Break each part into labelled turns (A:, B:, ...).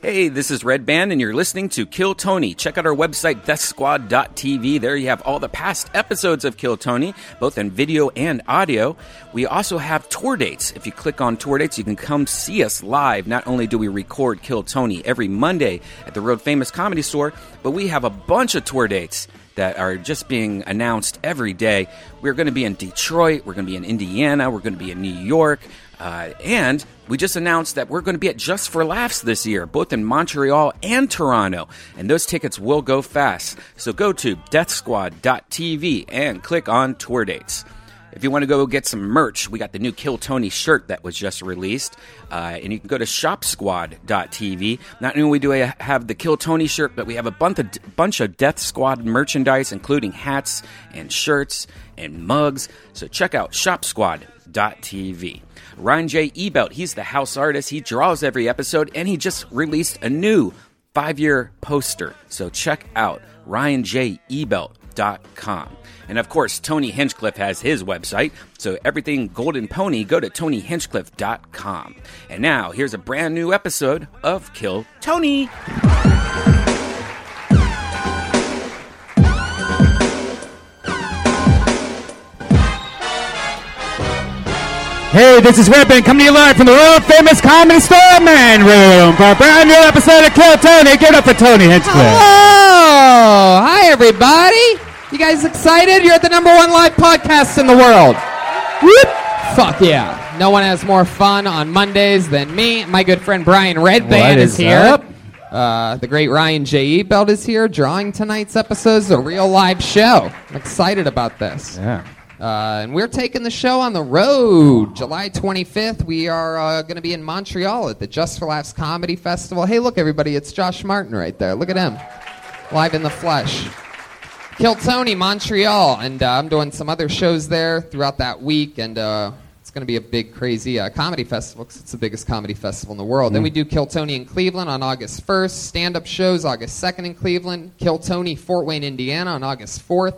A: Hey, this is Red Band, and you're listening to Kill Tony. Check out our website, deathsquad.tv. There you have all the past episodes of Kill Tony, both in video and audio. We also have tour dates. If you click on tour dates, you can come see us live. Not only do we record Kill Tony every Monday at the Road Famous Comedy Store, but we have a bunch of tour dates that are just being announced every day. We're going to be in Detroit, we're going to be in Indiana, we're going to be in New York, uh, and we just announced that we're going to be at Just for Laughs this year, both in Montreal and Toronto, and those tickets will go fast. So go to deathsquad.tv and click on tour dates. If you want to go get some merch, we got the new Kill Tony shirt that was just released. Uh, and you can go to shopsquad.tv. Not only do we have the Kill Tony shirt, but we have a bunch of, bunch of Death Squad merchandise, including hats and shirts and mugs. So check out shopsquad.tv. Ryan J. Ebelt, he's the house artist. He draws every episode, and he just released a new five year poster. So check out ryanjebelt.com. And of course, Tony Hinchcliffe has his website. So everything Golden Pony, go to TonyHinchcliffe.com. And now, here's a brand new episode of Kill Tony.
B: Hey, this is Redman coming to you live from the world famous Comedy Store Man Room for a brand new episode of Kill Tony. Give it up for Tony Hinchcliffe.
C: Hello! Oh, Hi, everybody! You guys excited? You're at the number one live podcast in the world. Whoop! Fuck yeah. No one has more fun on Mondays than me. My good friend Brian Redband
B: What
C: is,
B: is
C: here.
B: up?
C: Uh, the great Ryan J. Belt is here drawing tonight's episode. It's a real live show. I'm excited about this.
B: Yeah.
C: Uh, and we're taking the show on the road. July 25th, we are uh, going to be in Montreal at the Just for Laughs Comedy Festival. Hey, look, everybody, it's Josh Martin right there. Look at him, live in the flesh. Kill Tony, Montreal. And uh, I'm doing some other shows there throughout that week. And uh, it's going to be a big, crazy uh, comedy festival 'cause it's the biggest comedy festival in the world.
B: Mm.
C: Then we do Kill Tony in Cleveland on August 1st, stand up shows August 2nd in Cleveland, Kill Tony, Fort Wayne, Indiana on August 4th.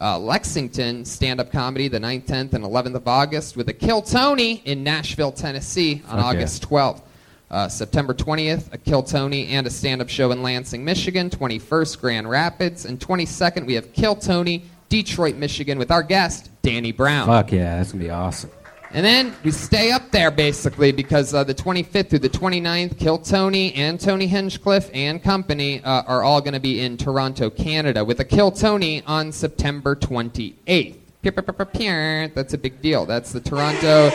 C: Uh, Lexington stand up comedy the 9th, 10th, and 11th of August with a Kill Tony in Nashville, Tennessee on
B: Fuck yeah.
C: August 12th. Uh, September 20th, a Kill Tony and a stand up show in Lansing, Michigan. 21st, Grand Rapids. And 22nd, we have Kill Tony, Detroit, Michigan, with our guest, Danny Brown.
B: Fuck yeah, that's gonna be awesome.
C: And then we stay up there basically because uh, the 25th through the 29th, Kill Tony and Tony Hinchcliffe and company uh, are all going to be in Toronto, Canada, with a Kill Tony on September 28th. Pew, pew, pew, pew, pew. That's a big deal. That's the Toronto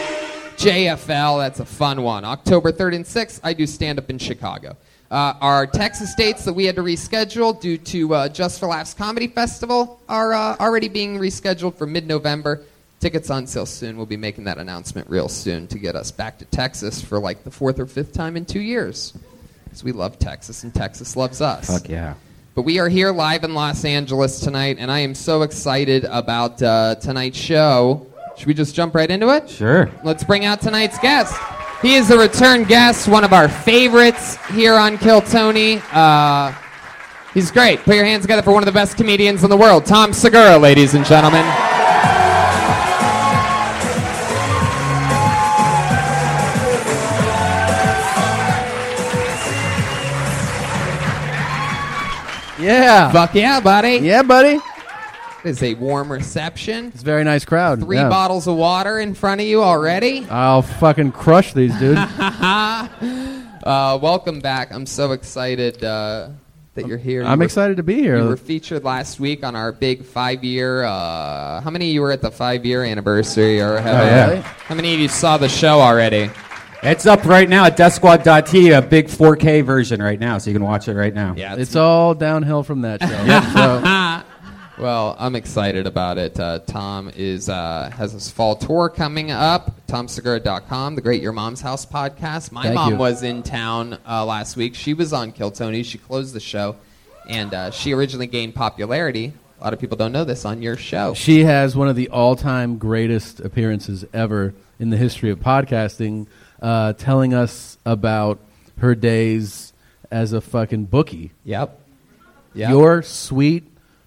C: JFL. That's a fun one. October 3rd and 6th, I do stand up in Chicago. Uh, our Texas dates that we had to reschedule due to uh, Just for Laughs Comedy Festival are uh, already being rescheduled for mid November. Tickets on sale soon. We'll be making that announcement real soon to get us back to Texas for like the fourth or fifth time in two years. Because we love Texas and Texas loves us.
B: Fuck yeah.
C: But we are here live in Los Angeles tonight, and I am so excited about uh, tonight's show. Should we just jump right into it?
B: Sure.
C: Let's bring out tonight's guest. He is the return guest, one of our favorites here on Kill Tony. Uh, he's great. Put your hands together for one of the best comedians in the world, Tom Segura, ladies and gentlemen.
D: Yeah.
C: Fuck yeah, buddy.
D: Yeah, buddy.
C: It is a warm reception.
D: It's a very nice crowd.
C: Three
D: yeah.
C: bottles of water in front of you already.
D: I'll fucking crush these, dude.
C: Uh, welcome back. I'm so excited uh, that you're here. You
D: I'm
C: were-
D: excited to be
C: You were
D: here.
C: featured last week on our big five-year. Uh, how many of you were at the five-year anniversary, or have
D: Oh, yeah.
C: how many of you saw the show already?
B: It's up right now at DeathSquad.tv, a big 4K version right now, so you can watch it right now.
C: Yeah,
D: It's all downhill from that show. yeah.
C: Well, I'm excited about it. Uh, Tom is uh, has his fall tour coming up. TomSegura.com, the Great Your Mom's House podcast. My
D: Thank
C: mom
D: you.
C: was in town uh, last week. She was on Kill Tony. She closed the show, and uh, she originally gained popularity. A lot of people don't know this on your show.
D: She has one of the all-time greatest appearances ever in the history of podcasting, uh, telling us about her days as a fucking bookie.
C: Yep. Yep.
D: Your sweet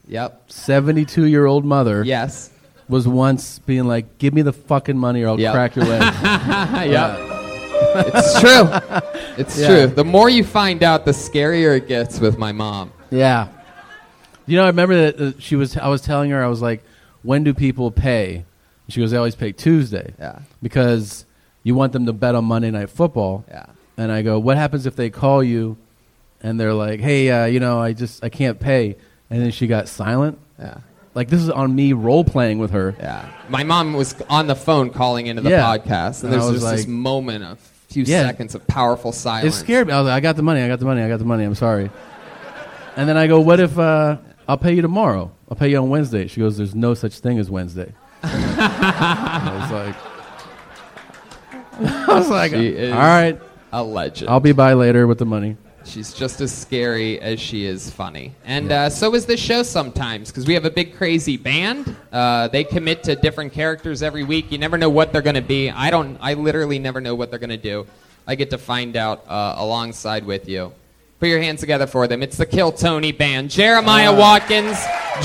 C: yep.
D: 72-year-old mother
C: Yes.
D: was once being like, "Give me the fucking money, or I'll
C: Yep.
D: crack your leg."
C: yep. It's true. It's
D: Uh, Yeah.
C: true. The more you find out, the scarier it gets with my mom.
D: Yeah. You know, I remember that uh, she was. I was telling her, I was like, "When do people pay?" And she goes, "They always pay Tuesday."
C: Yeah.
D: Because you want them to bet on Monday Night Football.
C: Yeah.
D: And I go, "What happens if they call you, and they're like, hey, uh, you know, I just I can't pay," and then she got silent.
C: Yeah.
D: Like this is on me role playing with her.
C: Yeah. My mom was on the phone calling into the
D: Yeah.
C: podcast, and
D: And I
C: there was
D: was
C: just this
D: like-
C: moment of few
D: Yeah.
C: seconds of powerful
D: It
C: silence.
D: scared me. I was like, I got the money. I got the money. I got the money. I'm sorry. And then I go, what if uh, I'll pay you tomorrow? I'll pay you on Wednesday. She goes, there's no such thing as Wednesday. I was like, I was like,
C: She is-
D: all right,
C: A legend.
D: I'll be by later with the money.
C: She's just as scary as she is funny. And uh, so is this show sometimes, because we have a big crazy band. Uh, they commit to different characters every week. You never know what they're going to be. I don't. I literally never know what they're going to do. I get to find out uh, alongside with you. Put your hands together for them. It's the Kill Tony Band. Jeremiah Watkins,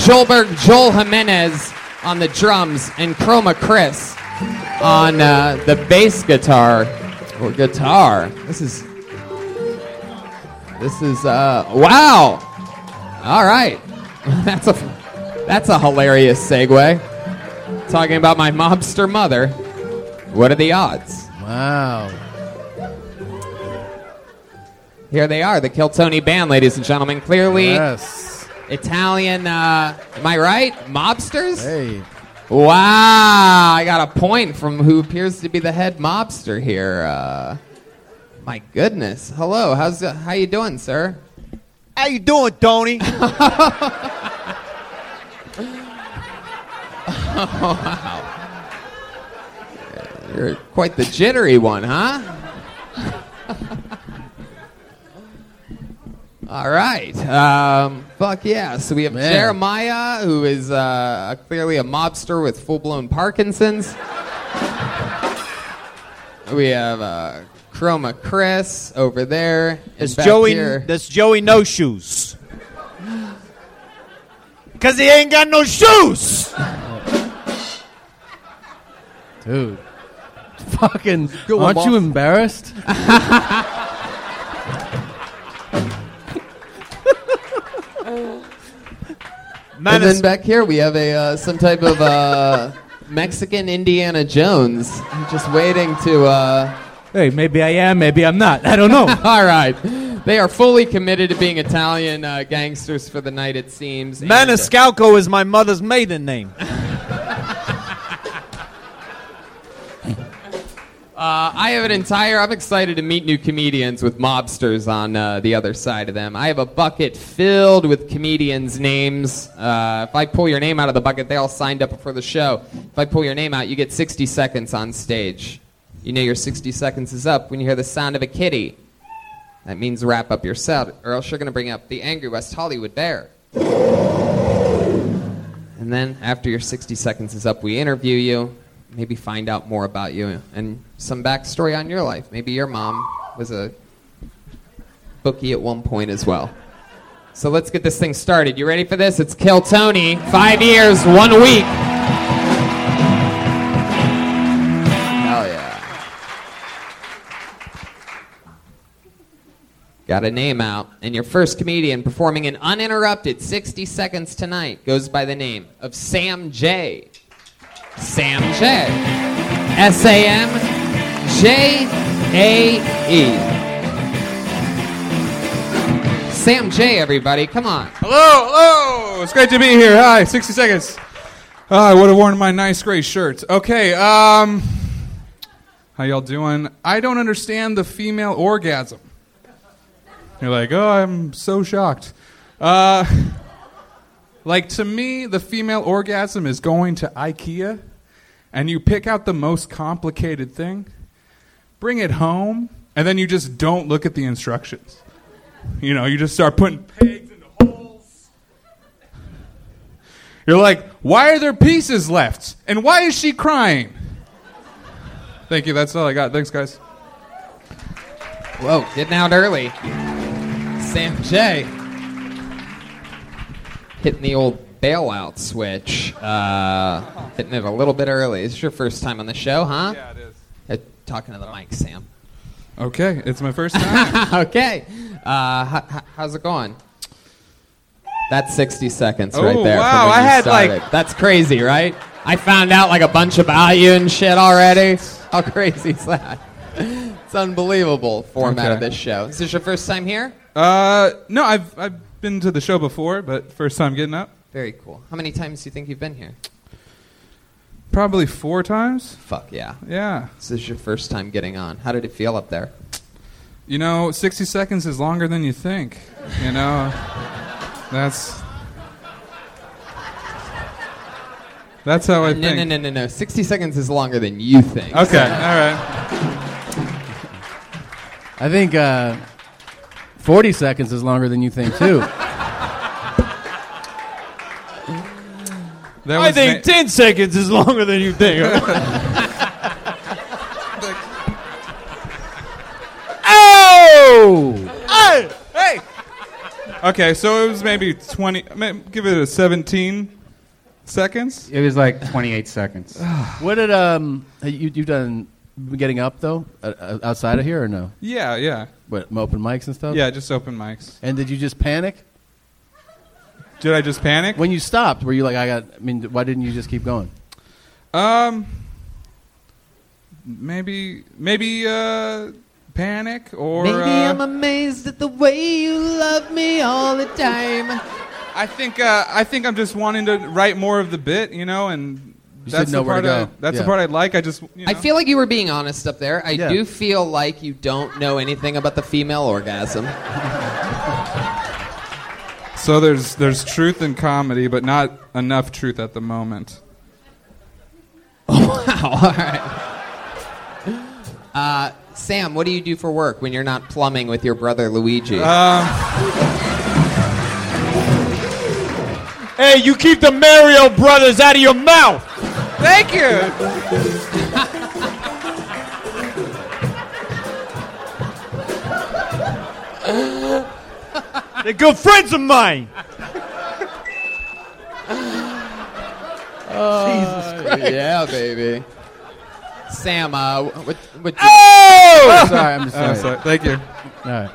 C: Joelberg Joel Jimenez on the drums, and Chroma Chris on uh, the bass guitar or guitar. This is this is uh wow. All right. That's a that's a hilarious segue. Talking about my mobster mother. What are the odds?
D: Wow.
C: Here they are, the Kiltoni band, ladies and gentlemen. Clearly
D: Yes.
C: Italian. Uh, am I right? Mobsters.
D: Hey.
C: Wow! I got a point from who appears to be the head mobster here. Uh, my goodness. Hello. How's uh, how you doing, sir?
E: How you doing, Tony?
C: You're quite the jittery one, huh? All right. Um, fuck yeah. So we have
D: Man.
C: Jeremiah, who is uh, clearly a mobster with full blown Parkinson's. we have uh, Chroma Chris over there. and
E: That's
C: back
E: Joey.
C: here-
E: That's Joey No Shoes. Cause he ain't got no shoes.
D: Dude. Fucking.
E: Good one,
D: aren't you
E: boss.
D: embarrassed?
E: Man,
C: and
E: it's
C: then back here we have a uh, some type of uh, Mexican Indiana Jones, just waiting to. Uh...
E: hey, maybe I am, maybe I'm not. I don't know.
C: All right, they are fully committed to being Italian uh, gangsters for the night. It seems. And, uh,
E: Maniscalco is my mother's maiden name.
C: I have an entire. I'm excited to meet new comedians with mobsters on uh, the other side of them. I have a bucket filled with comedians' names. Uh, if I pull your name out of the bucket, they all signed up before the show. If I pull your name out, you get 60 seconds on stage. You know your 60 seconds is up when you hear the sound of a kitty. That means wrap up your set, or else you're going to bring up the angry West Hollywood bear. And then after your 60 seconds is up, we interview you, maybe find out more about you and some backstory on your life. Maybe your mom was a bookie at one point as well. So let's get this thing started. You ready for this? It's Kill Tony. Five years, one week. Hell yeah. Got a name out. And your first comedian performing an uninterrupted 60 seconds tonight goes by the name of Sam J. Sam J. S A M J A E. Sam J, everybody, come on.
F: Hello, hello. It's great to be here. Hi, 60 seconds. Oh, I would have worn my nice gray shirt. Okay, um How y'all doing? I don't understand the female orgasm. You're like, "Oh, I'm so shocked." Uh like to me, the female orgasm is going to IKEA and you pick out the most complicated thing, bring it home, and then you just don't look at the instructions. You know, you just start putting pegs into holes. You're like, why are there pieces left? And why is she crying? Thank you. That's all I got. Thanks, guys.
C: Whoa, getting out early. Sam J. Hitting the old bailout switch. Uh, hitting it a little bit early. This is your first time on the show, huh?
F: it is.
C: Uh, talking to the mic, Sam.
F: Okay, it's my first time.
C: okay. Uh, h- h- how's it going? That's 60 seconds
F: Oh,
C: right there. from
F: wow,
C: when
F: I
C: you
F: had, like-
C: started. That's crazy, right? I found out like a bunch about you and shit already. How crazy is that? It's unbelievable format of
F: Okay.
C: this show. Is this your first time here?
F: uh, no, I've I've been to the show before, but first time getting up.
C: Very cool. How many times do you think you've been here?
F: Probably four times.
C: Fuck yeah.
F: Yeah.
C: This is your first time getting on. How did it feel up there?
F: You know, 60 seconds is longer than you think. You know, that's that's how I
C: No,
F: think.
C: no, no, no, no. 60 seconds is longer than you think.
F: Okay, all right.
D: I think uh, 40 seconds is longer than you think, too.
F: That
E: I
F: was
E: think
F: na-
E: 10 seconds is longer than you think. oh!
F: okay, so it was maybe 20. ma- Give it a 17 seconds.
G: It was like 28 seconds.
D: What did um you you've done getting up though uh, uh, outside of here or no?
F: Yeah, yeah,
D: What open mics and stuff?
F: yeah. Just open mics.
D: And did you just panic
F: Did I just panic?
D: when you stopped? Were you like I got? I mean, why didn't you just keep going?
F: Um, maybe maybe uh, panic or
C: Maybe
F: uh,
C: I'm amazed at the way you love me all the time.
F: I think uh, I think I'm just wanting to write more of the bit, you know, and
D: You
F: that's
D: said
F: the
D: nowhere
F: part.
D: to
F: I,
D: go.
F: that's the
D: Yeah.
F: part I like. I just you know.
C: I feel like you were being honest up there. I
D: Yeah.
C: do feel like you don't know anything about the female orgasm.
F: so. There's there's truth in comedy, but not enough truth at the moment.
C: Uh, Sam, what do you do for work when you're not plumbing with your brother Luigi?
F: Um.
E: Hey, you keep the Mario brothers out of your mouth!
F: Thank you.
E: They're good friends of mine!
C: Uh, yeah, baby. Sam, uh, what, what, do,
D: sorry, I'm just sorry.
F: I'm sorry. Thank you.
D: All right.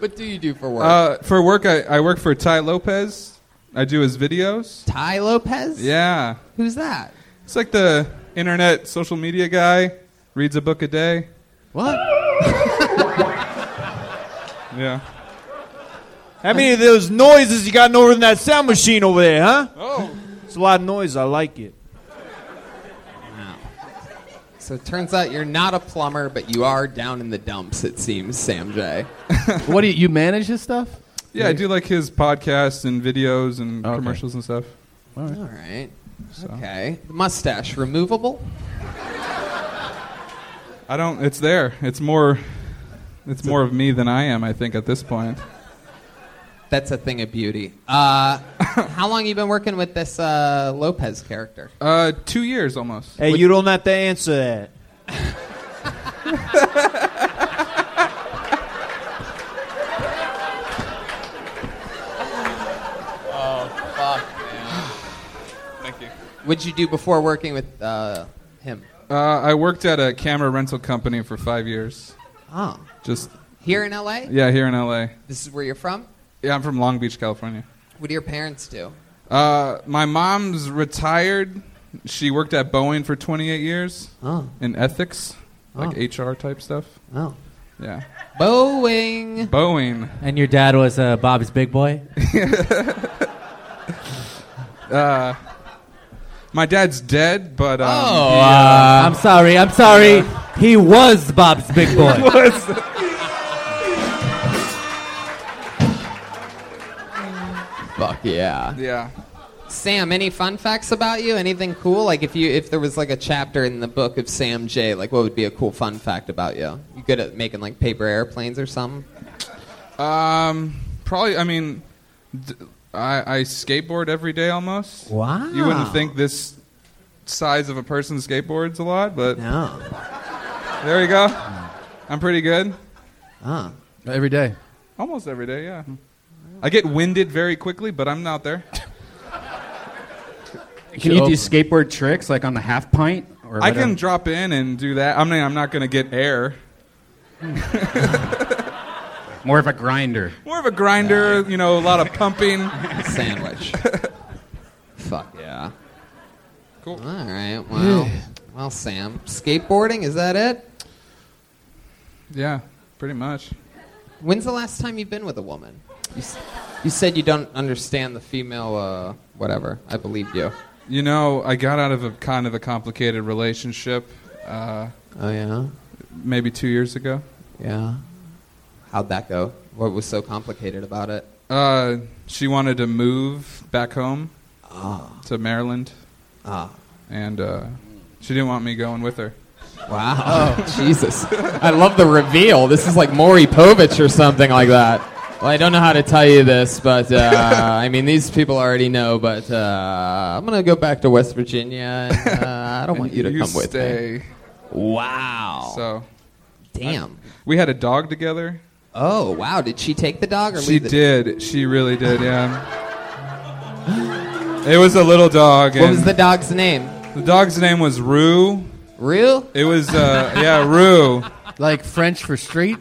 C: what do you do for work?
F: Uh, for work, I, I work for Ty Lopez. I do his videos.
C: Ty Lopez?
F: Yeah,
C: Who's that?
F: it's like the internet social media guy reads a book a day.
D: What?
F: Yeah.
E: How many of those noises you got over in that sound machine over there, huh?
F: Oh.
E: It's a lot of noise. I like it.
C: So it turns out you're not a plumber, but you are down in the dumps, it seems, Sam J.
D: What do you, you manage his stuff?
F: Yeah, I do like his podcasts and videos and
D: Okay.
F: commercials and stuff.
C: All right. Okay. Mustache removable?
F: I don't. It's there. It's more. It's more of me than I am. I think at this point.
C: That's a thing of beauty. Uh, how long you been working with this uh, Lopez character?
F: Uh, two years almost.
E: Hey, you don't have to answer that.
D: Oh,
F: Thank you.
C: What'd you do before working with uh, him?
F: Uh, I worked at a camera rental company for five years.
C: Oh,
F: Just
C: here in LA?
F: yeah, here in L.A.
C: This is where you're from?
F: Yeah, I'm from Long Beach, California.
C: What do your parents do?
F: Uh, my mom's retired. She worked at Boeing for 28 years
C: Oh,
F: in ethics, like
C: Oh.
F: HR type stuff.
C: oh.
F: Yeah,
C: Boeing.
F: Boeing.
H: And your dad was uh, Bobby's big boy?
F: Uh, My dad's dead, but um,
C: Oh,
G: uh,
H: I'm sorry, I'm sorry. He was Bob's big
F: uh,
H: boy.
C: fuck yeah.
F: yeah.
C: Sam, any fun facts about you? Anything cool? Like if you if there was like a chapter in the book of Sam J, like what would be a cool fun fact about you? You good at making like paper airplanes or something?
F: Um, probably. I mean, d- I, I skateboard every day almost.
H: wow.
F: You wouldn't think this size of a person skateboards a lot, but
C: No.
F: there you go. I'm pretty good.
C: Oh.
D: Every day.
F: Almost every day, yeah. I get winded very quickly, but I'm not there.
G: Can you do skateboard tricks like on the half pint? Or
F: I can
G: whatever?
F: drop in and do that. I mean, I'm not going to get air,
G: More of a grinder.
F: More of a grinder, you know, a lot of pumping.
C: Sandwich. Fuck yeah. Cool. All right. Well, well, Sam, skateboarding is that it?
F: Yeah, pretty much.
C: When's the last time you've been with a woman? You, s- you said you don't understand the female, uh, whatever. I believed you.
F: You know, I got out of a kind of a complicated relationship uh,
C: Oh yeah,
F: maybe two years ago.
C: yeah. How'd that go? What was so complicated about it?
F: Uh, she wanted to move back home to Maryland,
C: Ah,
F: and uh, she didn't want me going with her. Oh.
C: wow. Oh, Jesus. I love the reveal. This is like Maury Povich or something like that. Well, I don't know how to tell you this, but uh, I mean, these people already know, but uh, I'm going to go back to West Virginia. And, uh, I don't want you to come with me.
F: stay.
C: Wow.
F: So
C: Damn.
F: we had a dog together.
C: Oh, wow. Did she take the dog or
F: She
C: leave the
F: did. She really did. Yeah. It was a little dog.
C: What
F: and
C: was the dog's name?
F: the dog's name was Rue.
C: Real?
F: It was uh, yeah, Rue.
D: Like French for street?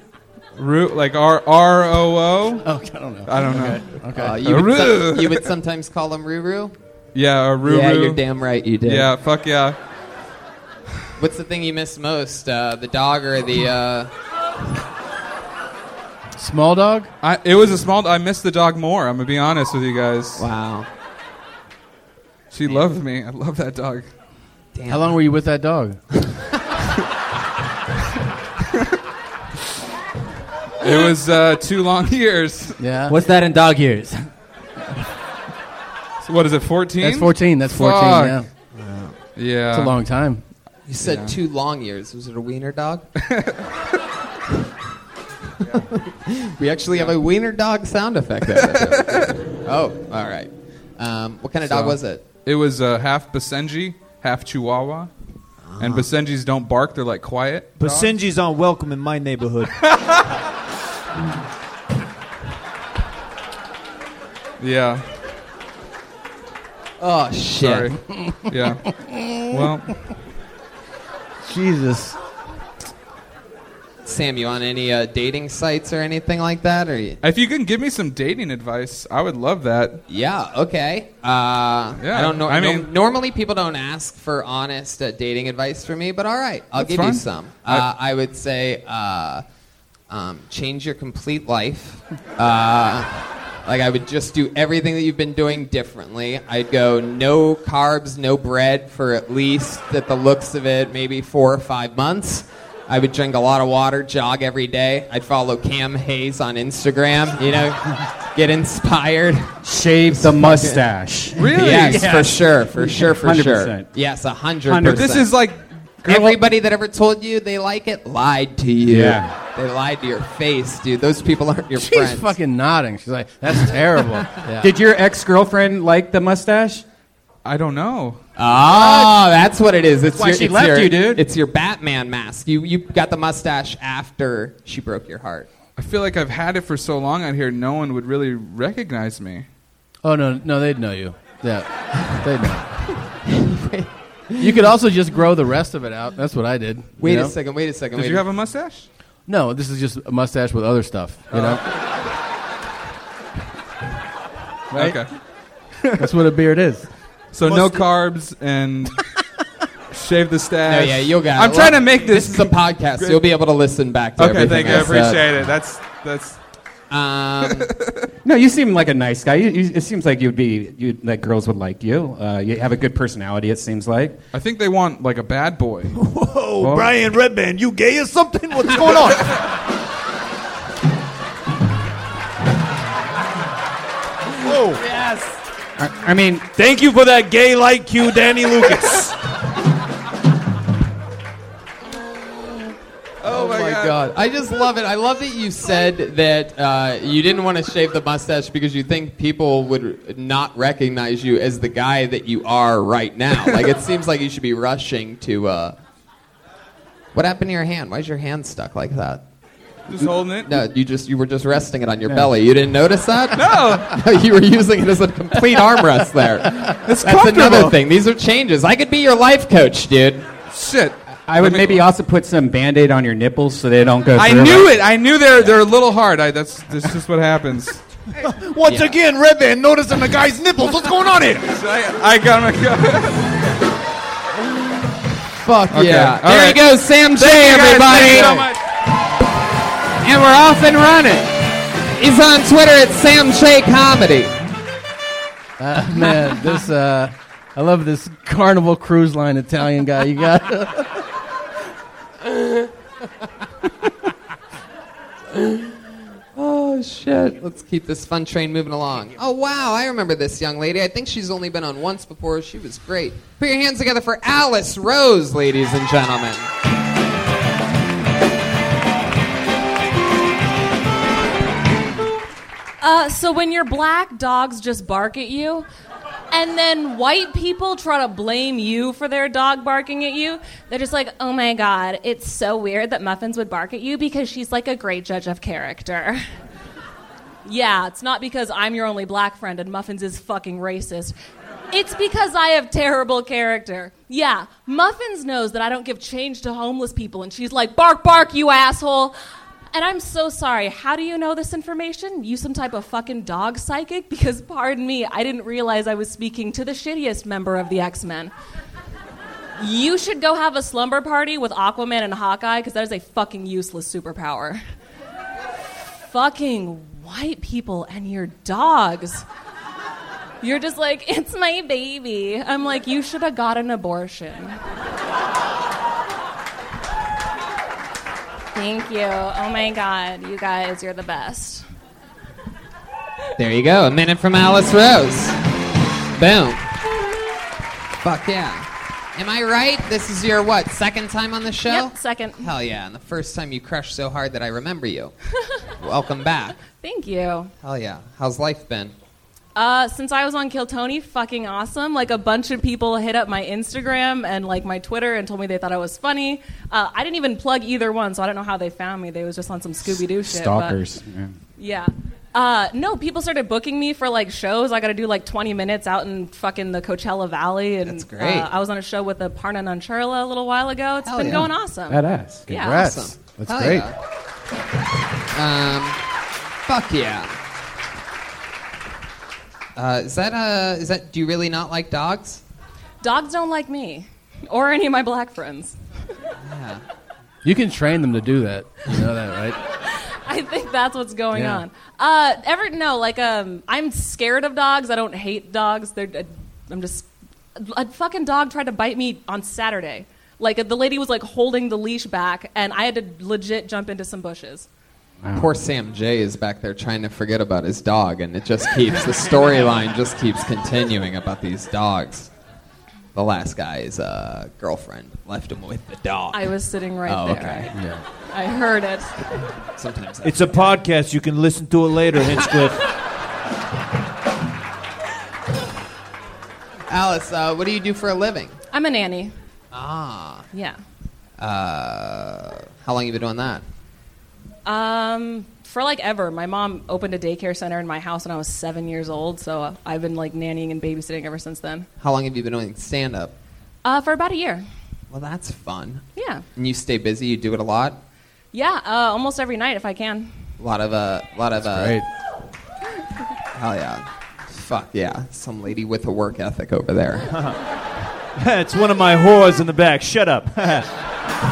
F: Rue like R R O O.
D: Oh, I don't know.
F: I don't know.
D: Okay.
C: Uh, you, would
F: Roo.
C: some- you would sometimes call him Ruru?
F: Yeah, a Ruru.
C: Yeah, you're damn right you did.
F: Yeah, fuck yeah.
C: What's the thing you miss most? Uh, the dog or the. Uh...
D: Small dog?
F: I, it was a small. I missed the dog more. I'm gonna be honest with you guys.
C: Wow.
F: She loved me. I love that dog.
C: Damn.
D: How long were you with that dog?
F: It was uh, two long years.
D: Yeah.
H: What's that in dog years?
F: So what is it? Fourteen.
D: That's 14. That's 14.
F: Fuck.
D: Yeah.
F: Yeah.
D: It's a long time.
C: You said two long years. Was it a wiener dog? we actually have a wiener dog sound effect. there. oh, all right. Um, what kind of dog
F: So-
C: was it?
F: It was uh, half Basenji, half Chihuahua. And
C: Ah.
F: Basenjis don't bark. They're like quiet.
E: Basenji's on oh, welcome in my neighborhood.
F: Yeah.
C: Oh shit!
F: Sorry. yeah. Well,
D: Jesus.
C: Sam, you on any uh, dating sites or anything like that? Or you...
F: if you can give me some dating advice, I would love that.
C: yeah, okay. Uh,
F: Yeah,
C: I don't know.
F: I
C: no-
F: mean-
C: normally people don't ask for honest uh, dating advice from me, but all right, I'll
F: That's
C: give you
F: fine.
C: some. Uh, I would say uh, um, change your complete life. Uh, Like I would just do everything that you've been doing differently. I'd go no carbs, no bread for at least, at the looks of it, maybe four or five months. I would drink a lot of water, jog every day. I'd follow Cam Hayes on Instagram. You know, get inspired.
G: Shave the mustache.
F: Really?
C: Yes, for sure, for sure, for sure.
G: 100%.
C: Yes, a hundred
G: Hundred.
F: But
C: percent.
F: this is like
C: everybody that ever told you they like it lied to you.
G: Yeah.
C: They lied to your face, dude. Those people aren't your
D: She's
C: friends.
D: fucking nodding. She's like, that's terrible. yeah.
G: Did your ex girlfriend like the mustache?
F: I don't know.
C: Oh, that's what it is. It's
G: why
C: your,
G: she
C: it's
G: left
C: your-
G: you, dude.
C: It's your Batman mask. You you got the mustache after she broke your heart.
F: I feel like I've had it for so long out here. No one would really recognize me.
D: Oh, no. No, they'd know you. Yeah. They'd know. you could also just grow the rest of it out. That's what I did. you
C: Wait
D: know?
C: a second. Wait a second.
F: Did
C: wait
F: you
C: a-
F: have a mustache? Oh.
D: No, this is just a mustache with other stuff. You know? Right?
F: Okay.
D: That's what a beard is.
F: So no carbs and shave the
C: no,
F: stash.
C: yeah, you'll get.
F: I'm
C: it.
F: trying
C: Look,
F: to make
C: This
F: this.
C: is a podcast.
F: Great.
C: You'll be able to listen back to
F: okay,
C: everything
F: thank you. I
C: said.
F: appreciate it. That's that's.
C: Um,
G: No, you seem like a nice guy. You, you, it seems like you'd be you'd, like girls would like you. Uh, you have a good personality. It seems like.
F: I think they want like a bad boy.
E: Whoa, Brian Redman, you gay or something? What's going on? Whoa.
G: I, I mean,
E: Thank you for that gay like cue, Danny Lucas.
C: Oh my god. I just love it. I love that you said that uh, you didn't want to shave the mustache because you think people would not recognize you as the guy that you are right now. Like it seems like you should be rushing to. Uh... What happened to your hand? Why is your hand stuck like that?
F: Just holding it.
C: No, you just you were just resting it on your belly. You didn't notice that? No. you were using it as a complete arm rest there. That's
F: It's comfortable.
C: another thing. These are changes. I could be your life coach, dude.
F: Shit.
G: I would maybe also put some band aid on your nipples so they don't go
F: I
G: through.
F: knew it. I knew they're they're a little hard. I, that's that's just what happens.
E: Once again, Red Band noticing the guy's nipples. What's going on here?
F: I got him.
C: Fuck
F: Okay.
C: yeah.
F: All
C: there
F: right.
C: you go, Sam J, everybody. and we're off and running. He's on Twitter at Sam J Comedy.
D: Uh, man, this uh, I love this Carnival Cruise Line Italian guy you got.
C: Oh shit. Let's keep this fun train moving along. Oh wow, I remember this young lady. I think she's only been on once before. She was great. Put your hands together for Alice Rose, ladies and gentlemen.
I: Uh, so when you're black, dogs just bark at you, and then white people try to blame you for their dog barking at you. They're just like, "Oh my god, it's so weird that Muffins would bark at you because she's like a great judge of character."
J: Ah,
I: yeah, it's not because I'm your only black friend and Muffins is fucking racist. It's because I have terrible character. Yeah, Muffins knows that I don't give change to homeless people, and she's like, "Bark, bark, you asshole." And I'm so sorry. How do you know this information? You some type of fucking dog psychic? Because pardon me, I didn't realize I was speaking to the shittiest member of the X-Men. You should go have a slumber party with Aquaman and Hawkeye because that is a fucking useless superpower. fucking white people and your dogs. You're just like, it's my baby. I'm like, you should have got an abortion. Thank you. Oh my God. You guys, you're the best.
C: There you go, a minute from Alice Rose. Boom. Fuck yeah. Am I right? This is your what, second time on the show?
I: Yep, second.
C: Hell yeah, and the first time you crushed so hard that I remember you. Welcome back.
I: Thank you.
C: Hell yeah. How's life been?
I: Uh, since I was on Kill Tony, fucking awesome. Like a bunch of people hit up my Instagram and like my Twitter and told me they thought I was funny. Uh, I didn't even plug either one, so I don't know how they found me. They was just on some Scooby Doo shit. but-
G: Stalkers.
I: yeah.
G: Yeah.
I: Uh, no, people started booking me for like shows. I got to do like 20 minutes out in fucking the Coachella Valley, and
C: That's great.
I: Uh, I was on a show with a Parna Nancherla a little while ago. It's
C: Hell
I: been
C: yeah.
I: going awesome.
G: Badass.
I: Yeah.
D: Congrats.
C: Awesome.
D: That's
C: Hell
D: great.
C: yeah. Um, fuck yeah. Uh, is that uh, is that? Do you really not like dogs?
I: Dogs don't like me or any of my black friends.
D: You can train them to do that. You know that, right?
I: I think that's what's going
D: Yeah.
I: on. Uh, ever no, like um, I'm scared of dogs. I don't hate dogs. They're uh, I'm just a fucking dog tried to bite me on Saturday. Like the lady was like holding the leash back, and I had to legit jump into some bushes.
C: Poor Sam J is back there trying to forget about his dog, and it just keeps the storyline just keeps continuing about these dogs. The last guy's uh, girlfriend left him with the dog.
I: I was sitting right
C: oh,
I: there.
C: okay.
I: I heard it.
C: Sometimes that's
E: It's a podcast. You can listen to it later, Hinchcliffe.
C: Alice, uh, what do you do for a living?
I: I'm a nanny.
C: Ah,
I: Yeah.
C: uh, how long you been doing that?
I: Um, for like ever, my mom opened a daycare center in my house when I was seven years old, so I've been like nannying and babysitting ever since then.
C: How long have you been doing stand up?
I: Uh, for about a year.
C: Well, that's fun.
I: Yeah.
C: And you stay busy. You do it a lot.
I: Yeah. Uh, almost every night if I can.
C: A lot of uh, a lot of uh,
D: Great.
C: hell yeah, fuck yeah, some lady with a work ethic over there.
E: it's one of my whores in the back. Shut up.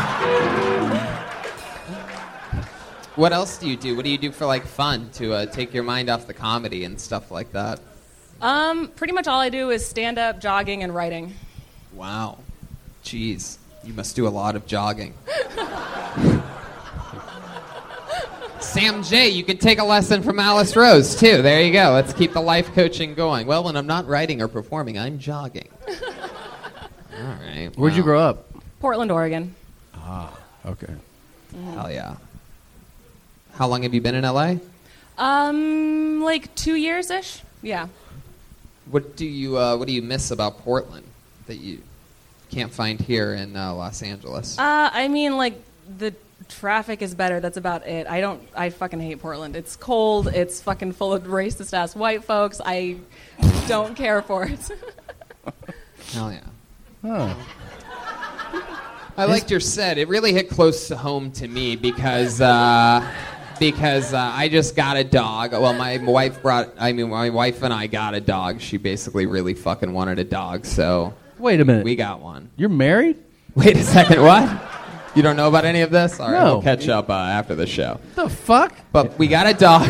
C: what else do you do? What do you do for like fun to uh, take your mind off the comedy and stuff like that?
I: Um, pretty much all I do is stand up, jogging, and writing.
C: Wow, jeez, you must do a lot of jogging. Sam J, you could take a lesson from Alice Rose too. There you go. Let's keep the life coaching going. Well, when I'm not writing or performing, I'm jogging. All right.
D: Where'd you
C: wow.
D: grow up?
I: Portland, Oregon.
D: Okay.
C: Hell yeah. How long have you been in LA?
I: Um, like two years ish. Yeah.
C: What do you uh, What do you miss about Portland that you can't find here in uh, Los Angeles?
I: Uh, I mean, like the traffic is better. That's about it. I don't. I fucking hate Portland. It's cold. It's fucking full of racist ass white folks. I don't care for it.
G: Oh.
C: Hell yeah.
D: Oh.
C: I liked your set. It really hit close to home to me because uh, because uh, I just got a dog. Well, my wife brought. I mean, my wife and I got a dog. She basically really fucking wanted a dog, so
D: Wait a minute.
C: we got one.
D: You're married?
C: Wait a second. What? You don't know about any of this? All right,
D: No.
C: we'll catch up uh, after the show.
D: The fuck?
C: But we got a dog.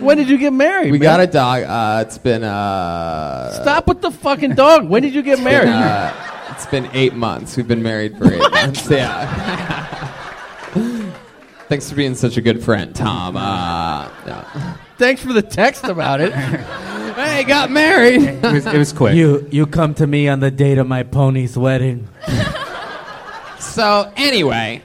D: When did you get married?
C: We
D: man?
C: got a dog. Uh, it's been uh,
D: Stop with the fucking dog. When did you get married?
C: Been, uh, it's been eight months. We've been married for eight months. Yeah. Thanks for being such a good friend, Tom. Uh, yeah.
D: Thanks for the text about it.
C: Hey, got married.
G: It was, it was quick.
H: You you come to me on the date of my pony's wedding.
C: so anyway,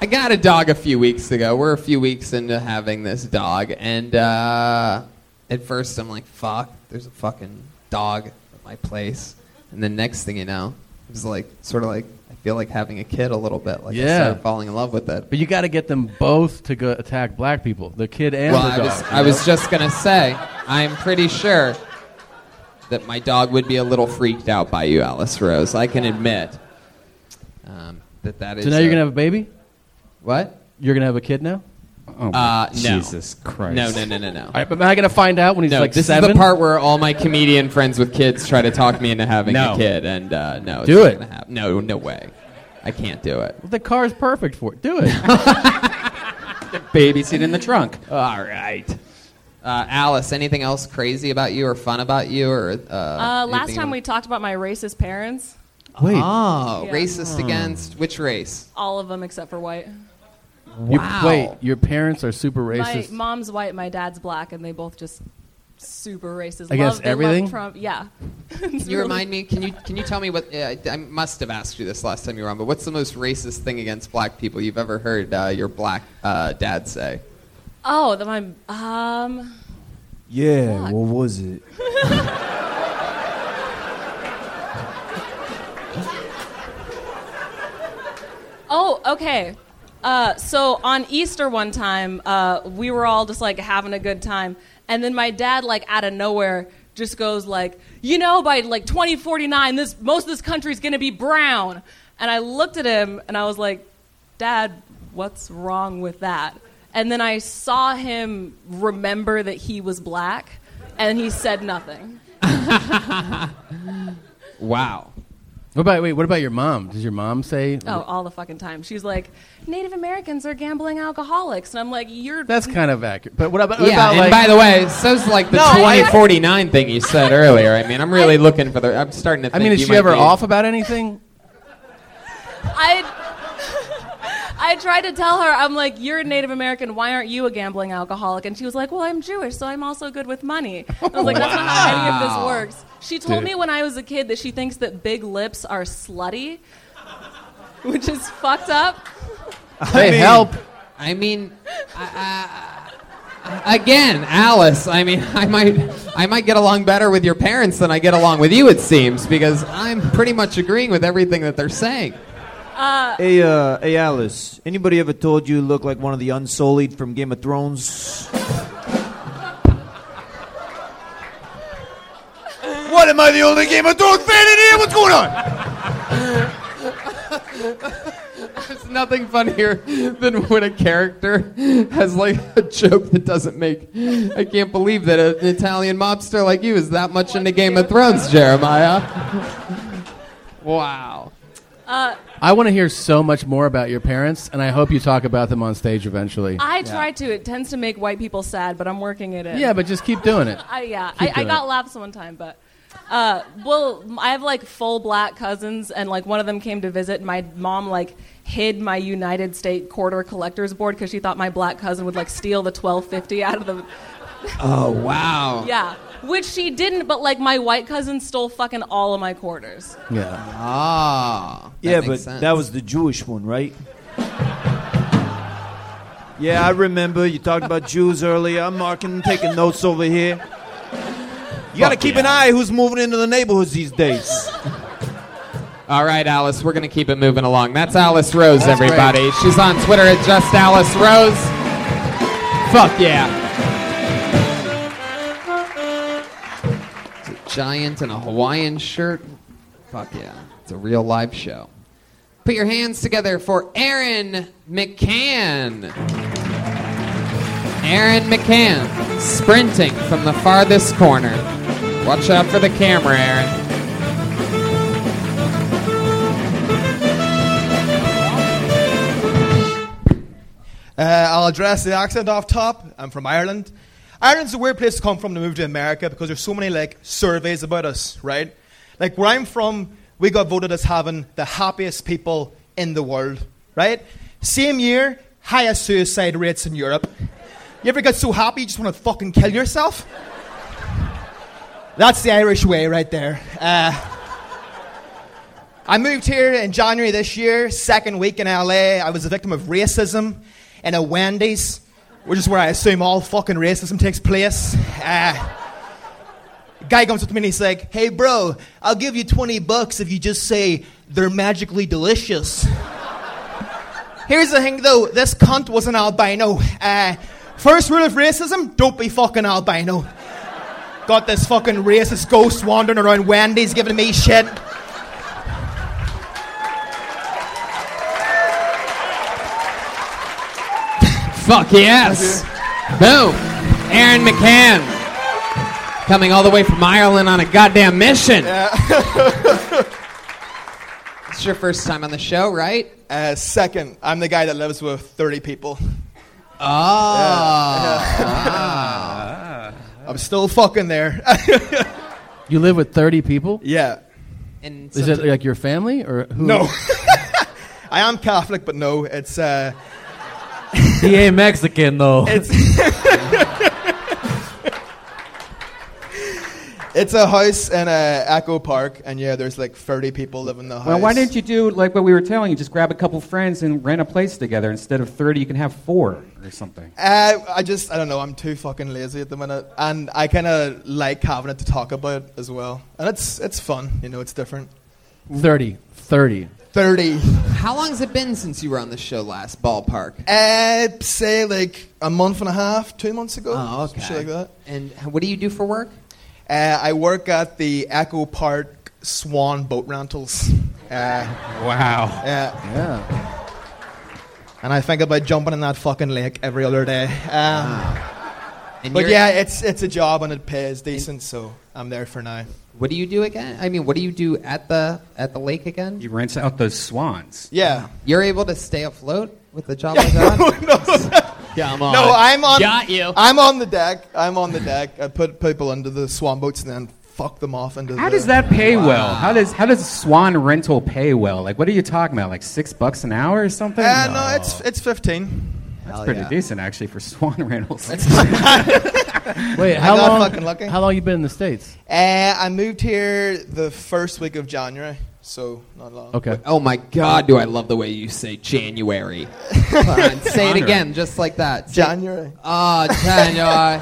C: I got a dog a few weeks ago. We're a few weeks into having this dog, and uh, at first I'm like, "Fuck, there's a fucking dog at my place." And the next thing you know, it was like, sort of like, I feel like having a kid a little bit. Like
D: Yeah.
C: I started falling in love with it.
D: But you got to get them both to go attack black people. The kid and
C: Well,
D: the
C: I
D: dog.
C: was, I was just going to say, I'm pretty sure that my dog would be a little freaked out by you, Alice Rose. I can admit um, that that is.
D: so now you're
C: a-
D: gonna have a baby.
C: What?
D: You're gonna have a kid now.
G: Oh,
C: Uh, no.
G: Jesus Christ.
C: No, no, no, no, no.
D: All right, but am I gonna find out when he's
C: no,
D: like
C: this
D: seven?
C: is the part where all my comedian friends with kids try to talk me into having
G: No.
C: a kid, and uh, no, it's
D: Do
C: not
D: it.
C: gonna happen. No, no way. I can't do it.
D: The car is perfect for it. Do it.
G: Baby seat in the trunk.
C: All right. Uh, Alice, anything else crazy about you or fun about you or uh,
I: Uh, last
C: anything you
I: time we
C: wanna-
I: talked about my racist parents,
D: Wait, Hmm.
C: oh
I: Yeah.
C: racist against which race
I: all of them except for white.
D: you,
C: wow.
D: wait. Your parents are super
I: My
D: racist.
I: mom's white, my dad's black, and they both just super
D: Against
I: racist. love, they love
D: everything?
I: Trump. Yeah.
C: Can you remind me? Can you can you tell me what? Uh, I must have asked you this last time you were on, but what's the most racist thing against black people you've ever heard uh, your black uh, dad say?
I: Oh, the, my um.
E: Yeah, what was it?
I: Oh, okay. Uh, so on Easter one time, uh, we were all just like having a good time, and then my dad, like out of nowhere, just goes like, "You know, by like 2049, this most of this country's gonna be brown." And I looked at him and I was like, "Dad, what's wrong with that?" And then I saw him remember that he was black, and he said nothing.
C: Wow.
D: what about wait? What about your mom? Does your mom say?
I: Oh, all the fucking time. She's like, "Native Americans are gambling alcoholics," and I'm like, "You're
D: That's kind of accurate. But what about, what
C: Yeah,
D: about
C: and
D: like?
C: by the way, so's like the
D: No, I-
C: 2049 thing you said earlier. I mean, I'm really looking for the. I'm starting to.
D: I
C: Think
D: mean, is
C: you
D: she
C: might
D: ever
C: be-
D: off about anything?
I: I I tried to tell her, I'm like, you're a Native American. Why aren't you a gambling alcoholic? And she was like, well, I'm Jewish, so I'm also good with money. I was like, that's not how any of this works. She told me when I was a kid that she thinks that big lips are slutty, which is fucked up.
D: Hey, help!
C: I mean, I, I, again, Alice. I mean, I might, I might get along better with your parents than I get along with you. It seems because I'm pretty much agreeing with everything that they're saying.
E: Hey, uh, hey, Alice. Anybody ever told you you look like one of the Unsullied from Game of Thrones? what am I the only Game of Thrones fan in here? What's going on?
C: There's nothing funnier than when a character has like a joke that doesn't make. I can't believe that an Italian mobster like you is that much into Game of Thrones, Jeremiah. wow.
I: Uh,
D: I want to hear so much more about your parents, and I hope you talk about them on stage eventually.
I: I try to. It tends to make white people sad, but I'm working it in.
D: yeah, but just keep doing it.
I: I, yeah,
D: Keep
I: I, I
D: doing
I: got
D: it.
I: laughs one time, but uh, well, I have like full black cousins, and like one of them came to visit. And my mom like hid my United States quarter collector's board because she thought my black cousin would like steal the twelve fifty out of the
C: Oh wow.
I: yeah, which she didn't. But like my white cousin stole fucking all of my quarters.
D: Yeah.
C: Ah. that
E: yeah,
C: makes
E: but
C: sense.
E: that was the Jewish one, right? yeah, I remember. You talked about Jews earlier. I'm marking, taking notes over here. You gotta keep an eye who's moving into the neighborhoods these days.
C: All right, Alice, we're going to keep it moving along. That's Alice Rose, everybody. She's on Twitter at just Alice Rose. Fuck yeah. It's a giant in a Hawaiian shirt. Fuck yeah. It's a real live show. Put your hands together for Aaron McCann. Aaron McCann, sprinting from the farthest corner. Watch out for the camera, Aaron.
K: Uh, I'll address the accent off top. I'm from Ireland. Ireland's a weird place to come from to move to America because there's so many like surveys about us, right? Like where I'm from, we got voted as having the happiest people in the world, right? Same year, highest suicide rates in Europe. You ever get so happy you just want to fucking kill yourself? That's the Irish way right there. Uh, I moved here in January this year, second week in LA. I was a victim of racism in a Wendy's, which is where I assume all fucking racism takes place. Uh, guy comes up to me and he's like, Hey, bro, I'll give you 20 bucks if you just say they're magically delicious. Here's the thing though this cunt was an albino. Uh, first rule of racism don't be fucking albino. Got this fucking racist ghost wandering around Wendy's giving me shit.
C: Fuck yes. Boom. Aaron McCann. Coming all the way from Ireland on a goddamn mission. it's your first time on the show, right?
K: Uh, second, I'm the guy that lives with 30 people.
C: Oh. Ah.
K: Ah. I'm still fucking there.
D: You live with 30 people?
K: yeah.
C: And
D: Is it like your family or who?
K: No. I am Catholic, but no, it's uh,
H: He ain't Mexican
D: Oh.
H: though.
K: it's a house in uh, Echo Park, and yeah, there's like 30 people living in the house.
G: Well, why didn't you do like what we were telling you? Just grab a couple friends and rent a place together. Instead of 30, you can have four or something.
K: Uh, I just, I don't know. I'm too fucking lazy at the minute, and I kind of like having it to talk about as well. And it's it's fun, you know. It's different.
D: 30. 30.
K: 30.
C: How long has it been since you were on the show last, ballpark?
K: Uh, say like a month and a half, two months ago.
C: Oh, okay.
K: Shit like that.
C: And what do you do for work?
K: Uh, I work at the Echo Park Swan Boat Rentals. Uh,
G: Wow.
K: yeah.
D: Yeah.
K: And I think about jumping in that fucking lake every other day. Um,
C: Ah. And
K: But
C: you're-
K: yeah, it's it's a job and it pays decent, so I'm there for now.
C: What do you do again? I mean, what do you do at the at the lake again?
G: You rent out those swans.
K: Yeah.
C: You're able to stay afloat with a job like that?
K: Yeah, I'm on. No, I'm on.
C: Got you.
K: I'm on the deck. I'm on the deck. I put people into the swan boats and then fuck them off into.
G: How
K: the,
G: does that pay well? How does how does swan rental pay well? Like, what are you talking about? Like six bucks an hour or something?
K: Uh, no. it's it's 15.
D: Oh,
G: that's pretty decent actually for swan rentals.
D: Wait, how
K: got
D: long?
K: fucking lucky.
D: How long you been in the states?
K: Uh, I moved here the first week of January, so not long.
D: Okay.
C: oh my god, do I love the way you say January. Come on, say it again, just like that. Say-
K: January.
C: Oh, January.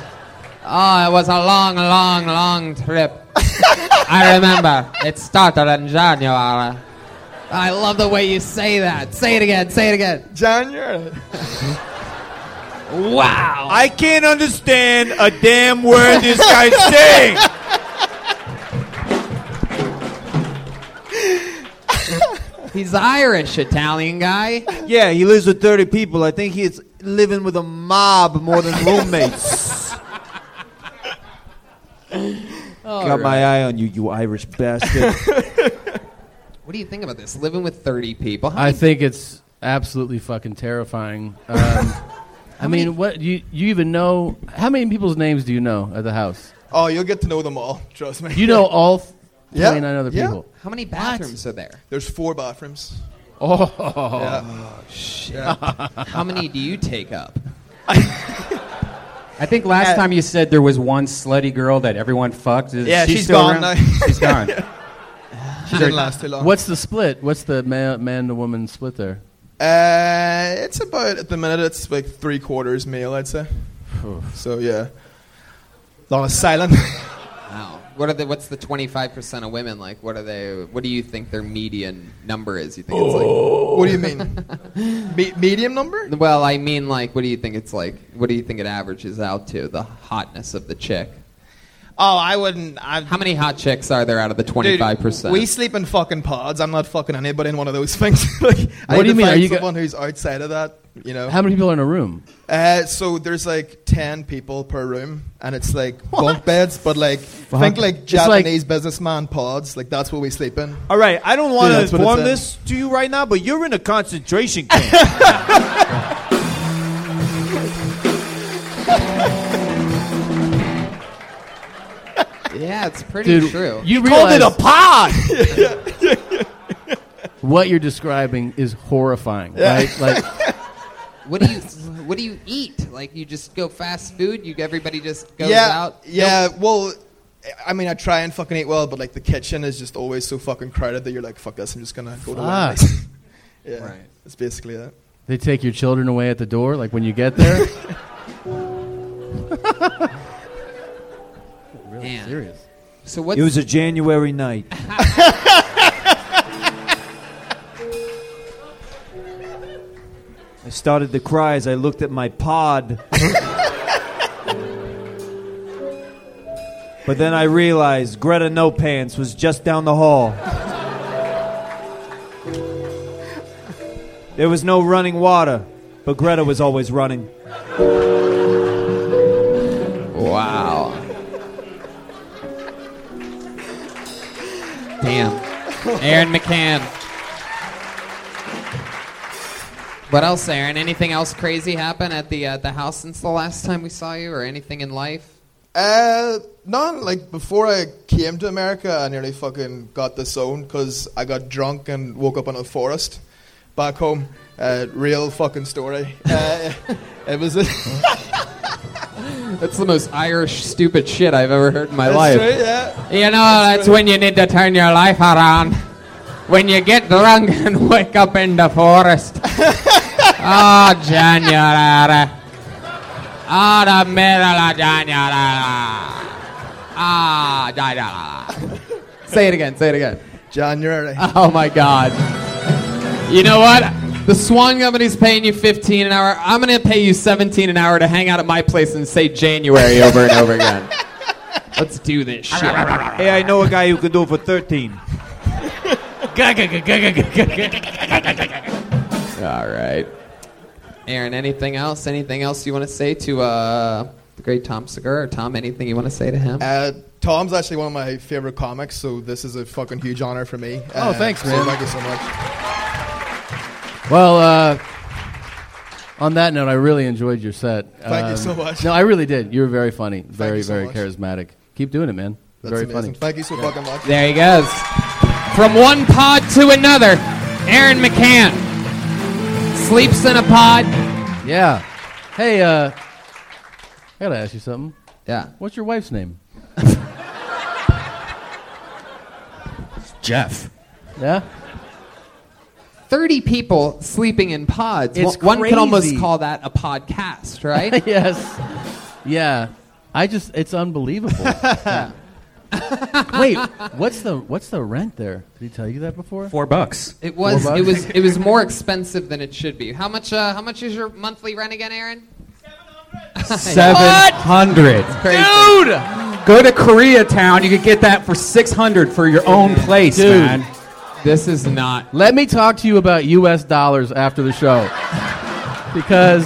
C: oh, it was a long, long, long trip. I remember. It started in January. I love the way you say that. Say it again, say it again.
K: January.
C: Wow.
E: I can't understand a damn word this guy's saying.
C: He's Irish, Italian guy.
E: Yeah, he lives with 30 people. I think he's living with a mob more than roommates. Got my eye on you, you Irish bastard.
C: What do you think about this? Living with 30 people. How
D: I
C: many-
D: think it's absolutely fucking terrifying. Um, I mean, what you you even know? How many people's names do you know at the house?
K: Oh, you'll get to know them all. Trust me.
D: You know all th-
K: Yeah,
D: 29 other
K: yeah.
D: people.
C: How many bathrooms are there?
K: There's four bathrooms.
D: Oh,
K: Yeah.
C: How many do you take up?
G: I think last time you said there was one slutty girl that everyone fucked. Is
K: Yeah,
G: she
K: she's
G: still
K: gone
G: around?
K: now.
G: She's gone.
K: She didn't last too long.
D: what's the split? What's the man man to woman split there?
K: Uh, it's about at the minute. It's like three quarters male, I'd say. So yeah, a lot of silent.
C: Wow. What are the, what's the 25% of women like? What are they, what do you think their median number is? You think it's
K: Oh. what do you mean? Me- medium number?
C: like, well, I mean like, what do you think it's like? What do you think it averages out to? The hotness of the chick.
K: Oh, I wouldn't. I,
C: How many hot chicks are there out of the
K: Dude,
C: 25%?
K: We sleep in fucking pods. I'm not fucking anybody in one of those things. like, I
D: What do you
K: need to
D: mean? Are
K: find
D: you go-
K: someone who's outside of that? You know.
D: How many people are in a room?
K: Uh, so there's like ten people per room, and it's like bunk beds, but like think like
E: It's like-
K: Japanese businessman pods. Like that's what we sleep in.
E: All right, I don't want
K: Dude,
E: to
K: that's what it
E: inform
K: said.
E: this to you right now, but you're in a concentration camp.
C: yeah, it's pretty
D: Dude,
C: true.
D: you He called it realize- a pod!
K: Yeah.
D: What you're describing is horrifying,
C: Yeah.
D: right? Like,
C: What do you What do you eat? Like you just go fast food? You everybody just goes
K: yeah,
C: out?
K: Yeah, well, I mean, I try and fucking eat well, but like the kitchen is just always so fucking crowded that you're like, fuck this, I'm just gonna go to
D: Fuck.
K: Wendy's. yeah, it's basically that.
D: they take your children away at the door, like when you get there.
C: Really
D: serious.
C: So what?
E: it was a January night. I started to cry as I looked at my pod. but then I realized Greta No Pants was just down the hall. There was no running water, but Greta was always running.
C: Wow. Damn. Aaron McCann. What else, Aaron? Anything else crazy happen at the uh, the house since the last time we saw you, or anything in life?
K: Uh, no, like before I came to America, I nearly fucking got disowned because I got drunk and woke up in a forest back home. Uh, real fucking story. Uh, it was.
C: That's the most Irish stupid shit I've ever heard in my
K: That's
C: life.
K: right, yeah.
C: You know, that's, when you need to turn your life around. When you get drunk and wake up in the forest. oh, January. Oh, the middle of January. Ah, January. Say it again, say it again.
K: January.
C: Oh, my God. You know what? The Swan Company's paying you 15 an hour. I'm going to pay you 17 an hour to hang out at my place and say January over and over again. Let's do this shit.
E: Hey, I know a guy who could do it for 13.
C: All right. Aaron, anything else? Anything else you want to say to uh, the great Tom Segura or Tom? Anything you want to say to him?
K: Uh, Tom's actually one of my favorite comics, so this is a fucking huge honor for me.
D: Oh, thanks,
K: so
D: man.
K: Thank you so much.
D: Well, uh, on that note, I really enjoyed your set. Um,
K: Thank you so much.
D: No, I really did. You were very funny, very,
K: you so
D: very
K: much.
D: charismatic. Keep doing it, man.
K: That's
D: very
K: amazing.
D: funny.
K: Thank you so fucking much.
C: There he goes. From one pod to another, Aaron McCann sleeps in a pod.
D: Yeah. Hey, uh, I gotta ask you something.
C: Yeah.
D: What's your wife's name?
G: Jeff.
D: Yeah.
C: 30 people sleeping in pods.
D: It's
C: one, one could almost
D: crazy.
C: call that a podcast, right?
D: yes. Yeah. I just it's unbelievable. Wait, what's the what's the rent there? Did he tell you that before?
G: Four bucks.
C: It was
D: Four
C: it
D: bucks?
C: was it was more expensive than it should be. How much uh, how much is your monthly rent again, Aaron?
H: 700.
C: Dude!
H: Go to Koreatown. You could get that for 600 for your own place,
D: Dude.
H: man.
C: This is not
D: Let me talk to you about US dollars after the show. because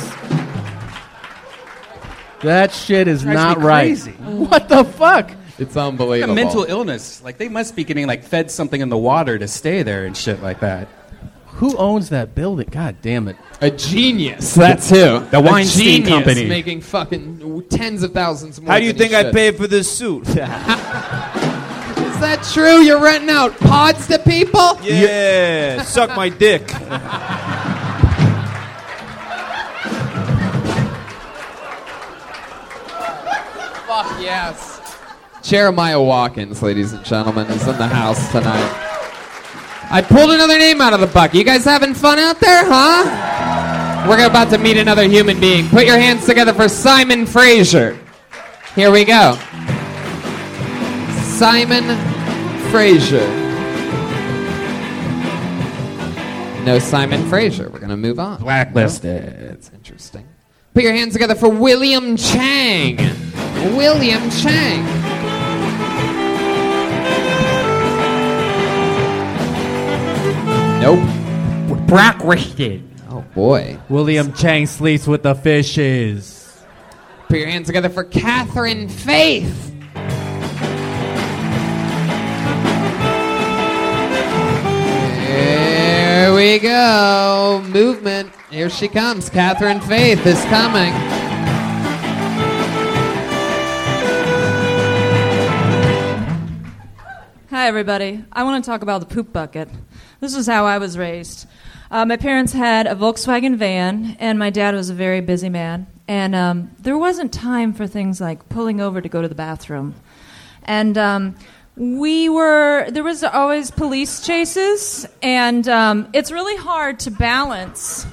D: that shit is
G: Drives me
D: not right.
G: crazy.
D: What the fuck?
C: It's unbelievable.
G: mental illness. Like they must be getting like fed something in the water to stay there and shit like that.
D: Who owns that building? God damn it.
C: A genius. That's who.
G: The Weinstein
C: a genius
G: Company.
C: making fucking tens of thousands more.
E: How do you
C: than he
E: think I
C: should.
E: paid for this suit?
C: Is that true? You're renting out pods to people?
E: Yeah, suck my dick.
C: Fuck yes. Jeremiah Watkins, ladies and gentlemen, is in the house tonight. I pulled another name out of the bucket. You guys having fun out there, huh? We're about to meet another human being. Put your hands together for Simon Fraser. Here we go. Simon Fraser. No Simon Fraser. We're going to move on.
G: Blacklisted.
C: That's interesting. Put your hands together for William Chang. William Chang. Nope.
H: Blacklisted.
C: Oh boy.
H: William Chang sleeps with the fishes.
C: Put your hands together for Catherine Faith. Here we go. Movement. Here she comes. Catherine Faith is coming.
J: Hi, everybody. I want to talk about the poop bucket. This is how I was raised. Uh, my parents had a Volkswagen van, and my dad was a very busy man. And um, there wasn't time for things like pulling over to go to the bathroom. And um, we were, there was always police chases, and um, it's really hard to balance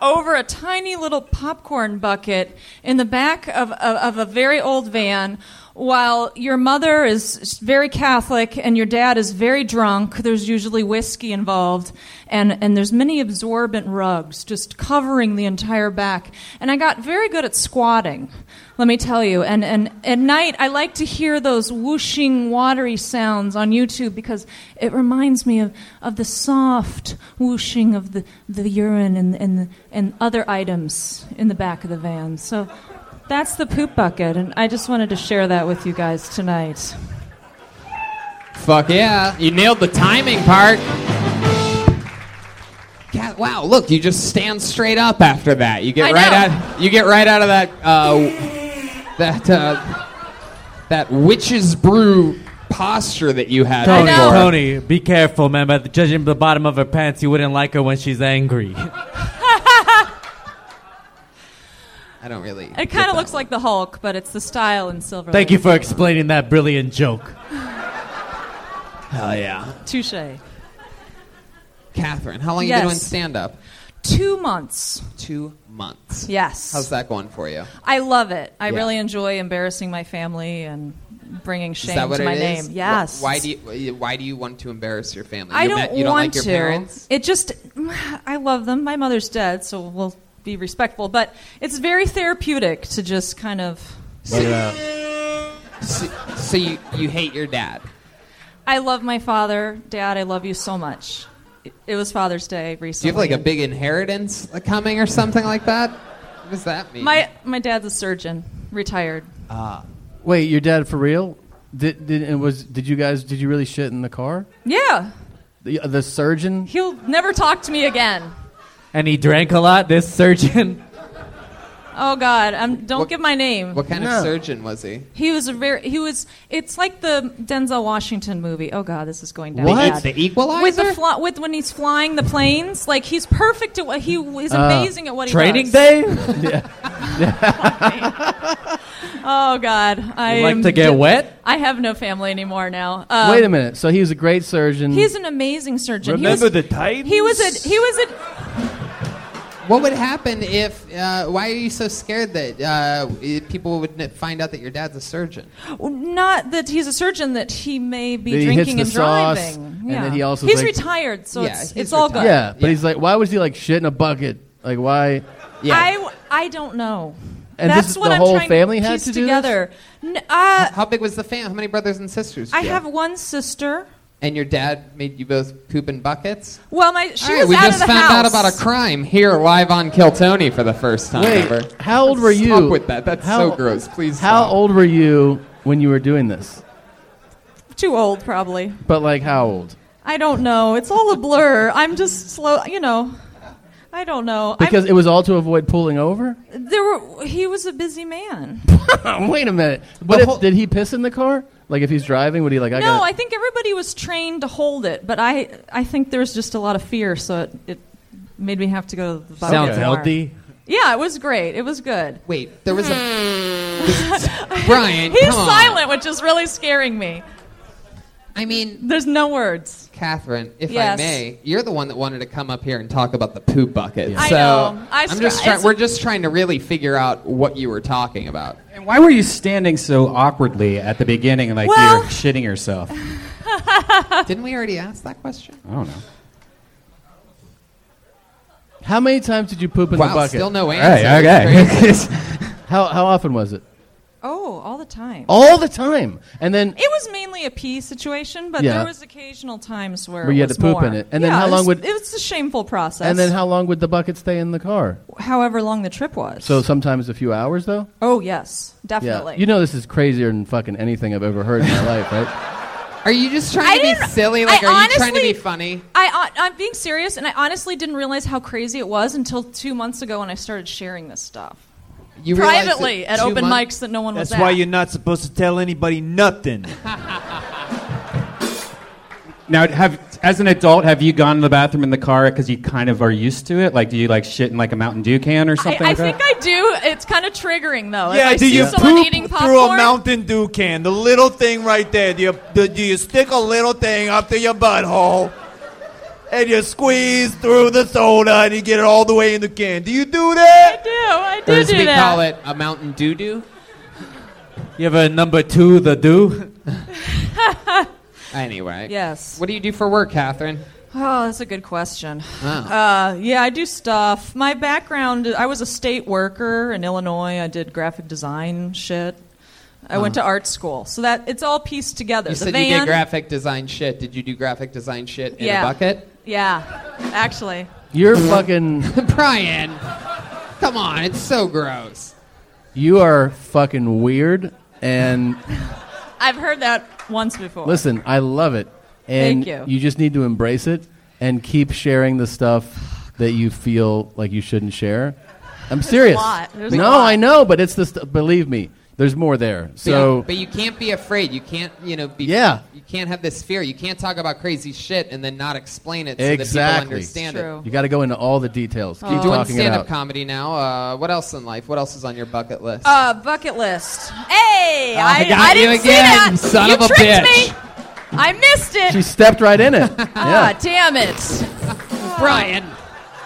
J: over a tiny little popcorn bucket in the back of, of, of a very old van while your mother is very Catholic and your dad is very drunk, there's usually whiskey involved, and, and there's many absorbent rugs just covering the entire back. And I got very good at squatting, let me tell you. And, and at night, I like to hear those whooshing, watery sounds on YouTube because it reminds me of, of the soft whooshing of the, the urine and, and, the, and other items in the back of the van. So that's the poop bucket, and I just wanted to share that with you guys tonight.
C: Fuck yeah. You nailed the timing part. Cat, wow, look, you just stand straight up after that. You get
J: I
C: right
J: know.
C: out you get right out of that uh, that uh, that witch's brew posture that you had
H: Tony,
C: before.
H: Tony, be careful, man. By the judging the bottom of her pants, you wouldn't like her when she's angry.
C: I don't really.
J: It kind of looks like the Hulk, but it's the style in silver.
H: Thank you for explaining that brilliant joke.
C: Hell yeah.
J: Touche.
C: Catherine, how long you
J: Yes.
C: been doing stand up?
J: Two months.
C: Two months.
J: Yes.
C: How's that going for you?
J: I love it. I
C: Yeah.
J: really enjoy embarrassing my family and bringing shame
C: is that what
J: to my
C: it
J: name.
C: is? Wh-
J: Yes.
C: Why do you Why do you want to embarrass your family?
J: I
C: You
J: don't,
C: ma- you don't
J: want
C: like your
J: to.
C: parents?
J: It just, I love them. My mother's dead, so we'll be respectful. But it's very therapeutic to just kind of.
C: So, so you you hate your dad?
J: I love my father, Dad. I love you so much. It, it was Father's Day
C: Do
J: recently.
C: you have like a big inheritance coming or something like that? What does that mean?
J: My my dad's a surgeon, retired.
C: Ah.
D: Uh, Wait, your dad for real? Did did and was did you guys did you really shit in the car?
J: Yeah,
D: The, uh, the surgeon?
J: he'll never talk to me again.
H: And he drank a lot, this surgeon.
J: Oh God, um, don't
C: What-
J: give my name.
C: What kind of surgeon was he?
J: He was a very. He was. It's like the Denzel Washington movie. Oh God, this is going down.
C: What?
J: bad.
C: The Equalizer?
J: With the fly, with when he's flying the planes, like he's perfect at what he is
D: Uh,
J: amazing at what he
H: Training
J: does.
H: day?
J: Oh God, I
D: You like
J: am
D: to get wet?
J: I have no family anymore now. Um,
D: Wait a minute. So he was a great surgeon.
J: He's an amazing surgeon. He
D: Remember
J: was-
D: the Titans?
J: He was a he was a
C: What would happen if? Uh, why are you so scared that uh, i- people would n- find out that your dad's a surgeon?
J: not that he's a surgeon that he may be
D: That he hits
J: drinking
D: the
J: and
D: sauce,
J: driving.
D: and
J: yeah.
D: then he also is
J: he's
D: like-
J: retired, so
D: Yeah,
J: it's
D: he's
J: it's all good.
D: Yeah, but he's like, why was he like shit in a bucket? Like why?
J: I I don't know.
D: And this
J: That's
D: is-
J: what
D: the
J: I'm
D: whole
J: trying
D: family
J: to
D: had
J: piece
D: to do this?
J: together. N- uh,
C: How big was the fam? How many brothers and sisters? do
J: I
C: you
J: have one sister.
C: And your dad made you both poop in buckets.
J: Well, my she
C: All right,
J: was
C: we
J: out
C: just
J: of the
C: found
J: house.
C: out about a crime here live on Kill Tony for the first time
D: Wait,
C: ever.
D: how old were you?
C: Stop with that. That's
D: How-
C: so gross. Please.
D: How old were you when you were doing this?
J: Too old, probably.
D: But like how old?
J: I don't know. It's all a blur. I'm just slow. You know, I don't know. I'm-
D: Because it was all to avoid pulling over.
J: there were. He was a busy man.
D: Wait a minute. But if, did he piss in the car? Like if he's driving, would he like? I
J: no,
D: gotta,
J: I think everybody was trained to hold it, but I I think there was just a lot of fear, so it, it made me have to go to the bottom.
H: Sounds healthy.
J: Yeah, it was great. It was good.
C: Wait, there was a Brian.
J: Hmm. He's
C: come on.
J: silent, which is really scaring me.
C: I mean,
J: there's no words.
C: Catherine, if
J: Yes.
C: I may, you're the one that wanted to come up here and talk about the poop bucket.
J: I
C: So
J: know. I
C: am
J: str-
C: just
J: it's-
C: trying. We're just trying to really figure out what you were talking about.
G: And why were you standing so awkwardly at the beginning, like
C: Well-
G: you're shitting yourself? I
C: Didn't we already ask that question?
G: don't know.
D: how many times did you poop in
C: Wow,
D: the bucket?
C: still no All
G: right, answer. That's
D: how how often was it?
J: Oh, all the time.
D: All the time. And then
J: It was mainly only a pee situation, but
D: Yeah.
J: there was occasional times where
D: Where
J: it
D: you had
J: was
D: to poop in
J: more.
D: it. And then
J: Yeah,
D: how
J: it
D: long
J: was-
D: would-
J: it was a shameful process?
D: And then how long would the bucket stay in the car?
J: however long the trip was.
D: So sometimes a few hours, though?
J: oh yes,
D: Yeah.
J: definitely.
D: You know this is crazier than fucking anything I've ever heard in my life, right?
C: Are you just trying
J: I
C: to be
J: didn't-
C: silly? Like,
J: I
C: are you trying to
J: honestly-
C: be funny?
J: I, I, I'm being serious, and I honestly didn't realize how crazy it was until two months ago when I started sharing this stuff.
E: You realize that
J: privately at
E: two
J: open
E: month-
J: mics that no one was
E: That's
J: at.
E: why you're not supposed to tell anybody nothing.
G: Now, have as an adult, have you gone to the bathroom in the car because you kind of are used to it? Like, do you like shit in like a Mountain Dew can or
J: I,
G: something?
J: I
G: like
J: think
G: that?
J: I do. It's kind of triggering though. if
E: yeah,
J: I
E: do
J: see
E: you
J: someone
E: poop
J: eating
E: through a
J: popcorn,
E: Mountain Dew can? The little thing right there. Do you, do, do you stick a little thing up to your butthole and you squeeze through the soda and you get it all the way in the can? Do you do that?
J: I do. I
C: Or as
J: do
C: we
J: that.
C: call it, a mountain doo doo.
H: You have a number two, the do.
C: Anyway.
J: Yes.
C: What do you do for work, Catherine?
J: Oh, that's a good question.
C: Oh.
J: Uh, yeah, I do stuff. My background, I was a state worker in Illinois. I did graphic design shit. I went
C: Oh.
J: to art school. So that it's all pieced together.
C: You
J: the
C: said
J: van,
C: you did graphic design shit. Did you do graphic design shit in
J: yeah.
C: a bucket?
J: Yeah, actually.
D: You're fucking.
C: Brian, come on, it's so gross.
D: You are fucking weird. And
J: I've heard that once before.
D: listen, I love it. And
J: Thank you.
D: just need to embrace it and keep sharing the stuff that you feel like you shouldn't share. I'm
J: There's a
D: serious.
J: lot. There's a
D: no,
J: lot.
D: I know, but it's the st- believe me. There's more there. So
C: but you can't be afraid. You can't, you know, be,
D: Yeah.
C: You can't have this fear. You can't talk about crazy shit and then not explain it so that people
D: exactly.
C: understand it.
D: You got to go into all the details. Keep
C: You're doing
D: talking it
C: stand-up
D: out.
C: comedy now. Uh, what else in life? What else is on your bucket list?
J: Uh, bucket list. Hey,
C: I
J: I,
C: got
J: I
C: you
J: didn't see
C: again,
J: that.
C: son
J: you
C: of a
J: tricked
C: bitch.
J: me. I missed it.
D: She stepped right in it.
J: Ah,
D: yeah.
J: damn it,
C: Brian.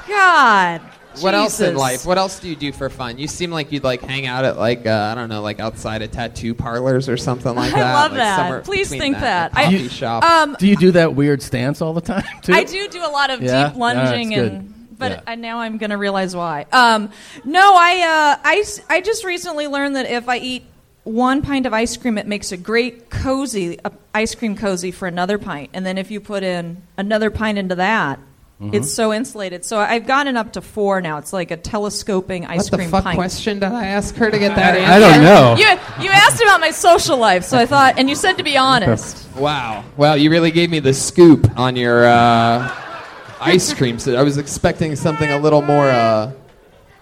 J: God.
C: What else in
J: Oh, Jesus.
C: life? What else do you do for fun? You seem like you'd like hang out at like uh, I don't know, like outside of tattoo parlors or something like
J: I
C: that.
J: love
C: like
J: that.
C: somewhere
J: Please
C: between
J: think
C: that.
J: that.
C: and a
J: I-
C: coffee shop.
J: Um,
D: do you do that weird stance all the time too?
J: I do do a lot of
D: Yeah?
J: deep lunging
D: All right, that's
J: and but I, now I'm going to realize why. Um, no, I uh, I s- I just recently learned that if I eat one pint of ice cream, it makes a great cozy a ice cream cozy for another pint, and then if you put in another pint into that.
D: Mm-hmm.
C: Mhm.
J: It's so insulated. So I've gotten up to four now. It's like a telescoping ice
C: what the
J: cream
C: fuck
J: pint.
C: question did I ask her to get that answer?
D: I don't know.
J: You, you asked about my social life, so I thought, and you said to be honest.
C: Wow. Well, you really gave me the scoop on your uh, ice cream. So I was expecting something a little more, uh,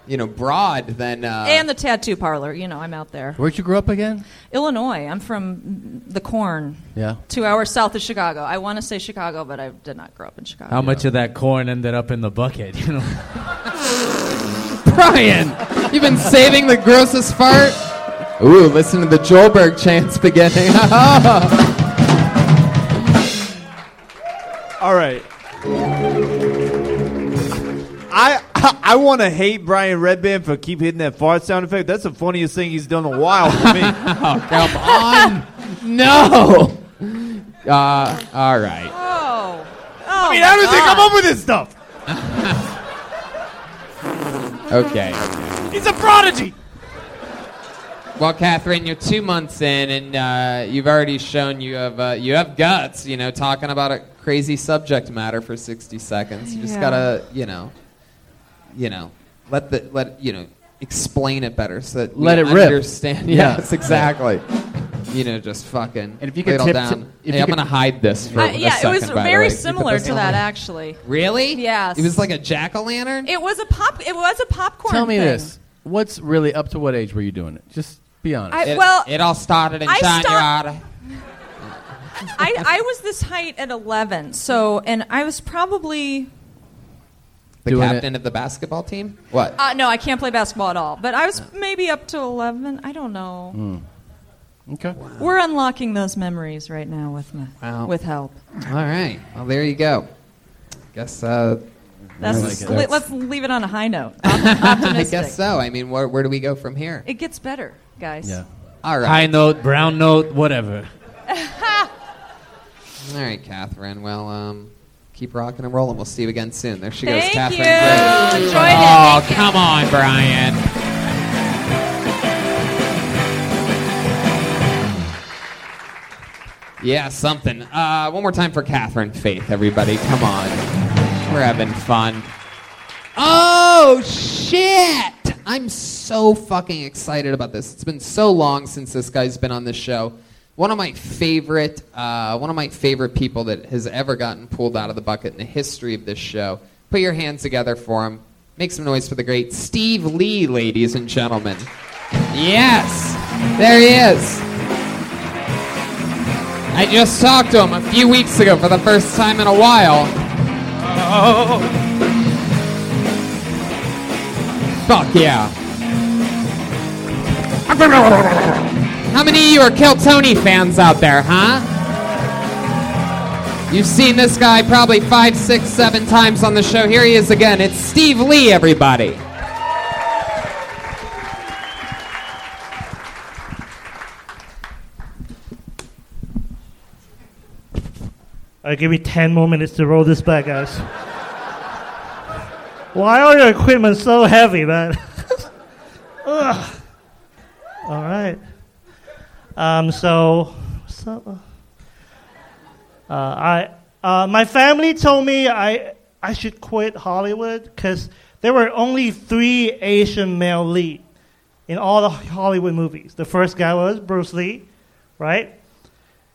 C: you know, broad than. Uh,
J: and the tattoo parlor. You know, I'm out there.
D: Where'd you grow up again?
J: Illinois. I'm from the corn,
D: Yeah.
J: two hours south of Chicago. I want to say Chicago, but I did not grow up in Chicago.
H: How much of that corn ended up in the bucket? You know.
C: Brian, you've been saving the grossest fart. Ooh, listen to the Joelberg chants beginning. Uh,
E: All right. I I, I want to hate Brian Redband for keep hitting that fart sound effect. That's the funniest thing he's done in a while for me.
C: come on. no. Uh, all right.
J: Oh.
E: I mean, how does he come up with this stuff?
C: Okay.
E: He's a prodigy.
C: Well, Catherine, you're two months in, and uh, you've already shown you have uh, you have guts. You know, talking about a crazy subject matter for 60 seconds. You just
J: Yeah.
C: gotta, you know, you know, let the let you know explain it better so that we
D: Let it rip.
C: understand.
D: Yeah.
C: Yes, exactly. You know, just fucking.
G: And if you could
C: cradle
G: tip-
C: down.
G: if
C: hey,
G: you
C: I'm
G: could-
C: gonna hide this for
J: Uh,
C: a
J: yeah, it
C: second,
J: was
C: by the
J: very
C: way.
J: similar
C: Keep it
J: to that
C: this-
J: actually.
C: Really?
J: Yes.
C: It was like a jack o' lantern.
J: It was a pop. It was a popcorn.
D: Tell me
J: thing.
D: this: What's really up to what age were you doing it? Just be honest.
J: I- well,
C: it all started in
J: I
C: China.
J: stopped- I, I was this height at 11, so and I was probably
C: The
D: Doing it-
C: captain of the basketball team. What?
J: uh, no, I can't play basketball at all. But I was maybe up to 11. I don't know.
D: Okay.
J: We're unlocking those memories right now with my,
C: Wow.
J: with help.
C: All right. Well, there you go. Guess uh,
J: That's, le- let's leave it on a high note. Op-
C: I
J: optimistic.
C: guess so. I mean, where, where do we go from here?
J: It gets better, guys.
H: Yeah.
C: All right.
H: High note, brown note, whatever.
C: All right, Catherine. Well, um, keep rocking and rolling. We'll see you again soon. There she goes,
J: Thank
C: Catherine.
J: you.
C: Gray.
J: Enjoyed it.
C: oh,
J: Thank you.
C: come on, Brian. Yeah, something. Uh, one more time for Catherine Faith, everybody. Come on. We're having fun. Oh, shit! I'm so fucking excited about this. It's been so long since this guy's been on this show. One of my favorite, uh, one of my favorite people that has ever gotten pulled out of the bucket in the history of this show. Put your hands together for him. Make some noise for the great Steve Lee, ladies and gentlemen. Yes, there he is. I just talked to him a few weeks ago for the first time in a while.
L: Oh.
C: Fuck yeah. How many of you are Keltoni fans out there, huh? You've seen this guy probably five, six, seven times on the show. Here he is again. It's Steve Lee, everybody.
M: I give you 10 more minutes to roll this back, guys. Why are your equipment so heavy, man? Ugh. All right. Um, so, what's up? Uh, I, uh, my family told me I, I should quit Hollywood because there were only three Asian male lead in all the Hollywood movies. The first guy was Bruce Lee, right?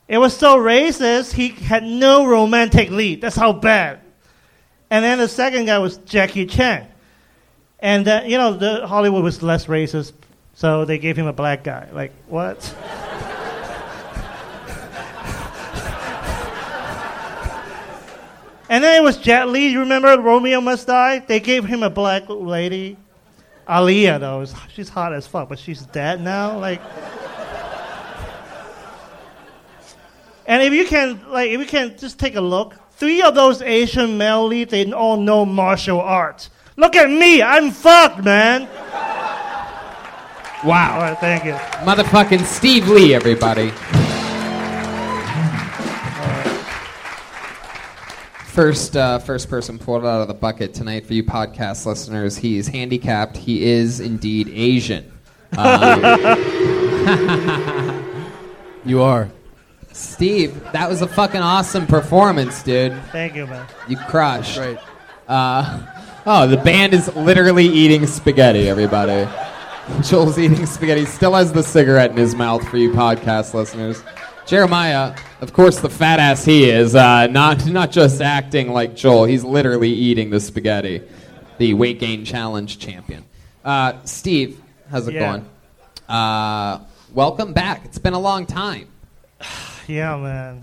M: It was so racist, he had no romantic lead. That's how bad. And then the second guy was Jackie Chan. And, uh, you know, the, Hollywood was less racist, so they gave him a black guy. Like, what? and then it was Jet Li. You remember Romeo Must Die? They gave him a black lady. Aaliyah, though, is- she's hot as fuck, but she's dead now. Like, And if you can, like, if you can just take a look, three of those Asian male leads, they all know martial arts. Look at me, I'm fucked, man.
C: Wow.
M: All right, thank you.
C: Motherfucking Steve Lee, everybody. First, uh, first person pulled out of the bucket tonight for you podcast listeners. He is handicapped. He is indeed Asian. Uh, Um,
D: you are.
C: Steve, that was a fucking awesome performance, dude.
M: Thank you, man.
C: You crushed. Great. Uh, oh, the band is literally eating spaghetti, everybody. Joel's eating spaghetti. Still has the cigarette in his mouth for you podcast listeners. Jeremiah, of course, the fat ass he is, uh, not, not just acting like Joel, he's literally eating the spaghetti. The weight gain challenge champion. Uh, Steve, how's it
M: Yeah.
C: going? Uh, welcome back. It's been a long time.
M: Yeah, man.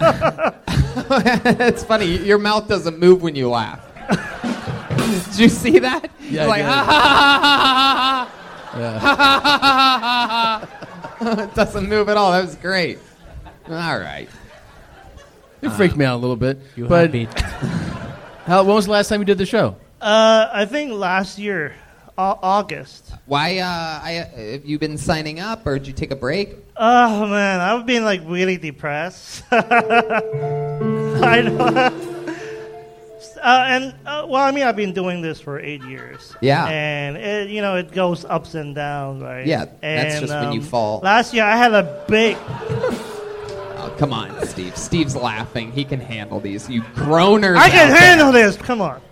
C: it's funny. Your mouth doesn't move when you laugh. did you see that?
B: Yeah, I
C: You're like,
B: did.
C: ha ha ha ha
B: Yeah.
C: ha ha ha ha ha ha. It doesn't move at all. That was great. All right.
D: It freaked me out a little bit.
M: You have
D: but
M: beat.
D: how, when was the last time you did the show?
M: Uh, I think last year, Au- August.
C: Why? Uh, I, have you been signing up, or did you take a break?
M: Oh man, I've been like really depressed. I know. Uh, and uh, well, I mean, I've been doing this for eight years.
C: Yeah.
M: and it, you know, it goes ups and downs, right?
C: Yeah,
M: And,
C: that's
M: um,
C: just when you fall.
M: Last year, I had a big.
C: Oh, come on, Steve. Steve's laughing. He can handle these. You groaners.
M: I can
C: out there.
M: handle this. Come on.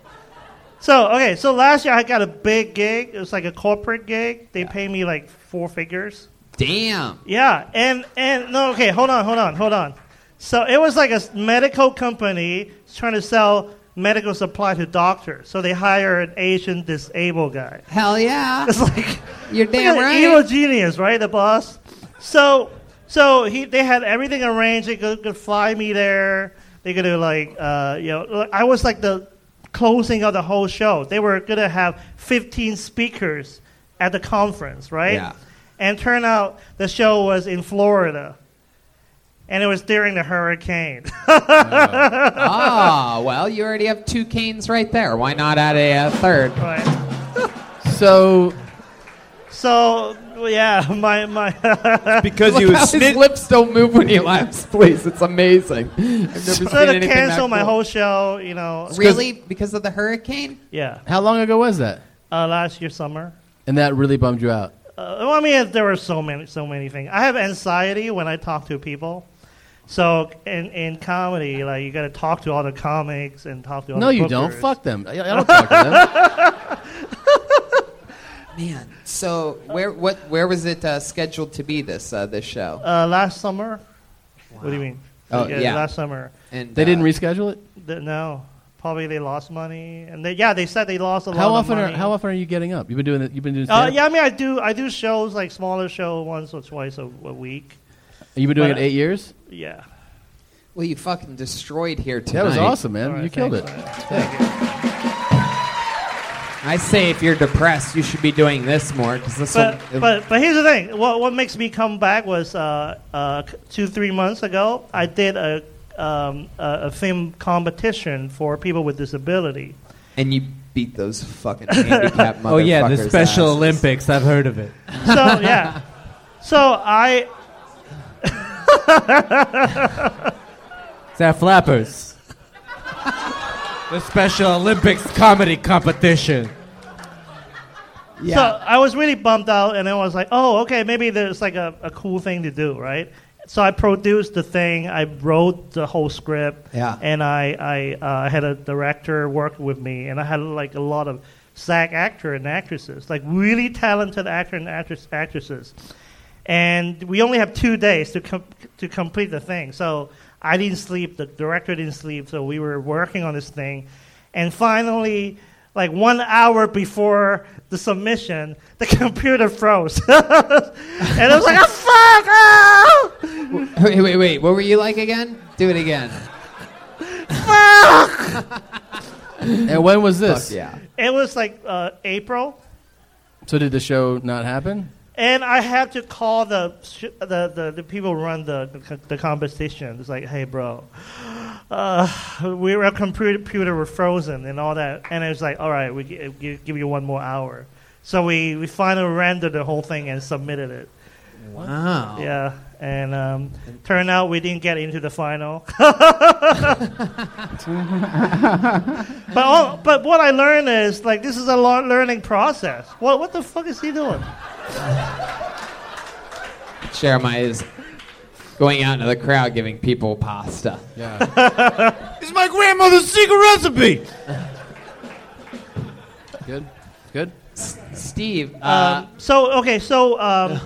M: So okay, so last year I got a big gig. It was like a corporate gig. They pay me like four figures.
C: Damn.
M: Yeah, and and no, okay, hold on, hold on, hold on. So it was like a s- medical company trying to sell medical supply to doctors. So they hire an Asian disabled guy.
C: Hell yeah.
M: It's like
C: you're damn
M: like an
C: right.
M: Evil genius, right? The boss. So so he they had everything arranged. They could, could fly me there. They could do like uh, you know like, I was like the closing of the whole show. They were gonna have 15 speakers at the conference, right?
B: Yeah.
M: And turn out the show was in Florida. And it was during the hurricane.
C: Ah, well, you already have two canes right there. Why not add a, uh third?
M: Right.
D: So
M: So yeah, my my
C: because Look how his lips don't move when he laughs. Please, it's amazing. I've never
M: So
C: seen
M: to
C: anything that
M: cancel my
C: cool.
M: whole show, you know.
C: Really, because of the hurricane?
M: Yeah.
D: How long ago was that?
M: Uh, last year summer.
D: And that really bummed you out.
M: Uh, well, I mean, there were so many, so many things. I have anxiety when I talk to people, So in, in comedy, like you got to talk to all the comics and talk to all
D: No,
M: the
D: you don't.
M: bookers.
D: Fuck them. I, I don't talk to them.
C: Man, so where what where was it uh, scheduled to be this uh, this show?
M: Uh, last summer. What do you mean? uh,
C: Oh, yeah.
M: last summer.
C: And, uh,
D: They didn't reschedule it.
M: The- no, probably they lost money, and they, yeah, they said they lost a lot.
D: How often
M: Of
D: are
M: money.
D: How often are you getting up? You've been doing. it- You've been doing.
M: Uh,
D: stand-up?
M: yeah, I mean, I do I do shows like smaller show once or twice a, a week.
D: You've been doing
M: But- uh,
D: it eight years.
M: Yeah.
C: Well, you fucking destroyed here tonight.
D: That was awesome, man. you killed it.
C: I say if you're depressed, you should be doing this more because this
M: But,
C: will-
M: but but here's the thing. What what makes me come back was uh, uh, c- two three months ago. I did a um, a, a film competition for people with disability.
C: and you beat those fucking handicapped motherfuckers.
M: Oh, yeah, the Special
C: asses.
H: Olympics. I've heard of it.
M: So yeah. So I.
H: Is that Flappers? the Special Olympics comedy competition.
M: So I was really bummed out, and I was like, oh, okay, maybe there's like a, a cool thing to do, right? So I produced the thing, I wrote the whole script,
K: Yeah.
M: and I, I uh, had a director work with me, and I had like a lot of SAG actor and actresses, like really talented actor and actress, actresses. And we only have two days to, com- to complete the thing. So I didn't sleep, the director didn't sleep, so we were working on this thing. And finally, like one hour before the submission, the computer froze. and I was
C: "Ah,
M: like, "Ah, oh, fuck! Oh!
C: Wait, wait, wait. What were you like again? Do it again.
D: And when was this?
C: yeah.
M: It was like uh, April,
D: So did the show not happen?
M: and I had to call the sh- the, the, the people who run the, the, co- the competition. It's like, hey, bro, uh, we our computer, computer were frozen and all that. And it was like, all right, we g- give, give you one more hour. So we, we finally rendered the whole thing and submitted it.
H: Wow.
M: Yeah, and um, turned out we didn't get into the final. but all, but what I learned is like this is a lo- learning process. What what the fuck is he doing?
C: Jeremiah is going out into the crowd giving people pasta.
E: It's my grandmother's secret recipe.
D: Good. Good.
C: Steve. uh,
M: Um, so okay, so um,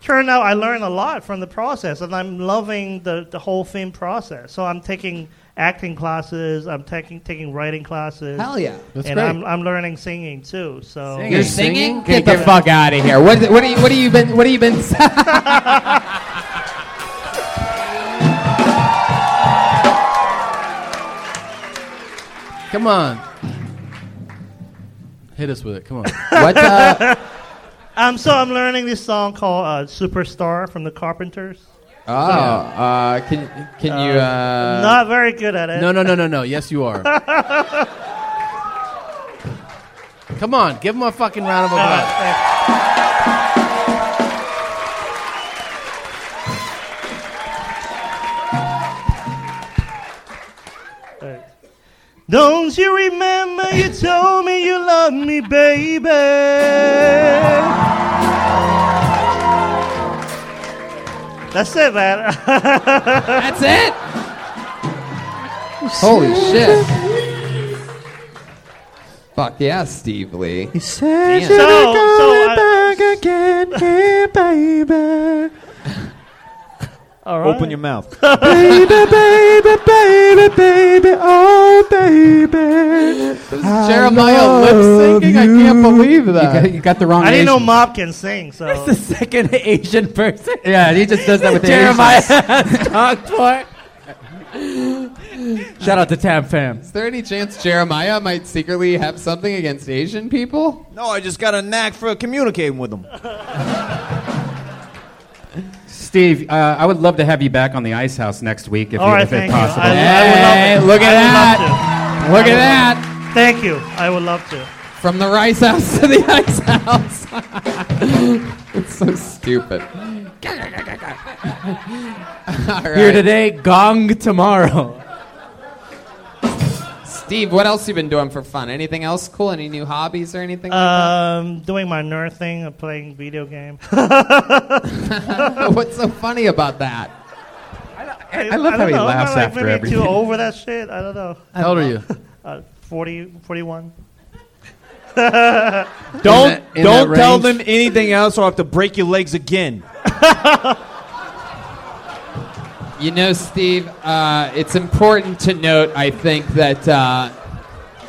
M: turned out I learned a lot from the process, and I'm loving the, the whole film process. So I'm taking acting classes, I'm taking taking writing classes.
C: Hell yeah. That's
M: and
C: great.
M: I'm I'm learning singing too. So
C: You're singing? Get the fuck out of here. What what are you what have you been what have you been
D: Come on. Hit us with it. Come on.
C: What? Uh,
M: um, so I'm learning this song called uh, "Superstar" from the Carpenters.
D: Ah,
C: Oh, uh, can can you uh
M: Not very good at it.
D: No, no, no, no, no. Yes, you are. Come on, give him a fucking round
M: Ah. Uh,
D: of applause.
M: Don't you remember you told me you loved me, baby? That's it, man. That's
C: it. Holy shit. Fuck yeah, Steve Lee. He
M: So, so
N: uh,
M: I-
H: again, yeah, baby.
M: All right.
H: Open your
E: mouth.
H: baby, baby, baby, baby, oh, baby.
C: Jeremiah lip syncing? I can't believe that.
G: You got, you got the wrong.
M: I didn't know
G: Asian.
M: Mob can sing, so
H: That's the second Asian person.
G: Yeah, he just does that with the
H: Jeremiah
G: Asians.
H: has talked for. Shout out to Tab Fam.
C: Is there any chance Jeremiah might secretly have something against Asian people?
E: No, I just got a knack for communicating with them.
G: Steve, uh, I would love to have you back on the Ice House next week if,
M: All
G: you,
M: right,
G: if it's
M: thank you. I-
G: possible.
M: I would Hey, love to. look at I would love
G: that!
M: to. Look I at would love thank you. I would love to.
C: From the rice house to the ice house. it's so stupid. All right.
H: Here today, gong tomorrow.
C: Steve, what else you been doing for fun? Anything else cool? Any new hobbies or anything?
M: Um, doing my nerd thing of playing video game.
C: What's so funny about that?
G: I love
M: don't
G: how he
M: know, I'm
G: laughs
M: like,
G: after
M: maybe
G: everything.
M: too over that shit. I don't know.
D: How old are you?
M: Uh, 40, 41.
E: Don't don't tell them anything else, or I'll have to break your legs again.
C: You know, Steve, uh, it's important to note, I think, that, uh,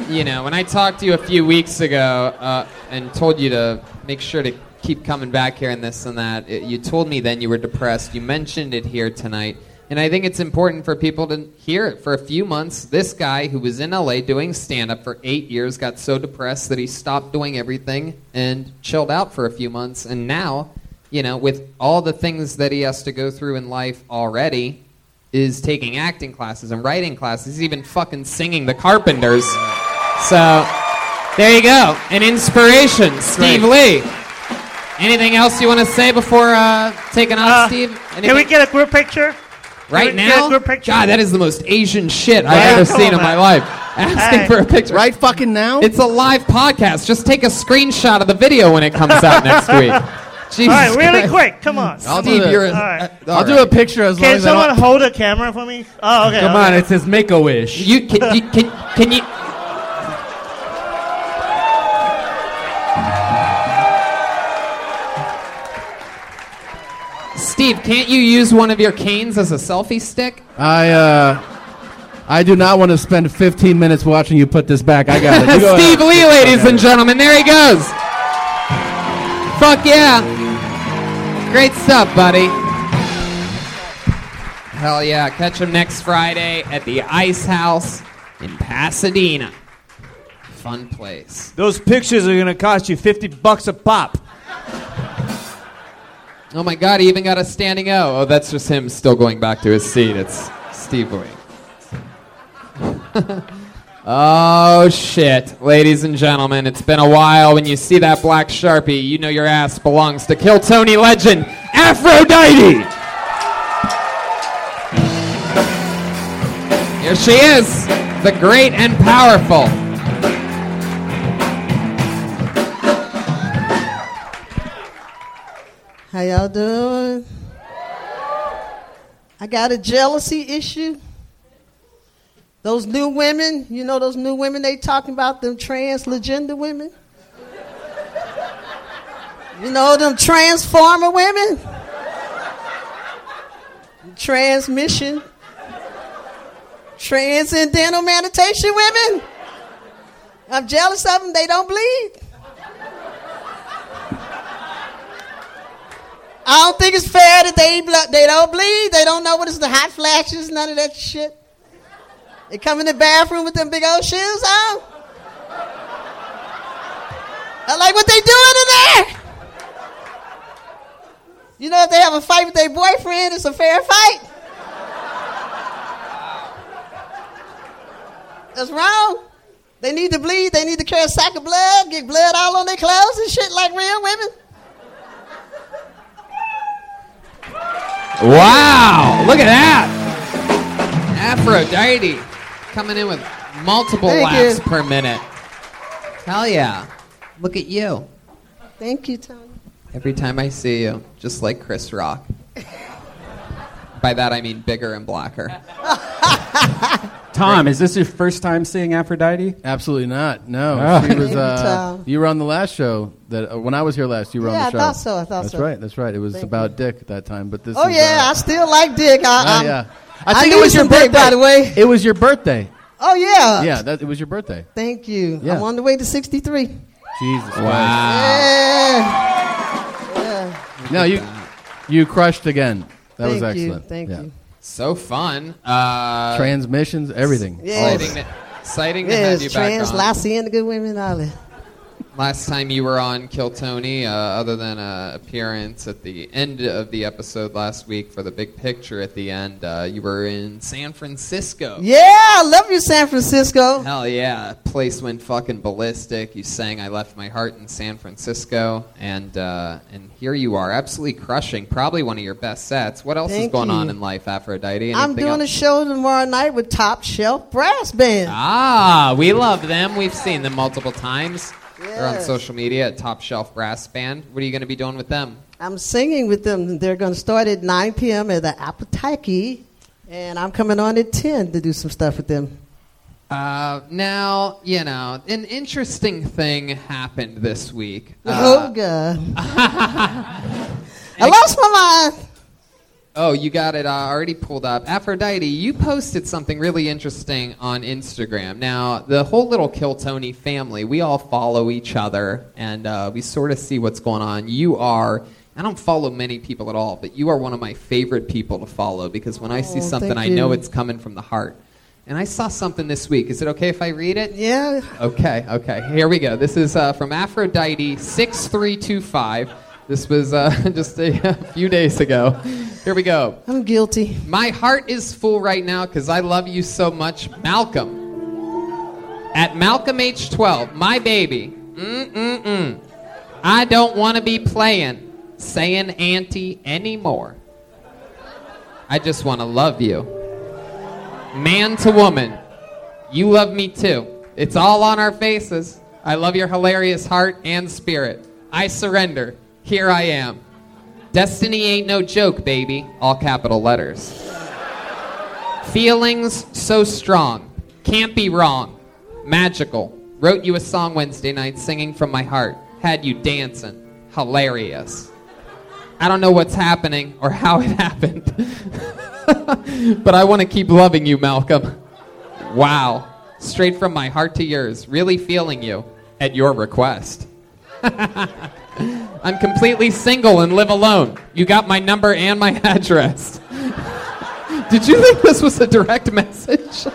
C: you know, when I talked to you a few weeks ago uh, and told you to make sure to keep coming back here and this and that, it, you told me then you were depressed. You mentioned it here tonight. And I think it's important for people to hear it. For a few months, this guy who was in LA doing stand up for eight years got so depressed that he stopped doing everything and chilled out for a few months. And now, you know, with all the things that he has to go through in life already, is taking acting classes and writing classes, even fucking singing The Carpenters. So, there you go. An inspiration, Steve Lee. Anything else you want to say before uh, taking off,
M: Uh,
C: Steve?
M: Can we
C: Anything-
M: get a group picture?
C: right
M: can we get
C: now?
M: a group picture?
C: God, that is the most Asian shit I've
M: Yeah,
C: ever
M: come
C: seen
M: on,
C: in my
M: man.
C: life. Asking
M: Hey.
C: for a picture. Right fucking now? It's a live podcast. Just take a screenshot of the video when it comes out next week. Jesus
M: All right, really
C: Christ.
M: quick. Come on.
C: I'll do Steve, the- you're a-
M: All
G: uh,
M: right.
C: I'll all do a right. picture as long
M: Can
C: as I
M: someone
C: don't-
M: hold a camera for me? Oh, okay. okay.
H: it says make a wish.
C: You can, you can, can you? Steve, can't you use one of your canes as a selfie stick?
D: I uh, I do not want to spend 15 minutes watching you put this back. I got it. You go
C: Steve
D: ahead.
C: Lee, ladies and gentlemen, there he goes. Fuck yeah. Great stuff, buddy. Hell yeah. Catch him next Friday at the Ice House in Pasadena. Fun place.
E: Those pictures are gonna cost you fifty bucks a pop.
C: Oh my God, he even got a standing O. Oh, that's just him still going back to his seat. It's Steve Lee. oh shit, ladies and gentlemen, it's been a while. When you see that black sharpie, you know your ass belongs to Kill Tony legend Aphrodite. Here she is, the great and powerful.
O: How y'all doing? I got a jealousy issue. Those new women, you know those new women they talking about them trans legenda women? You know them transformer women? Transmission. Transcendental meditation women. I'm jealous of them. They don't bleed. I don't think it's fair that they bl- they don't bleed. They don't know what is the hot flashes, none of that shit. They come in the bathroom with them big old shoes on. I like what they doing in there. You know, if they have a fight with their boyfriend, it's a fair fight. That's wrong. They need to bleed. They need to carry a sack of blood, get blood all on their clothes and shit like real women.
C: Wow, look at that. Aphrodite coming in with multiple
O: Thank
C: laps
O: you.
C: per minute. Hell yeah. Look at you.
O: Thank you, Tony.
C: Every time I see you, just like Chris Rock. By that I mean bigger and blacker.
G: Tom, is this your first time seeing Aphrodite?
P: Uh,
D: Absolutely not. No,
C: Ah.
G: Oh.
D: she was.
O: Thank you,
D: Uh,
O: Tom.
D: you were on the last show that uh, when I was here last. You were
O: um, Yeah, I
D: on the show.
O: thought so, I thought
D: that's
O: so.
D: right. That's right. It was
O: Thank
D: about Dick that time, but this.
O: oh
D: is,
O: yeah,
D: uh,
O: I still like Dick. I,
D: ah,
O: I'm-
D: yeah.
O: I
D: think
O: need
D: it was your
O: some Dick,
D: birthday.
O: by the way.
D: It was your birthday.
O: Oh yeah.
D: Yeah, that it was your birthday.
O: Thank you.
D: Yeah.
O: I'm on the way to 63.
D: Jesus. Christ.
O: Yeah.
D: No, you you crushed again. That was
O: Thank you,
D: excellent.
O: thank you.
C: So fun. Uh,
D: Transmissions, everything.
O: Yes.
C: Exciting to, exciting to have
O: Yes,
C: you
O: trans,
C: back on.
O: Lassie, and the good women, all that.
C: Last time you were on Kill Tony, uh, other than an appearance at the end of the episode last week for the big picture at the end, uh, you were in San Francisco.
O: Yeah, I love you, San Francisco.
C: Hell yeah. Place went fucking ballistic. You sang I Left My Heart in San Francisco. And uh, and here you are, absolutely crushing. Probably one of your best sets. What else is
O: Thank
C: going
O: you.
C: on in life, Aphrodite? Anything
O: I'm doing
C: else?
O: a show tomorrow night with Top Shelf Brass Band.
C: Ah, we love them. We've seen them multiple times. They're on
O: Yes.
C: social media at Top Shelf Brass Band. What are you going to be doing with them?
O: I'm singing with them. They're going to start at 9 p.m. at the Apoteki. And I'm coming on at 10 to do some stuff with them.
C: Uh, now, you know, an interesting thing happened this week.
O: oh,
C: Uh,
O: God. I lost my mind.
C: oh, you got it uh, already pulled up. Aphrodite, you posted something really interesting on Instagram. Now, the whole little Kill Tony family, we all follow each other and uh, we sort of see what's going on. You are. I don't follow many people at all, but you are one of my favorite people to follow because when I see
O: Oh,
C: something,
O: thank
C: I know
O: you.
C: it's coming from the heart. And I saw something this week. Is it okay if I read it?
O: Yeah.
C: Okay, okay. Here we go. This is uh, from Aphrodite6325. This was uh, just a, few days ago. Here we go.
O: I'm guilty.
C: My heart is full right now because I love you so much, Malcolm. At Malcolm age 12, my baby. Mm-mm-mm. I don't want to be playing, saying auntie anymore. I just want to love you. Man to woman, you love me too. It's all on our faces. I love your hilarious heart and spirit. I surrender. Here I am. Destiny ain't no joke, baby. All capital letters. Feelings so strong. Can't be wrong. Magical. Wrote you a song Wednesday night singing from my heart. Had you dancing. Hilarious. I don't know what's happening or how it happened, but I want to keep loving you, Malcolm. Wow. Straight from my heart to yours. Really feeling you at your request. I'm completely single and live alone. You got my number and my address. Did you think this was a direct message?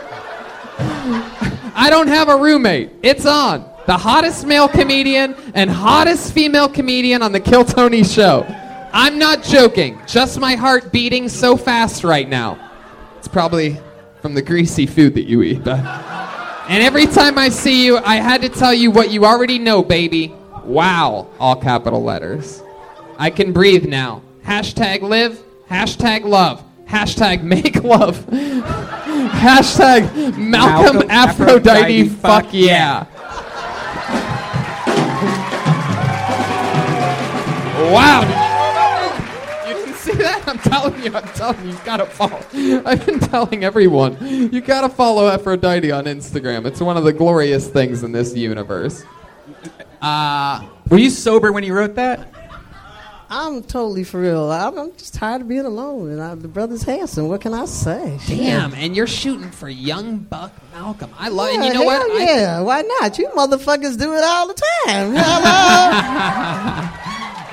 C: I don't have a roommate. It's on. The hottest male comedian and hottest female comedian on the Kill Tony show. I'm not joking. Just my heart beating so fast right now. It's probably from the greasy food that you eat. and every time I see you, I had to tell you what you already know, baby. Wow. All capital letters. I can breathe now. Hashtag live. Hashtag love. Hashtag make love. Hashtag Malcolm,
Q: Malcolm
C: Aphrodite,
Q: Aphrodite,
C: fuck,
Q: fuck
C: yeah. wow. You didn't see that? I'm telling you, I'm telling you, you gotta follow. I've been telling everyone, you gotta follow Aphrodite on Instagram. It's one of the glorious things in this universe. Uh,
Q: Were you sober when you wrote that?
O: I'm totally for real. I'm, I'm just tired of being alone. And I, the brother's handsome. What can I say? Shit.
C: Damn, and you're shooting for young Buck Malcolm. I love, and
O: Yeah,
C: you know what?
O: Oh, hell
C: I-
O: Yeah, why not? You motherfuckers do it all the time. Hello?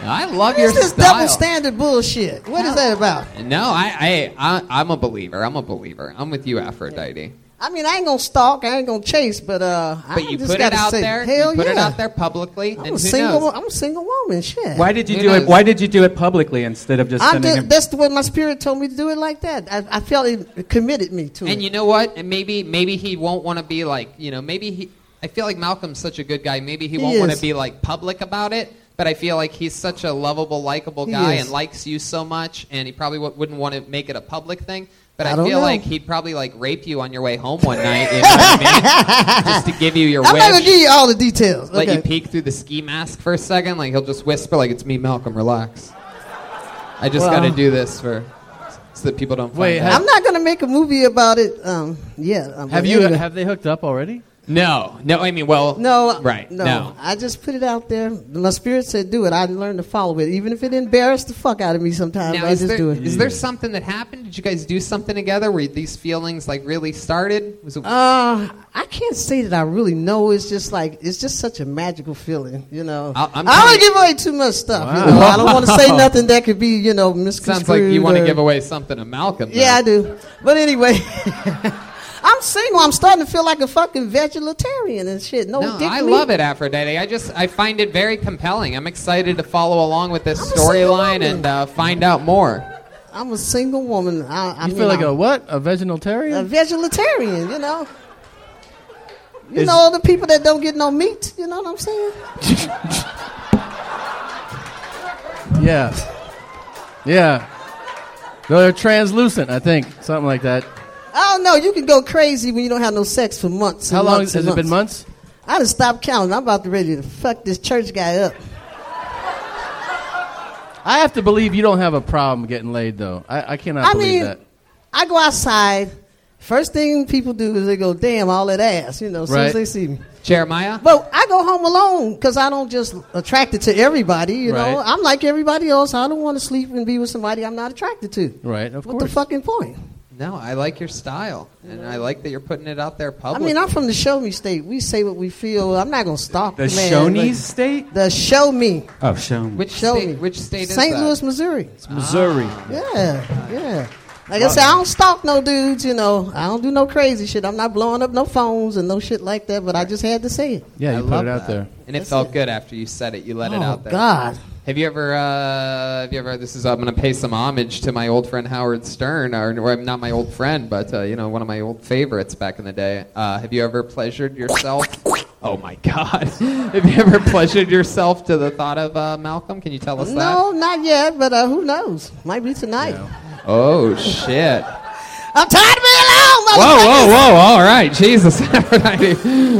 C: I, love your
O: What's this
C: style.
O: double standard bullshit? What is that about?
C: no, I, I, I, I'm a believer. I'm a believer. I'm with you, Aphrodite.
O: I mean, I ain't gonna stalk, I ain't gonna chase, but uh, I
C: But you
O: just
C: put it
O: gotta
C: out
O: say,
C: there. you
O: Hell
C: put
O: yeah.
C: it out there publicly. and
O: I'm a
C: who
O: single.
C: knows?
O: I'm a single woman. Shit.
G: Why did you
O: Who
G: do it?
O: knows?
G: Why did you do it publicly instead of just
O: I'm
G: sending
O: just-
G: him?
O: that's the way my spirit told me to do it like that. I, I felt it committed me to it.
C: And you know what? And maybe maybe he won't want to be like you know maybe he. I feel like Malcolm's such a good guy. Maybe he,
O: He
C: won't want to
O: is.
C: be like public about it. But I feel like he's such a lovable, likable
O: He
C: guy
O: is.
C: and likes you so much, and he probably w- wouldn't want to make it a public thing. But
O: I
C: I,
O: don't
C: feel
O: know.
C: like he'd probably like rape you on your way home one night, you know what I mean? just to give you your
O: I'm
C: wish.
O: not gonna give you all the details.
C: Let
O: okay.
C: you peek through the ski mask for a second. Like he'll just whisper, like it's me, Malcolm. Relax. I just
O: Well-
C: got to do this for so that people don't. Find out.
O: I'm not gonna make a movie about it. Um, yeah. um,
D: Have
O: but
D: you
O: anyway.
D: have they hooked up already?
C: No, no. I mean, well,
O: No.
C: right?
O: No,
C: no.
O: I just put it out there. My spirit said do it. I learned to follow it, even if it embarrassed the fuck out of me sometimes.
C: Now,
O: I
C: is
O: just
C: there,
O: do it.
C: is there something that happened? Did you guys do something together where these feelings like really started? Was it,
O: Uh, I can't say that I really know. It's just like it's just such a magical feeling, you know.
C: I-
O: I'm
C: I'm
O: I do not
C: telling-
O: give away too much stuff.
C: Wow.
O: You know? I don't want to say
C: Wow.
O: nothing that could be, you know, misconstrued.
C: sounds like you want
O: or-
C: to give away something to Malcolm. though.
O: Yeah, I do. But anyway, I'm single. I'm starting to feel like a fucking vegetarian and shit. No,
C: No,
O: dick
C: I
O: meat.
C: love it, Aphrodite. I just I find it very compelling. I'm excited to follow along with this storyline and uh, find out more.
O: I'm a single woman. I, I
D: you
O: mean,
D: feel like
O: I'm
D: a what? A vegetarian?
O: a vegetarian, you know. You
D: Is-
O: know the people that don't get no meat. You know what I'm saying?
D: yeah. Yeah. No, they're translucent, I think. Something like that.
O: I don't know. You can go crazy when you don't have no sex for months. and
D: How long
O: months
D: has
O: and
D: it been? Months?
O: I done stopped counting. I'm about to ready to fuck this church guy up.
D: I have to believe you don't have a problem getting laid, though. I, I cannot
O: I
D: believe
O: mean,
D: that.
O: I go outside. First thing people do is they go, damn, all that ass, you know, as soon as
C: Right.
O: they see me.
C: Jeremiah?
O: But I go home alone because I don't just attract it to everybody, you know.
D: Right.
O: I'm like everybody else. I don't want to sleep and be with somebody I'm not attracted to.
D: Right, of
O: What the fucking point?
C: No, I like your style, and I like that you're putting it out there
O: I
C: publicly.
O: mean, I'm from the show me state. We say what we feel. I'm not going to stop.
G: The
O: man,
G: Shoney's
O: but-
G: state?
O: The show me.
G: Oh, show me.
C: Which
O: show
C: state-
O: me.
C: which state is
O: St.
C: that?
O: Louis, Missouri.
Q: Missouri.
O: Yeah, yeah. Like I said, I don't stalk no dudes, you know. I don't do no crazy shit. I'm not blowing up no phones and no shit like that, but I just had to say it.
D: Yeah,
C: I
D: you put
C: love
D: it out
C: that.
D: there.
C: And it felt good after you said it. You let it
O: Oh,
C: out there.
O: God.
C: Have you ever? Uh, have you ever? This is. I'm going to pay some homage to my old friend Howard Stern, or, or not my old friend, but uh, you know, one of my old favorites back in the day. Uh, have you ever pleasured yourself? Oh my God! have you ever pleasured yourself to the thought of uh, Malcolm? Can you tell us
O: No, not yet, but uh, who knows? Might be tonight.
C: that? Oh shit!
O: I'm tired of being alone,
C: Whoa,
O: motherfucker.
C: whoa, whoa! All right, Jesus, Aphrodite!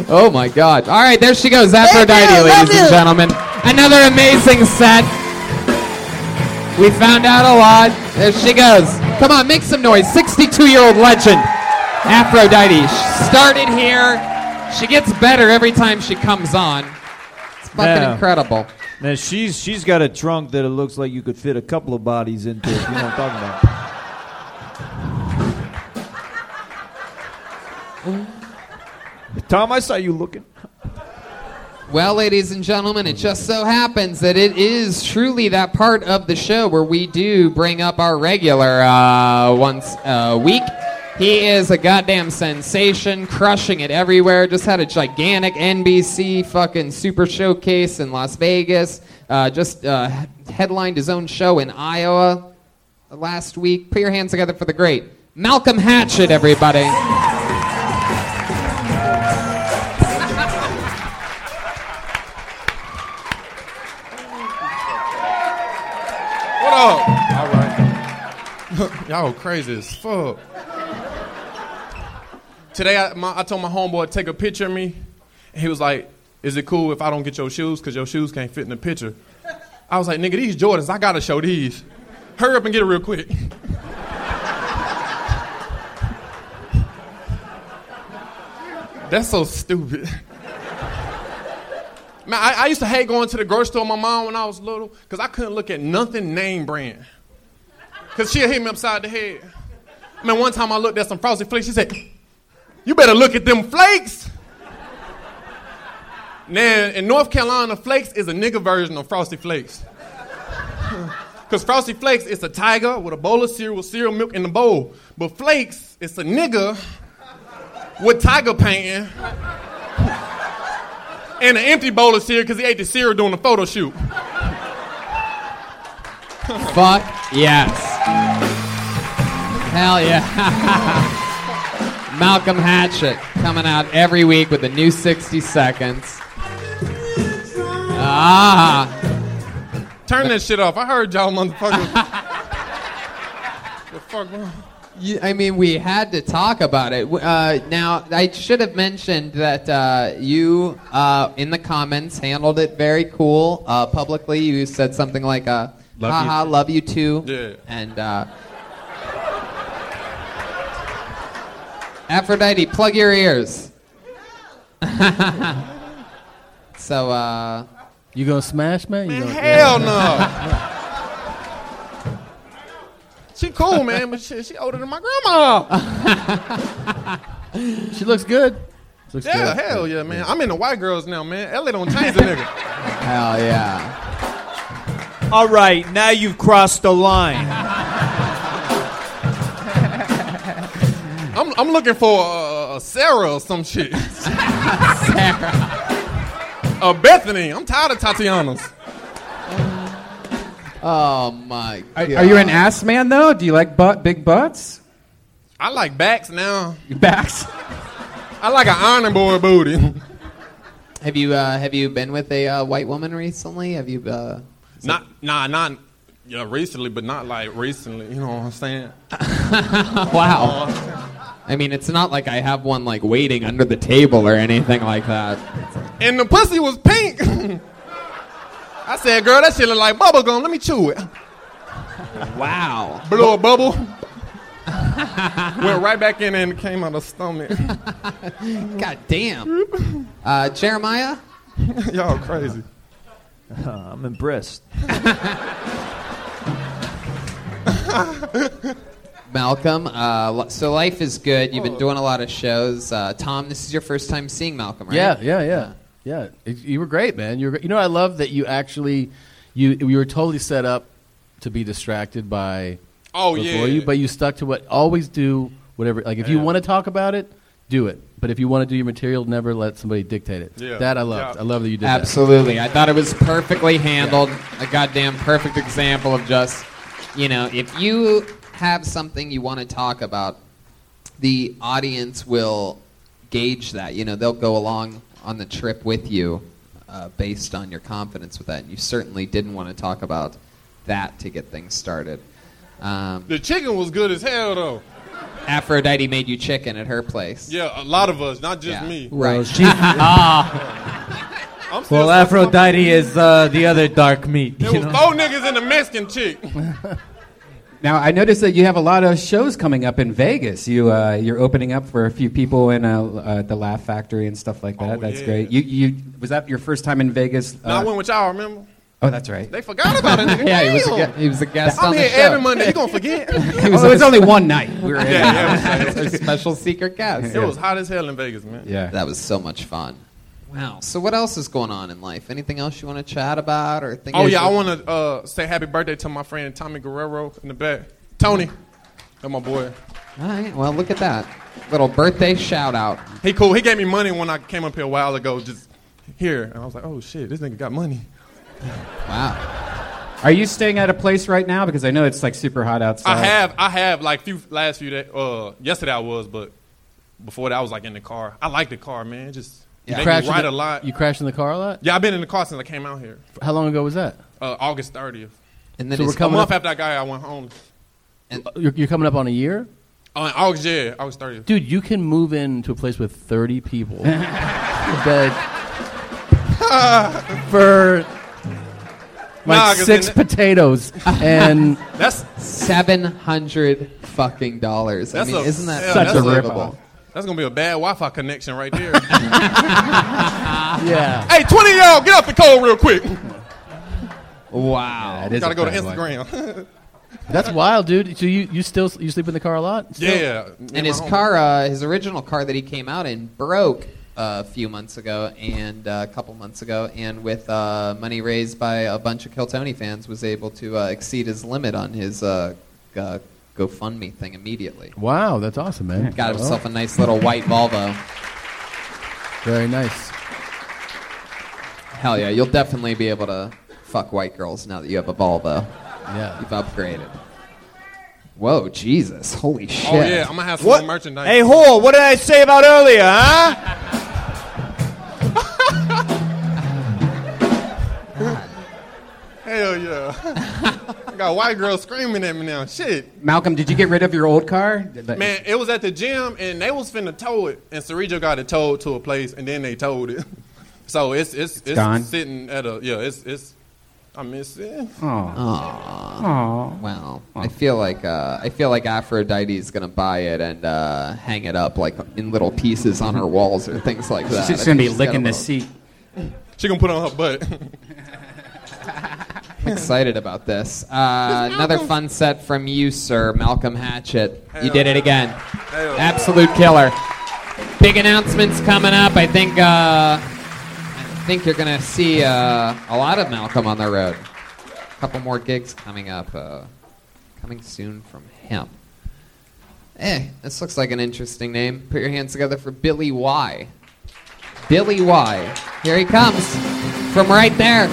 C: Oh my God! All right, there she goes, Aphrodite, ladies and gentlemen. Another amazing set. We found out a lot. There she goes. Come on, make some noise. 62-year-old legend, Aphrodite. She started here. She gets better every time she comes on. It's fucking
Q: Yeah.
C: incredible.
Q: Man, she's she's got a trunk that it looks like you could fit a couple of bodies into. If you know what I'm talking about.
E: Tom, I saw you looking.
C: Well, ladies and gentlemen, it just so happens that it is truly that part of the show where we do bring up our regular uh, once a week. He is a goddamn sensation, crushing it everywhere. Just had a gigantic NBC fucking super showcase in Las Vegas. Uh, just uh, headlined his own show in Iowa last week. Put your hands together for the great Malcolm Hatchet, everybody.
P: What up? All right. Y'all crazy as fuck. Today, I, my, I told my homeboy to take a picture of me. And he was like, Is it cool if I don't get your shoes? Because your shoes can't fit in the picture. I was like, Nigga, these Jordans, I gotta show these. Hurry up and get it real quick. That's so stupid. Man, I, I used to hate going to the grocery store with my mom when I was little because I couldn't look at nothing name brand. Because she'd hit me upside the head. Man, one time I looked at some Frosty Flakes, she said, You better look at them flakes. Now, in North Carolina, Flakes is a nigga version of Frosty Flakes. Because Frosty Flakes is a tiger with a bowl of cereal, cereal milk in the bowl. But Flakes is a nigga with tiger painting and an empty bowl of cereal because he ate the cereal during the photo shoot.
C: Fuck yes. Hell yeah. Malcolm Hatchet coming out every week with a new 60 seconds. Ah.
P: Turn that shit off. I heard y'all motherfuckers. the fuck wrong?
C: You- I mean, we had to talk about it. W- Uh, now, I should have mentioned that uh, you, uh, in the comments, handled it very cool uh, publicly. You said something like, uh,
G: Love you.
C: haha, love you too. And uh, Aphrodite, plug your ears. so, uh,
D: You gonna smash, man? You gonna-
P: Hell no. she cool, man, but she, she older than my grandma.
D: she looks good. Looks
P: yeah,
D: good.
P: hell yeah, man. I'm into white girls now, man. LA don't change a nigga.
C: Hell yeah.
Q: All right, now you've crossed the line.
P: I'm, I'm looking for uh, a Sarah or some shit. Sarah. A Bethany. I'm tired of Tatiana's.
C: Oh my god.
G: Are you an ass man though? Do you like butt big butts?
P: I like backs now.
G: Backs.
P: I like an iron boy booty.
C: Have you uh, have you been with a uh, white woman recently? Have you? Uh,
P: Not nah, not yeah, recently, but not like recently. You know what I'm saying? Uh,
C: wow. I mean, it's not like I have one like waiting under the table or anything like that.
P: And the pussy was pink. I said, girl, that shit look like bubble gum. Let me chew it.
C: Wow.
P: Blow a bubble. Went right back in and came out of stomach.
C: God damn. Uh, Jeremiah?
P: Y'all crazy.
Q: I'm impressed.
C: Malcolm, uh, li- so life is good. You've
P: Oh.
C: been doing a lot of shows. Uh, Tom, this is your first time seeing Malcolm, right?
D: Yeah, yeah, yeah, yeah. It- you were great, man. You were, gr- you know, I love that you actually, you you were totally set up to be distracted by.
P: Oh,
D: what's
P: yeah.
D: before You, but you stuck to what always do whatever. Like if you want to talk about it, do it. But if you want to do your material, never let somebody dictate it.
C: Yeah.
D: That I loved.
C: Yeah.
D: I love that you did. that.
C: Absolutely. I thought it was perfectly handled. A goddamn perfect example of just, you know, if you have something you want to talk about, the audience will gauge that. You know, they'll go along on the trip with you uh, based on your confidence with that. And you certainly didn't want to talk about that to get things started. Um,
P: The chicken was good as hell though.
C: Aphrodite made you chicken at her place.
P: Yeah, a lot of us, not just
C: Yeah.
P: me.
H: Well,
C: Right.
H: she- Ah. well, Aphrodite is uh, the other dark meat.
P: It
H: You
P: was
H: know?
P: four niggas and a Mexican chick.
G: Now I noticed that you have a lot of shows coming up in Vegas. You uh, you're opening up for a few people in uh, uh, the Laugh Factory and stuff like that. that's
P: Oh, yeah.
G: great. You you was that your first time in Vegas?
P: Now I
G: Uh,
P: went with y'all, remember?
G: oh, that's right.
P: They forgot about it. Nigga.
G: Yeah, he was a
P: Damn.
G: gue- he was a guest
P: I'm
G: on the
P: here
G: show.
P: every Monday. You gonna forget?
G: He was- Oh, it was only one night. We were in.
P: yeah, yeah, it was-
C: Our special secret guest.
P: It was hot as hell in Vegas, man.
G: Yeah.
C: That was so much fun. Wow. So what else is going on in life? Anything else you want to chat about or think?
P: Oh yeah, I want to uh, say happy birthday to my friend Tommy Guerrero in the back. Tony, that's my boy.
C: All right. Well, look at that little birthday shout out.
P: He cool. He gave me money when I came up here a while ago. Just here, and I was like, oh shit, this nigga got money.
G: Are you staying at a place right now? Because I know it's like super hot outside.
P: I have, I have like few last few days. Uh, yesterday I was, but before that I was like in the car. I like the car, man. It Just
D: You
P: make me
D: crashed in
P: ride
D: the-
P: a lot.
D: You crashed in the car a lot.
P: Yeah, I've been in the car since I came out here.
D: How long ago was that?
P: Uh, August thirtieth.
C: And
D: then So we're it's-
P: a
D: coming
P: month
D: up-
P: after I got here, I went home.
D: Uh, You're, you're coming up on a year,
P: Oh, in August, yeah, August thirtieth.
D: dude. You can move into a place with 30 people. that for like
C: Nah, 'cause
D: six
C: then-
D: potatoes and
P: that's
C: seven hundred fucking dollars. I
P: That's
C: mean,
P: a-
C: isn't that
P: yeah,
C: such
P: that's
C: a
P: a
C: ripoff?
P: That's gonna be a bad Wi-Fi connection right there.
D: yeah.
P: Hey, twenty of y'all, get off the cold real quick.
C: Wow.
D: it is
P: Gotta
D: a
P: go to
D: bad Wi-Fi.
P: Instagram.
D: That's wild, dude. So you, you still you sleep in the car a lot? Still?
C: And his car, uh, his original car that he came out in, broke a few months ago and uh, a couple months ago, and with uh, money raised by a bunch of Kill Tony fans, was able to uh, exceed his limit on his uh, uh, GoFundMe thing immediately.
D: Wow, that's awesome, man.
C: Got himself a
D: Well,
C: nice little white Volvo.
D: Very nice.
C: Hell yeah, you'll definitely be able to fuck white girls now that you have a Volvo.
D: Yeah.
C: You've upgraded. Whoa, Jesus. Holy shit.
P: Oh yeah, I'm gonna have some
C: What?
P: more merchandise.
C: Hey,
Q: whore, what did I say about earlier, huh?
P: Hell yeah. I got white girls screaming at me now. Shit.
G: Malcolm, did you get rid of your old car? Did that-
P: Man, it was at the gym and they was finna tow it. And Cerejo got it towed to a place and then they towed it. So it's it's it's,
G: gone?
P: sitting at a yeah, it's it's I miss it.
C: Aw.
G: Aw.
C: Wow. I feel like uh, I feel like Aphrodite is gonna buy it and uh, hang it up like in little pieces on her walls or things like that.
G: She's
C: I
G: gonna
C: think
G: be
C: got a
G: licking the
C: little-
G: seat.
P: She gonna put it on her butt.
C: I'm excited about this. Uh, another fun set from you, sir, Malcolm Hatchett. you did it again. Absolute killer. Big announcements coming up. I think uh, I think you're gonna see uh, a lot of Malcolm on the road. A couple more gigs coming up. Uh, coming soon from him. Eh, this looks like an interesting name. Put your hands together for Billy Y. Billy Y. Here he comes from right there.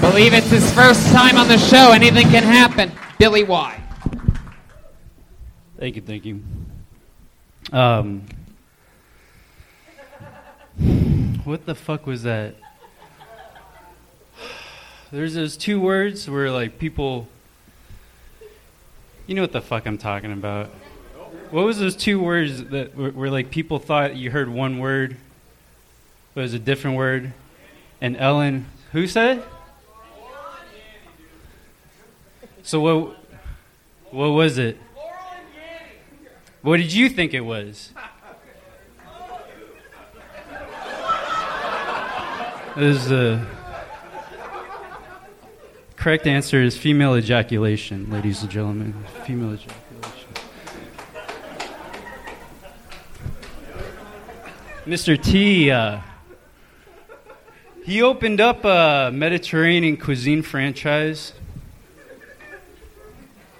C: Believe it's his first time on the show. Anything can happen. Billy Y.
L: Thank you, thank you. Um, what the fuck was that? There's those two words where like people, you know what the fuck I'm talking about. What was those two words that where, where like people thought you heard one word, but it was a different word, and Ellen, who said? it? So what? What was it? What did you think it was? Is the correct answer is female ejaculation, ladies and gentlemen. Female ejaculation. Mr. T, uh, he opened up a Mediterranean cuisine franchise.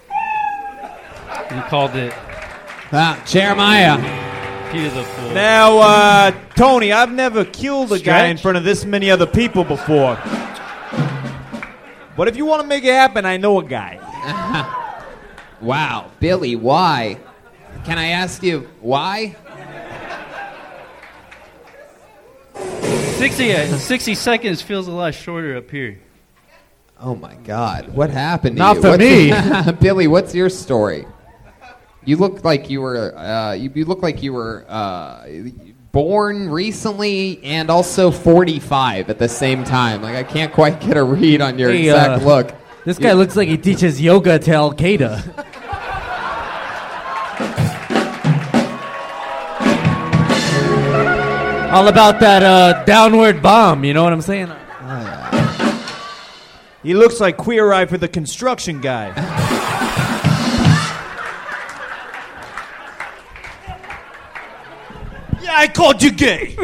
L: He called it
H: Ah, Jeremiah.
L: Peter the Fool.
Q: Now, uh, Tony, I've never killed a guy in
L: Stretch.
Q: front of this many other people before. But if you want to make it happen, I know a guy.
C: Wow, Billy, why? Can I ask you why?
L: 60, uh, 60 seconds feels a lot shorter up here.
C: Oh my God, what happened? To
L: Not
C: you?
L: for
C: What's- Billy. What's your story? You look like you were. Uh, you, you look like you were uh, born recently and also 45 at the same time. Like I can't quite get a read on your
H: Hey,
C: exact
H: uh,
C: look.
H: This guy
C: You-
H: looks like he teaches yoga to Al Qaeda. All about that uh, downward bomb, you know what I'm saying?
Q: He looks like Queer Eye for the Construction Guy. yeah, I called you gay.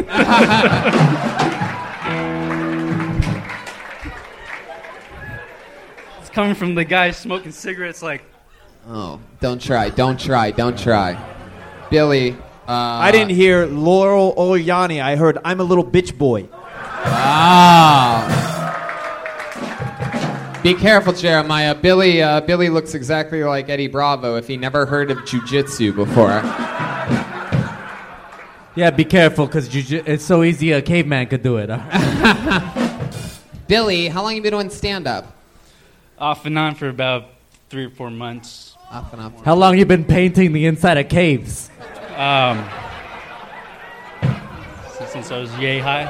L: It's coming from the guy smoking cigarettes like,
C: Oh, don't try. Don't try. Don't try. Billy. Uh,
Q: I didn't hear Laurel Oliani. I heard I'm a little bitch boy.
C: Wow. Be careful, Jeremiah. Billy, uh, Billy looks exactly like Eddie Bravo if he never heard of jujitsu before.
H: Yeah, be careful, because it's so easy a caveman could do it.
C: Billy, how long you been doing stand up?
L: off and on for about three or four months.
C: Off and on.
H: How long you been painting the inside of caves?
L: Um, since, since I was yay high.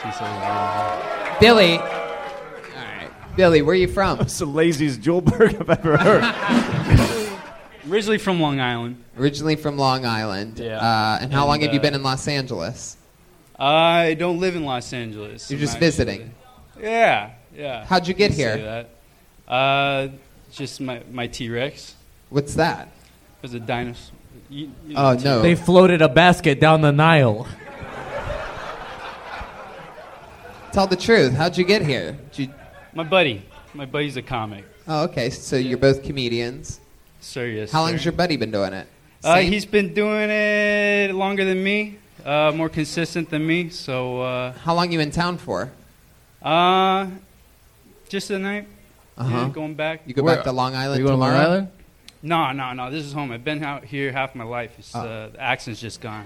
L: Since I was yay high.
C: Billy. All right. Billy, where are you from?
Q: That's the laziest Juleberg I've ever heard.
L: Originally from Long Island.
C: Originally from Long Island.
L: Yeah.
C: Uh, and how
L: And,
C: long have you
L: uh,
C: been in Los Angeles?
L: I don't live in Los Angeles.
C: You're
L: I'm
C: just
L: actually-
C: visiting.
L: Yeah, yeah.
C: How'd you get
L: can say that. Uh, just my my T Rex.
C: What's that?
L: It was a dinosaur. You- you know
C: Oh,
L: T-
C: no.
H: They floated a basket down the Nile.
C: Tell the truth. How'd you get here? Did you-
L: My buddy. My buddy's a comic.
C: Oh, okay. So you're both comedians.
L: Sir, yes.
C: How
L: sir.
C: long's your buddy been doing it?
L: Uh,
C: Same?
L: he's been doing it longer than me, uh, more consistent than me. So uh,
C: How long you in town for?
L: Uh, just tonight.
C: Uh-huh.
L: Yeah, going back.
C: You go back to Long Island
D: you going to Long
C: tomorrow?
D: Island?
L: No, no, no. This is home. I've been out here half my life. It's,
C: Oh.
L: uh, the accent's just gone.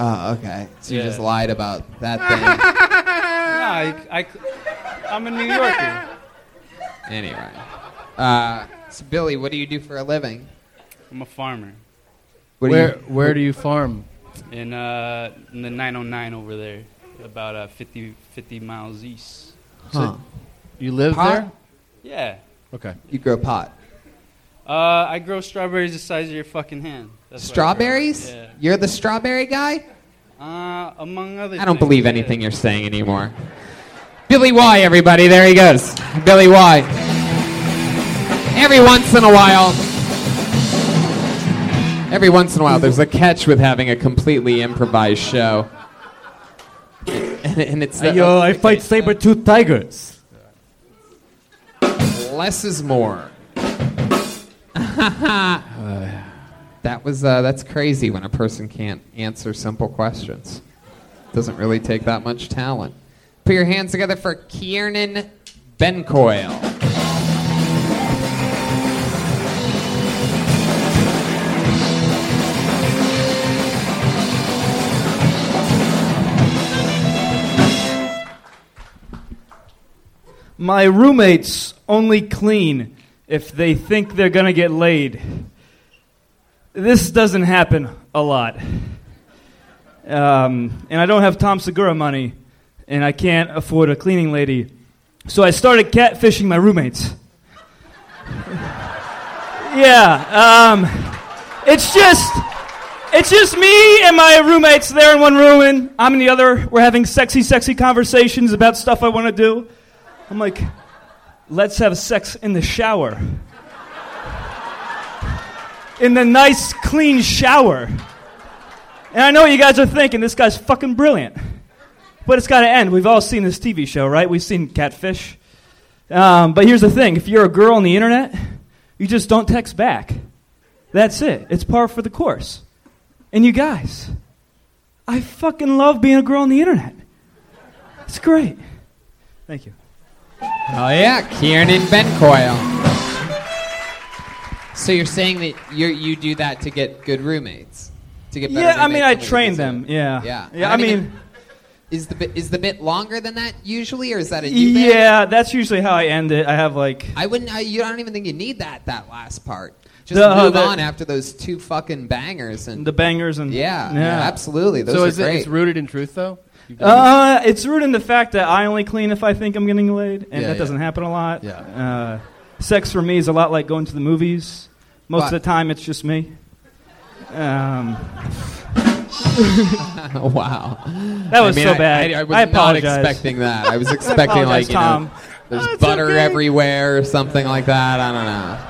C: Oh, okay. So you
L: Yeah.
C: just lied about that
L: no, I, I, I'm a New Yorker.
C: thing. anyway. Uh, so Billy, what do you do for a living?
L: I'm a farmer
C: What do
D: where
C: you-
D: where do you farm?
L: in uh, in the 909 over there, about uh, 50 50 miles east.
D: Huh. You live
L: Pot?
D: there?
L: Yeah.
D: Okay.
C: You grow pot.
L: Uh, I grow strawberries the size of your fucking hand. That's what I grow.
C: Strawberries?
L: Yeah.
C: You're the strawberry guy?
L: Uh, among other.
C: I don't
L: things,
C: believe
L: yeah.
C: anything you're saying anymore. Billy Y, everybody. There he goes. Billy Y. Every once in a while. Every once in a while, there's a catch with having a completely improvised show. And, and it's
H: Hey, yo, I fight saber-toothed tigers.
C: less is more.
H: Uh,
C: that was uh, that's crazy when a person can't answer simple questions. Doesn't really take that much talent. Put your hands together for Kiernan Bencoil.
R: My roommates only clean if they think they're gonna get laid. This doesn't happen a lot. Um, and I don't have Tom Segura money, and I can't afford a cleaning lady. So I started catfishing my roommates. yeah, um, It's just, it's just me and my roommates there in one room, and I'm in the other. We're having sexy, sexy conversations about stuff I want to do. I'm like, let's have sex in the shower. In the nice, clean shower. And I know what you guys are thinking. This guy's fucking brilliant. But it's got to end. We've all seen this TV show, right? We've seen Catfish. Um, but here's the thing if you're a girl on the internet, you just don't text back. That's it, it's par for the course. And you guys, I fucking love being a girl on the internet. It's great. Thank you.
C: Oh yeah, Kiernan Bencoil. So you're saying that you you do that to get good roommates, to get better
R: Yeah, I mean,
C: roommates
R: I
C: than we
R: train
C: do.
R: them, yeah.
C: yeah.
R: Yeah, I
C: don't even-
R: mean-
C: is the bit, is the bit longer than that usually, or is that a you bit?
R: Yeah, that's usually how I end it. I have like.
C: I wouldn't. I, you I don't even think you need that that last part. Just
R: The- uh,
C: move
R: the-
C: on after those two fucking bangers and
R: The bangers and
C: yeah,
R: Yeah.
C: yeah, absolutely. Those
D: so
C: are
D: is
C: great.
D: It, it's rooted in truth, though.
R: Uh, it's rooted in the fact that I only clean if I think I'm getting laid, and
D: Yeah,
R: that
D: yeah.
R: doesn't happen a lot. Yeah. Uh, sex for me is a lot like going to the movies. Most of
C: But-
R: the time, it's just me. Um,
C: wow,
R: that was
C: I mean,
R: so
C: I-
R: bad.
C: I, I was
R: apologize.
C: not expecting that. I was
R: I
C: expecting
R: apologize,
C: like you
R: Tom. Oh,
C: know, there's butter everywhere or something like that. I don't know.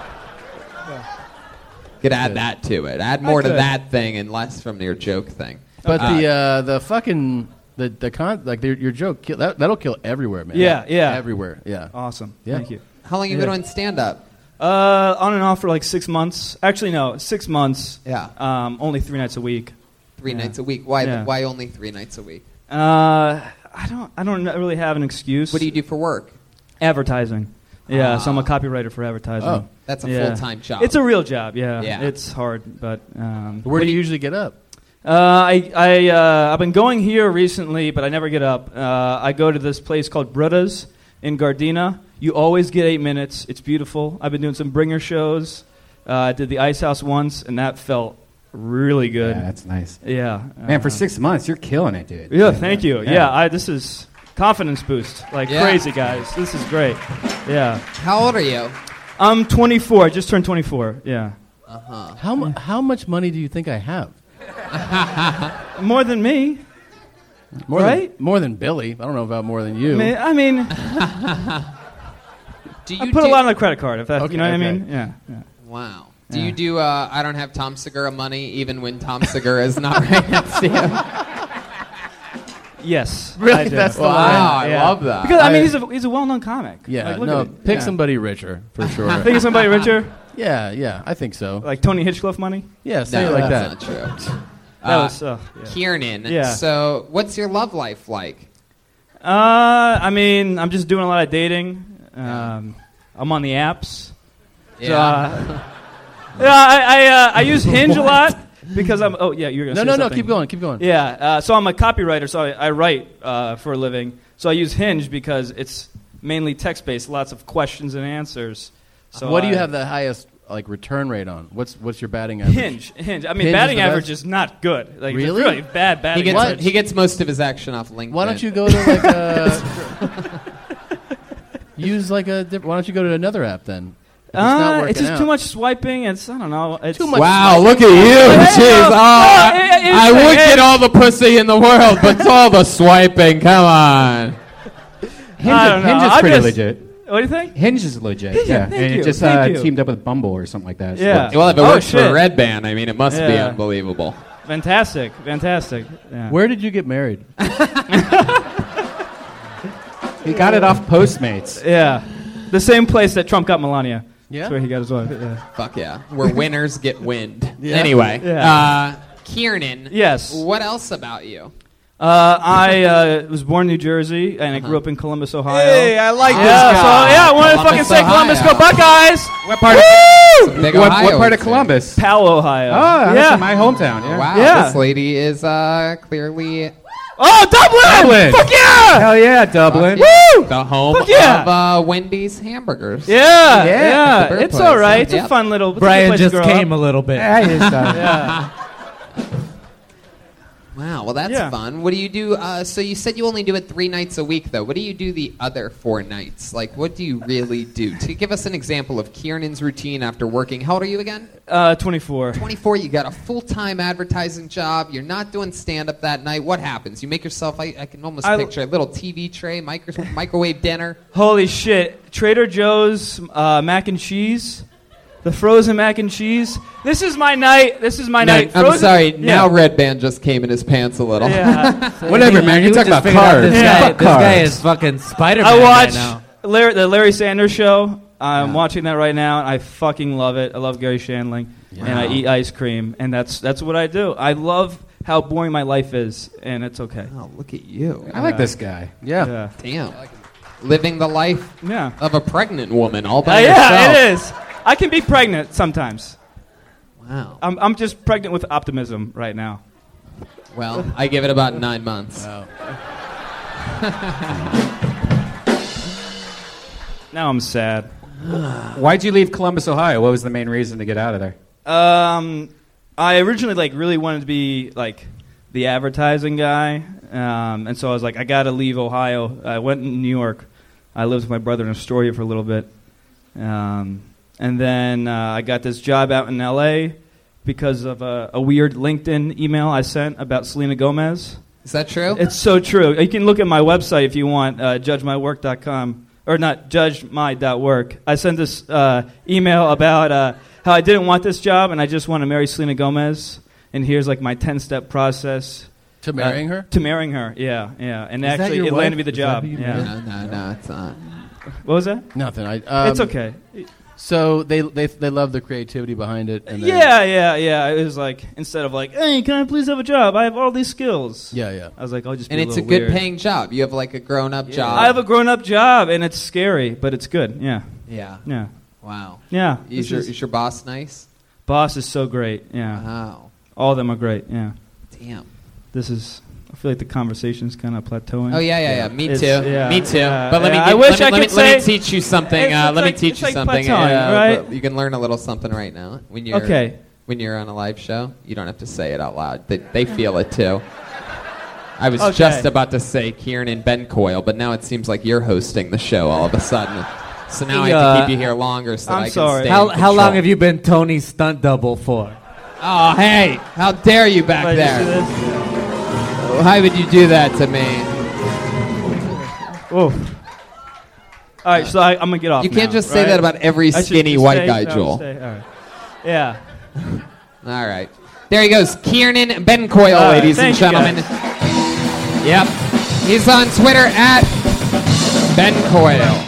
C: Could add that to it. Add more to
D: could.
C: that thing and less from your joke thing.
D: But
C: Uh,
D: the uh, the fucking the the con like the, your joke kill, that that'll kill everywhere, man.
R: Yeah, yeah.
D: everywhere. Yeah,
R: Awesome.
D: Yeah.
R: Thank you.
C: How long you been on stand up?
R: Uh, on and off for like six months. Actually, no, six months.
C: Yeah.
R: Um, only three nights a week.
C: three
R: Yeah.
C: nights a week. Why?
R: Yeah.
C: Why only three nights a week?
R: Uh, I don't. I don't really have an excuse. What do
C: you do for work?
R: Advertising. Yeah, so I'm a copywriter for advertising.
D: Oh.
C: That's a
R: Yeah.
C: full-time job.
R: It's a real job. Yeah.
D: Yeah.
R: It's hard, but. Um,
D: Where do you usually get up?
R: Uh, I I uh, I've been going here recently, but I never get up. Uh, I go to this place called Brutta's in Gardena. You always get eight minutes. It's beautiful. I've been doing some bringer shows. Uh, I did the Ice House once, and that felt really good.
G: Yeah, that's nice.
R: Yeah,
G: Man, for
R: Uh,
G: six months, you're killing it, dude.
R: yeah, thank you.
G: Yeah.
R: Yeah, I, this is confidence boost like
G: Yeah.
R: crazy, guys. This is great. Yeah.
C: How old are you?
R: I'm 24. I just turned 24. Yeah.
C: Uh-huh.
D: How mu- how much money do you think I have?
R: more than me.
D: More
R: Right?
D: Than, more than Billy. I don't know about more than you.
R: I mean, I, mean,
C: Do
R: I
C: you
R: put
C: do-
R: a lot on the credit card. If that, you know what I
D: okay.
R: mean? Yeah. yeah.
C: Wow. Do you do? Uh, I don't have Tom Segura money, even when Tom Segura is not right next to you.
R: Yes.
C: Really?
R: I do.
C: That's the Wow, line. I Yeah. love that.
R: Because I, mean,
D: I-
R: he's a he's a well-known comic.
D: Yeah,
R: Like, look
D: no,
R: at it.
D: pick
R: Yeah.
D: somebody richer for sure.
R: Think of somebody richer.
D: Yeah, yeah, I think so.
R: Like Tony Hitchcliffe money.
D: Yeah, say it like
C: that's
D: that.
C: Not true.
R: That was, uh, yeah.
C: Kiernan.
R: Yeah.
C: So, what's your love life like?
R: Uh, I mean, I'm just doing a lot of dating. Um, I'm on the apps.
C: Yeah.
R: So, uh, yeah, I I, uh, I use Hinge a lot because I'm. Oh yeah, you're gonna.
D: No,
R: say
D: no, no,
R: something.
D: keep going, keep going.
R: Yeah. Uh, so I'm a copywriter, so I, I write uh, for a living. So I use Hinge because it's mainly text based, lots of questions and answers. So
D: what do you
R: I-
D: have the highest like return rate on? What's what's your batting average?
R: Hinge, hinge. I mean,
D: Hinge is
R: batting
D: the
R: average
D: best?
R: is not good. Like, it's
D: Really?
R: really bad batting
C: he
R: average.
C: gets, he gets most of his action off LinkedIn.
D: Uh, Why don't you go to like uh, a use like a different? Why don't you go to another app then? If
R: Uh,
D: not working
R: it's just
D: out.
R: too much swiping. It's I don't know. It's
D: Too much
C: Wow,
D: swiping.
C: look at you. Jeez. Oh, I, I would get all the pussy in the world, but all the swiping. Come on.
R: I don't know.
G: Hinge is
R: I
G: pretty
R: just-
G: legit.
R: What do you think?
G: Hinge is legit.
R: Hinge,
G: yeah,
R: thank
G: and
R: you,
G: it just
R: thank
G: uh,
R: you.
G: teamed up with Bumble or something like that.
R: Yeah.
C: Well, if it
R: Oh,
C: works for
R: shit.
C: Red Band, I mean, it must be
R: Yeah.
C: unbelievable.
R: Fantastic, fantastic. Yeah.
D: Where did you get married?
G: He got it off Postmates.
R: Yeah, the same place that Trump got Melania.
D: Yeah?
R: That's where he got his wife. Yeah.
C: Fuck yeah. Where winners get wind.
R: Yeah.
C: Anyway,
R: Yeah.
C: uh, Kiernan.
R: Yes.
C: What else about you?
R: Uh, I uh, was born in New Jersey and I
C: Uh-huh.
R: grew up in Columbus, Ohio.
E: Hey, I like
R: yeah,
E: this guy.
R: So yeah, I wanted to fucking
E: Columbus,
R: say Columbus, go
E: Ohio.
R: Buckeyes.
G: What part?
R: Woo!
C: Big
G: What, what
C: Ohio
G: part of
C: is
G: Columbus?
R: Powell, Ohio.
G: Oh, that's
R: Yeah.
G: in my hometown. Yeah.
C: Wow,
R: Yeah.
C: this lady is uh, clearly
R: Oh, Dublin!
G: Dublin.
R: Fuck yeah!
G: Hell yeah, Dublin.
R: Woo!
C: the home
R: Fuck yeah.
C: of uh, Wendy's hamburgers.
R: Yeah,
G: Yeah.
R: yeah,
C: The bird
R: it's
C: place,
R: all right. It's
C: yeah.
R: a fun little. It's a good
H: Brian
R: place to
H: just
R: grow
H: came
R: up.
H: a little bit.
G: Yeah, it is, uh,
R: yeah.
C: Wow, well that's
R: Yeah.
C: fun. What do you do? Uh, so you said you only do it three nights a week, though. What do you do the other four nights? Like, what do you really do? To give us an example of Kiernan's routine after working. How old are you again?
R: Uh, 24.
C: 24. You got a full-time advertising job. You're not doing stand-up that night. What happens? You make yourself. I, I can almost
R: I-
C: picture a little TV tray, micro, microwave dinner.
R: Holy shit! Trader Joe's uh, mac and cheese, the frozen mac and cheese. This is my night. This is my
C: No,
R: night.
C: I'm
R: Frozen-
C: sorry.
R: Yeah.
C: Now Red Band just came in his pants a little.
R: Yeah.
B: Whatever, man. You're talking about cars. Fuck cars.
R: I watch Larry, the Larry Sanders Show. I'm watching that right now, and I fucking love it. I love Gary Shandling, and I
C: Wow.
R: eat ice cream, and that's that's what I do. I love how boring my life is, and it's okay.
C: Oh, look at you!
R: I like this guy. Yeah.
C: Damn. Living the life
R: yeah.
C: of a pregnant woman all by
R: Uh,
C: herself.
R: yeah, it is. I can be pregnant sometimes.
C: Wow.
R: I'm, I'm just pregnant with optimism right now.
C: Well, I give it about nine months.
R: Now I'm sad.
G: Why'd you leave Columbus, Ohio? What was the main reason to get out of there?
R: Um, I originally like really wanted to be like the advertising guy, um, and so I was like, I gotta leave Ohio. I went in New York. I lived with my brother in Astoria for a little bit, um, and then uh, I got this job out in L.A. because of a, a weird LinkedIn email I sent about Selena Gomez.
C: Is that true?
R: It's so true. You can look at my website if you want, uh, judgemywork.com, or not, judgemy.work. I sent this uh, email about uh, how I didn't want this job and I just want to marry Selena Gomez, and here's like my 10 step process.
D: To marrying her?
R: To marrying her, yeah, yeah. And
D: Is that
R: actually,
D: your
R: it
D: wife?
R: landed me the
D: Is that
R: job.
D: who you
R: Yeah.
D: married?
C: No, no, it's not.
R: What was that?
D: Nothing. I, um,
R: It's okay.
D: So they, they they love the creativity behind it. And then-
R: Yeah, yeah, yeah. It was like, instead of like, hey, can I please have a job? I have all these skills.
D: Yeah, yeah.
R: I was like, I'll just be
C: And
R: a
C: it's a
R: little
C: good
R: weird.
C: paying job. You have like a grown up job.
R: I have a grown up job, and it's scary, but it's good. Yeah.
C: Yeah.
R: Yeah.
C: Wow.
R: Yeah.
C: Is
R: this
C: your,
R: is-
C: is your boss nice?
R: boss is so great. Yeah.
C: Wow.
R: All of them are great. Yeah.
C: Damn.
R: This is. I feel like the conversation's kind of plateauing.
C: Oh yeah, yeah, yeah. Me
R: It's-
C: too.
R: yeah,
C: me too.
R: yeah,
C: but let me.
R: yeah.
C: get-
R: I wish
C: let me,
R: I
C: let
R: could
C: me, let me
R: say-
C: teach you something.
R: It's-
C: Uh,
R: it's
C: let me
R: like-
C: teach
R: it's
C: you
R: like
C: something.
R: plateauing,
C: uh,
R: right?
C: but You can learn a little something right now when you're
R: Okay.
C: when you're on a live show. You don't have to say it out loud. They, they feel it too. I was
R: Okay.
C: just about to say Kieran and Ben Coyle, but now it seems like you're hosting the show all of a sudden. So now I have to
H: Yeah.
C: keep you here longer so that I can stay.
H: uh, How,
C: in
H: how
C: control.
H: long have you been Tony's stunt double for?
C: Oh, hey, how dare you back
H: Why'd you
C: there?
H: do this?
C: Why would you do that to me?
R: Whoa. All right, so I, I'm gonna get off.
C: You can't
R: now,
C: just say
R: right?
C: that about every
R: I should
C: skinny
R: just
C: white
R: stay-
C: guy,
R: no,
C: Joel.
R: stay, all right. Yeah.
C: All right. There he goes, Kieran Ben Coyle,
G: Uh,
R: All right,
C: ladies and
R: thank you,
C: gentlemen. Yep. He's on Twitter at Ben Coyle.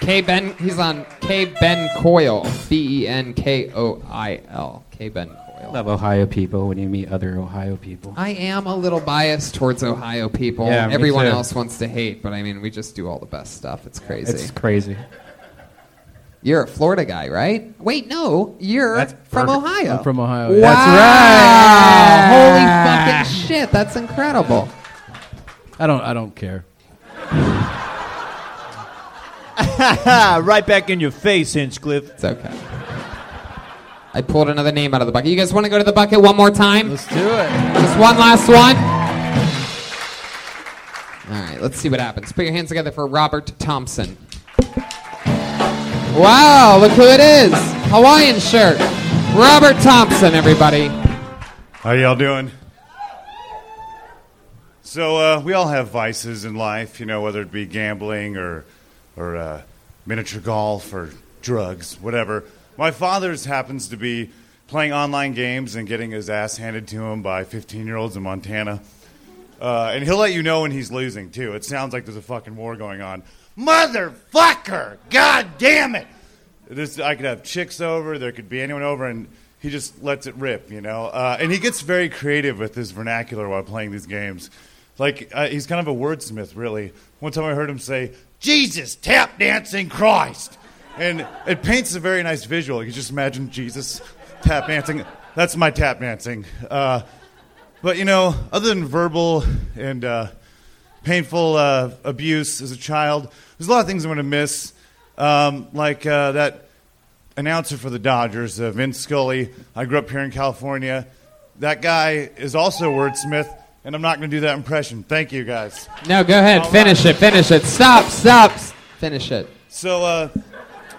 C: K Ben. He's on K Ben Coyle. B E N K O I L. K Ben Coyle.
G: Love Ohio people when you meet other Ohio people.
C: I am a little biased towards Ohio people.
G: Yeah, me
C: Everyone
G: too.
C: else wants to hate, but I mean, we just do all the best stuff. It's crazy.
G: It's crazy.
C: You're a Florida guy, right? Wait, no, you're from Ohio.
D: I'm from Ohio.
C: Wow.
D: yeah.
C: Holy fucking shit, that's incredible.
D: I don't I don't care.
Q: right back in your face, Hinchcliffe.
C: It's okay. I pulled another name out of the bucket. You guys want to go to the bucket one more time? Let's
D: do it.
C: Just one last one. All right, let's see what happens. Put your hands together for Robert Thompson. Wow, look who it is. Hawaiian shirt. Robert Thompson, everybody.
S: How y'all doing? So uh, we all have vices in life, you know, whether it be gambling or, or uh, miniature golf or drugs, whatever. My father's happens to be playing online games and getting his ass handed to him by 15-year-olds in Montana. Uh, and he'll let you know when he's losing too. It sounds like there's a fucking war going on. Motherfucker! God damn it! This, I could have chicks over. There could be anyone over, and he just lets it rip, you know. Uh, and he gets very creative with his vernacular while playing these games. Like uh, he's kind of a wordsmith, really. One time I heard him say, "Jesus, tap dancing Christ," and it paints a very nice visual. You can just imagine Jesus tap dancing. That's my tap dancing. Uh, but you know, other than verbal and uh, painful uh, abuse as a child, there's a lot of things I'm going to miss. Um, like uh, that announcer for the Dodgers, uh, Vince Scully. I grew up here in California. That guy is also wordsmith, and I'm not going to do that impression. Thank you, guys.
C: No, go ahead.
S: All
C: Finish
S: right.
C: it. Finish it. Stop. Stop. s- Finish it.
S: So uh,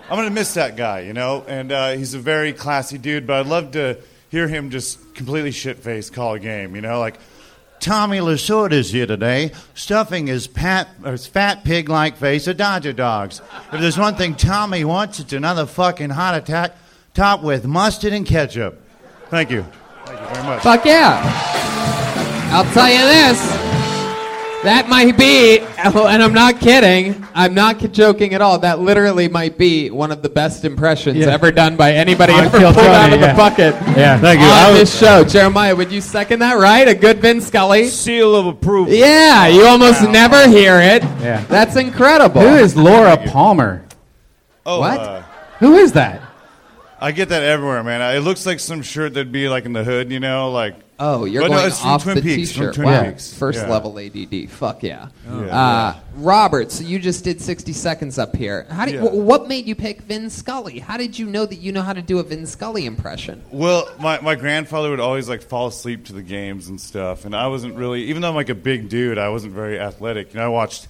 S: I'm gonna miss that guy, you know. And uh, he's a very classy dude, but I'd love to hear him just completely shit faced call a game, you know, like.
T: Tommy Lasorda is here today, stuffing his, pat, or his fat pig like face of Dodger dogs. If there's one thing Tommy wants, it's another fucking hot attack topped with mustard and ketchup.
S: Thank you. Thank you very much.
C: Fuck yeah. I'll tell you this. That might be, oh, and I'm not kidding. I'm not ki- joking at all. That literally might be one of the best impressions
B: Yeah.
C: ever done by anybody
B: On
C: ever
B: Kill
C: pulled out
B: Tony,
C: of
B: yeah.
C: the bucket.
B: Yeah, thank you.
C: On
B: I was-
C: this show, Jeremiah, would you second that? Right, a good Vin Scully
Q: seal of approval.
C: Yeah, you almost never hear it.
G: Yeah.
C: That's incredible.
G: Who is Laura Palmer?
S: Oh,
C: What?
S: uh,
G: Who is that?
S: I get that everywhere, man. It looks like some shirt that'd be like in the hood, you know, like.
C: Oh, you're
S: But no,
C: going
S: it's from
C: off
S: Twin
C: the
S: Peaks, from
C: t-shirt.
S: Twin
C: wow.
S: Peaks.
C: First
S: Yeah.
C: level ADD. Fuck yeah.
S: Oh. Yeah.
C: Uh, Robert, so you just did 60 seconds up here. How did,
S: Yeah.
C: wh- what made you pick Vin Scully? How did you know that you know how to do a Vin Scully impression?
S: Well, my, my grandfather would always like fall asleep to the games and stuff, and I wasn't really even though I'm like a big dude, I wasn't very athletic. You know, I watched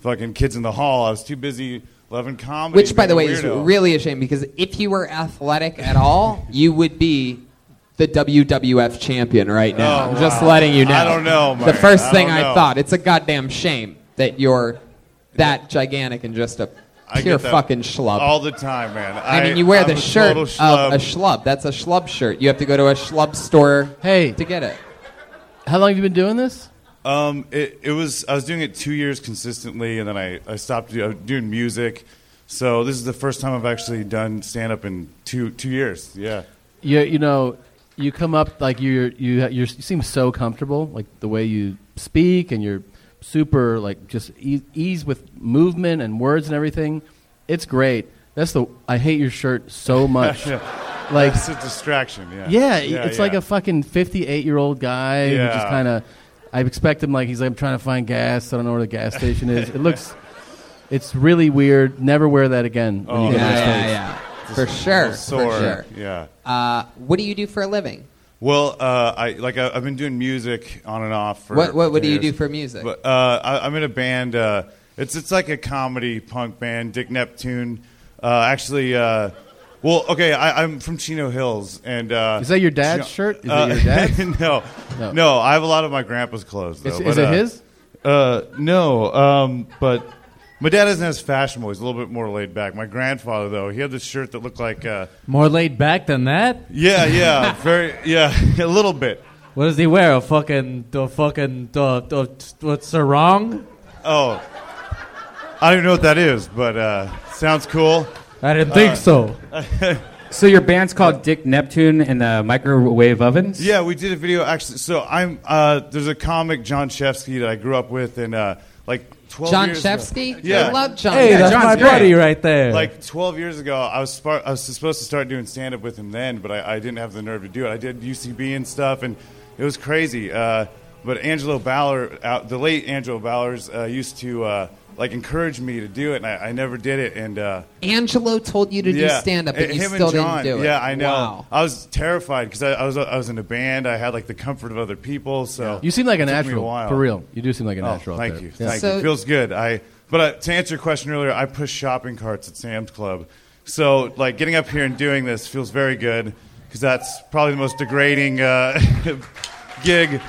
S: fucking Kids in the Hall. I was too busy loving comedy.
C: Which, by the way,
S: being a
C: is
S: weirdo.
C: really a shame because if you were athletic at all, you would be the WWF champion right now.
S: Oh,
C: I'm just
S: wow.
C: letting you know.
S: I don't know,
C: The
S: man.
C: first
S: I
C: thing
S: don't
C: I
S: know.
C: thought. It's a goddamn shame that you're that gigantic and just a
S: I
C: pure
S: get that
C: fucking schlub.
S: all the time, man.
C: I, mean, you wear
S: I'm
C: the
S: a
C: shirt
S: total
C: of
S: schlub.
C: a schlub. That's a schlub shirt. You have to go to a schlub store
D: hey.
C: to get it.
D: How long have you been doing this?
S: Um, it, it was I was doing it two years consistently, and then I, I stopped do- uh, doing music. So this is the first time I've actually done stand up in two two years. Yeah.
D: You you know, you come up like you're you you're, you seem so comfortable, like the way you speak and you're super like just e- ease with movement and words and everything. It's great. That's the I hate your shirt so much. like
S: it's a distraction. Yeah.
D: Yeah, it's like
S: yeah.
D: a fucking 58 year old guy who just
S: Yeah.
D: kind of. I expect him like he's like I'm trying to find gas. I don't know where the gas station is. It looks, it's really weird. Never wear that again. when you go
C: yeah,
D: to the
C: yeah,
D: States.
C: yeah. For sure.
S: sore,
C: For sure.
S: yeah.
C: Uh, what do you do for a living?
S: Well, uh, I like I, I've been doing music on and off. For
C: What- what- what do you
S: years.
C: do for music?
S: But, uh, I, I'm in a band. Uh, it's it's like a comedy punk band. Dick Neptune. Uh, actually, uh, well, okay, I, I'm from Chino Hills, and uh,
D: Is that your dad's
S: Chi-
D: shirt? Is that your dad's?
S: no,
D: No.
S: no, I have a lot of my grandpa's clothes. Though,
D: Is-
S: but,
D: is it
S: uh,
D: his?
S: Uh, no, um, but my dad isn't as fashionable. He's a little bit more laid back. My grandfather, though, he had this shirt that looked like. Uh,
H: More laid back than that?
S: yeah, yeah, very, yeah, a little bit.
H: What does he wear? A fucking, the fucking, the, the, what's sarong?
S: Oh, I don't even know what that is, but uh, sounds cool. Uh,
H: I didn't think so.
G: so your band's called Dick Neptune and the Microwave Ovens?
S: yeah, we did a video actually. So I'm uh, there's a comic John Chevsky that I grew up with, and uh, like 12
C: John
S: years ago-
C: Chevsky?
S: Yeah,
C: I love John Hey, Chevsky. that's
S: John's
C: my
S: great.
H: buddy right there.
S: Like 12 years ago, I was spar- I was supposed to start doing stand up with him then, but I, I didn't have the nerve to do it. I did UCB and stuff, and it was crazy. Uh, but Angelo Baller, out, the late Angelo Ballers, uh, used to uh, like encourage me to do it, and I, I never did it. And uh,
C: Angelo told you to do
S: yeah.
C: stand up,
S: Uh,
C: and you
S: him
C: still
S: John.
C: didn't do it.
S: Yeah, I know.
C: Wow.
S: I was terrified because I, I was I was in a band. I had like the comfort of other people. So
D: You seem like a
S: it took me
D: natural,
S: while.
D: for real. You do seem like a
S: Oh,
D: natural out
S: thank
D: there.
S: you,
D: Yeah.
S: thank
D: So-
S: you. Feels good. I but uh, to answer your question earlier, I push shopping carts at Sam's Club. So like getting up here and doing this feels very good because that's probably the most degrading uh, gig.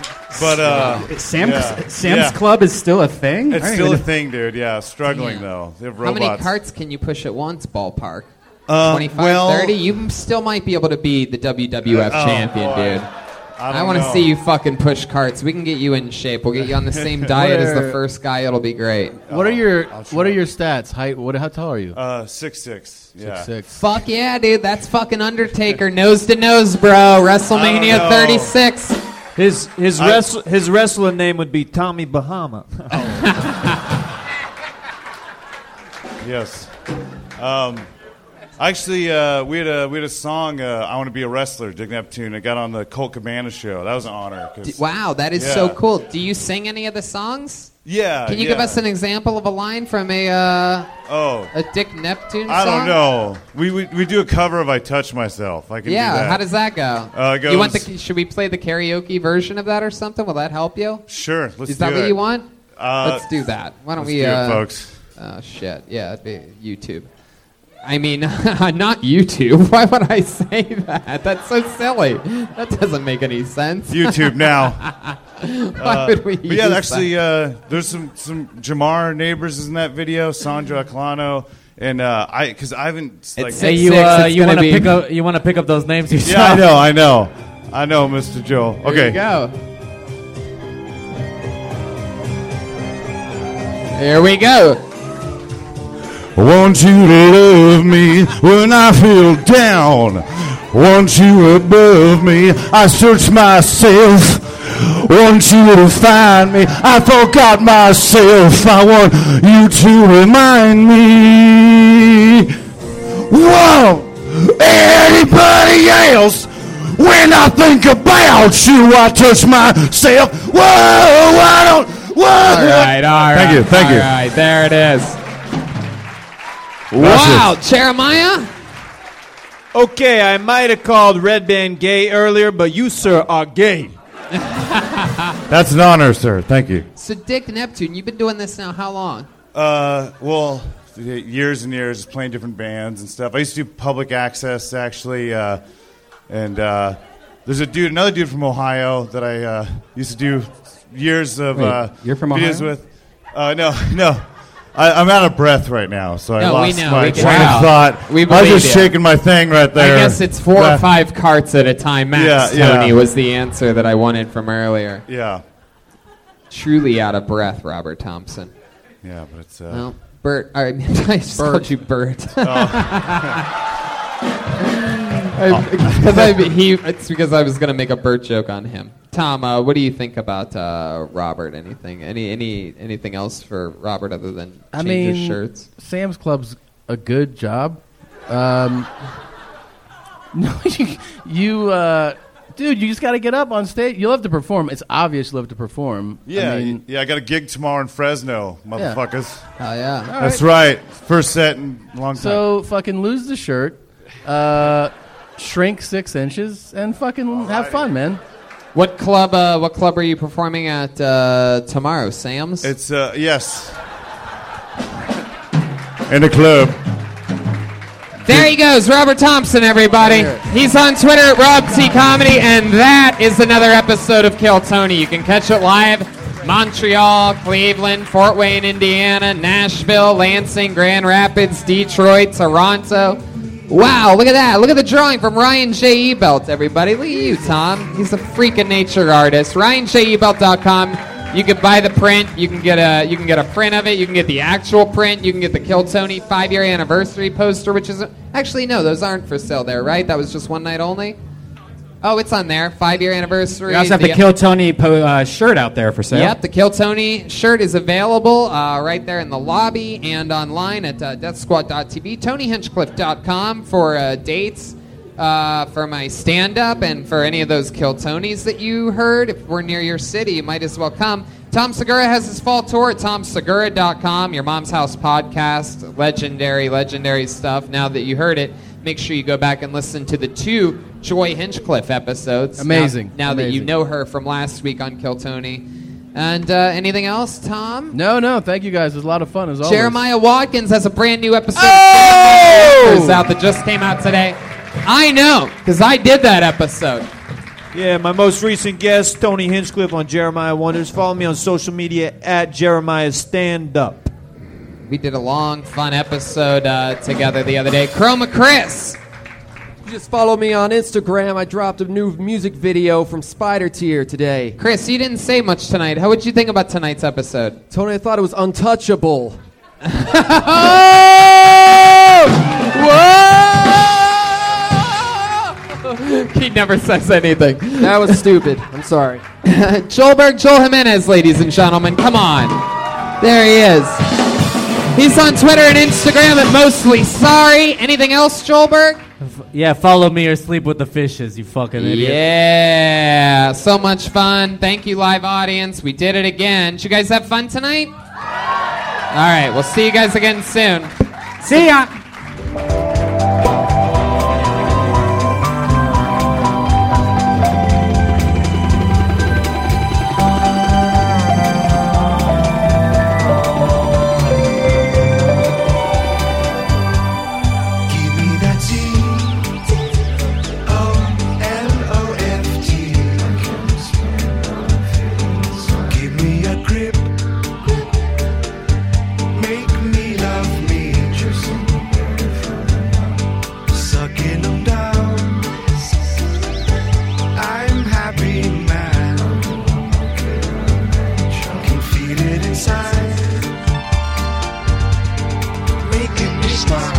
S: But uh,
G: Sam's,
S: yeah.
G: Sam's
S: Yeah.
G: Club is still a thing? I
S: It's
G: don't
S: still a
G: even know.
S: thing, dude. Yeah, struggling
C: Damn.
S: though. They have
C: How
S: robots.
C: many carts can you push at once, ballpark?
S: Uh,
C: 25,
S: well-
C: 30? You m- still might be able to be the WWF
S: Oh,
C: champion,
S: boy.
C: dude.
S: I
C: I,
S: don't
C: want to
S: know.
C: see you fucking push carts. We can get you in shape. We'll get you on the same diet as the
D: Where-
C: first guy. It'll be great.
D: What are your What are your stats? Height? What? How tall are you?
S: Uh, six six. Yeah.
D: six.
C: Fuck yeah, dude. That's fucking Undertaker nose to nose, bro. WrestleMania
Q: know.
C: 36.
Q: His his
C: I-
Q: wrestl- his wrestler name would be Tommy Bahama. Oh.
S: Yes. Um, actually, uh, we had a we had a song. Uh, I want to be a wrestler. Dick Neptune. It got on the Colt Cabana show. That was an honor. 'cause-
C: Wow, that is
S: Yeah.
C: so cool. Do you sing any of the songs?
S: Yeah.
C: Can you
S: yeah.
C: give us an example of a line from a uh,
S: Oh.
C: a Dick Neptune
S: I
C: song?
S: don't know. We, we we do a cover of "I Touch Myself." I can.
C: yeah,
S: Do that.
C: how does that go?
S: Uh, it goes,
C: you want the? Should we play the karaoke version of that or something? Will that help you?
S: Sure. Let's
C: Is that
S: do
C: what
S: it.
C: you want?
S: Uh,
C: let's do that. Why don't
S: let's
C: we,
S: do it,
C: uh,
S: folks?
C: Oh shit! Yeah, it'd be YouTube. I mean, not YouTube. Why would I say that? That's so silly. That doesn't make any sense.
S: YouTube now.
C: Why
S: Uh,
C: would we?
S: but yeah,
C: use
S: actually,
C: that?
S: uh, there's some some Jamar neighbors is in that video. Sandra Aclano and uh, I, because I haven't. Like,
H: hey, you, uh, you want to pick up? You want to pick up those names? You
S: Yeah, I know, I know, I know, Mr. Joel.
H: There
S: Okay,
H: you
C: go.
S: uh,
C: Here we go.
N: Want you to love me when I feel down. Want you above me, I search myself. Want you to find me, I forgot myself. I want you to remind me. Whoa! Anybody else? When I think about you, I touch myself. Whoa! I don't. Whoa!
C: All right, all right.
N: Thank you, thank you.
C: All right, there it is.
N: That's
C: Wow, Jeremiah.
Q: Okay, I might have called Red Band gay earlier, but you, sir, are gay.
N: That's an honor, sir. Thank you.
C: So Dick Neptune, you've been doing this now how long?
S: Uh, well, years and years playing different bands and stuff. I used to do public access actually, uh, and uh, there's a dude, another dude from Ohio that I uh, used to do years of.
G: Wait,
S: uh,
G: you're from
S: videos
G: Ohio?
S: with. Uh, no, no. I, I'm out of breath right now, so I
C: No, we
S: lost
C: know,
S: my
C: we can
S: train
C: tell.
S: of thought.
C: We
S: I was
C: believe
S: just
C: you.
S: shaking my thing right there.
C: I guess it's four or
S: Yeah.
C: five carts at a time max.
S: Yeah, yeah.
C: Tony was the answer that I wanted from earlier.
S: Yeah.
C: Truly out of breath, Robert Thompson.
S: Yeah, but it's. Uh, Oh.
C: Well, Bert, I, I just called you Bert.
S: Oh.
C: I- 'cause I- he, it's because I was going to make a Bert joke on him. Tom, uh, what do you think about uh, Robert? Anything? Any, any, anything else for Robert other than change
D: I mean,
C: his shirts?
D: Sam's Club's a good job. Um, no, you, you uh, dude, you just got to get up on stage. You love to perform. It's obvious you love to perform. I
S: Yeah,
D: mean,
S: yeah, I got a gig tomorrow in Fresno, motherfuckers.
C: Oh yeah,
D: All
S: that's
D: right.
S: right. First set in a long time.
D: so fucking lose the shirt, uh, shrink six inches, and fucking have fun, man.
C: What club? Uh, what club are you performing at uh, tomorrow? Sam's.
S: It's uh, yes.
N: In the club.
C: There he goes, Robert Thompson, everybody. He's on Twitter at Rob T Comedy, and that is another episode of Kill Tony. You can catch it live. Montreal, Cleveland, Fort Wayne, Indiana, Nashville, Lansing, Grand Rapids, Detroit, Toronto. Wow, look at that. Look at the drawing from Ryan J. Ebelt, everybody. Look at you, Tom. He's a freak of nature artist. RyanJEbelt.com. You can buy the print. You can get a you can get a print of it. You can get the actual print. You can get the Kill Tony five year anniversary poster, which is actually no, those aren't for sale there, right? That was just one night only. Oh, it's on there. Five year anniversary.
G: We also have the Kill Tony po- uh, shirt out there for sale.
C: Yep, the Kill Tony shirt is available uh, right there in the lobby and online at uh, deathsquad.tv, tonyhinchcliffe.com for uh, dates uh, for my stand up and for any of those Kill Tonys that you heard. If we're near your city, you might as well come. Tom Segura has his fall tour at tomsegura.com, your mom's house podcast. Legendary, legendary stuff. Now that you heard it, make sure you go back and listen to the two Joy Hinchcliffe episodes. Now-
D: Amazing.
C: Now, that you
D: Amazing.
C: know her from last week on Kill Tony. And uh, anything else, Tom?
D: No, no, thank you guys. It was a lot of fun as always.
C: Jeremiah Watkins has a brand new episode oh! out that just came out today. I know, because I did that episode.
Q: Yeah, my most recent guest, Tony Hinchcliffe on Jeremiah Wonders. Follow me on social media at Jeremiah Stand Up.
C: We did a long, fun episode uh, together the other day. Chroma Chris.
U: Just follow me on Instagram. I dropped a new music video from Spider Tier today.
C: Chris, you didn't say much tonight. How would you think about tonight's episode?
U: Tony, I thought it was untouchable.
C: he never says anything.
U: That was stupid. I'm sorry.
C: Joel Berg, Joel Jimenez, ladies and gentlemen. Come on. There he is. He's on Twitter and Instagram at mostly sorry. Anything else, Joel Berg?
H: Yeah, follow me or sleep with the fishes, you fucking idiot.
C: Yeah, so much fun. Thank you, live audience. We did it again. Did you guys have fun tonight? All right, we'll see you guys again soon. See ya.
N: Give me that T O L O F T. Give me a grip. Make me love me. Sucking 'em down. I'm happy man. Can feel it inside. Making me smile.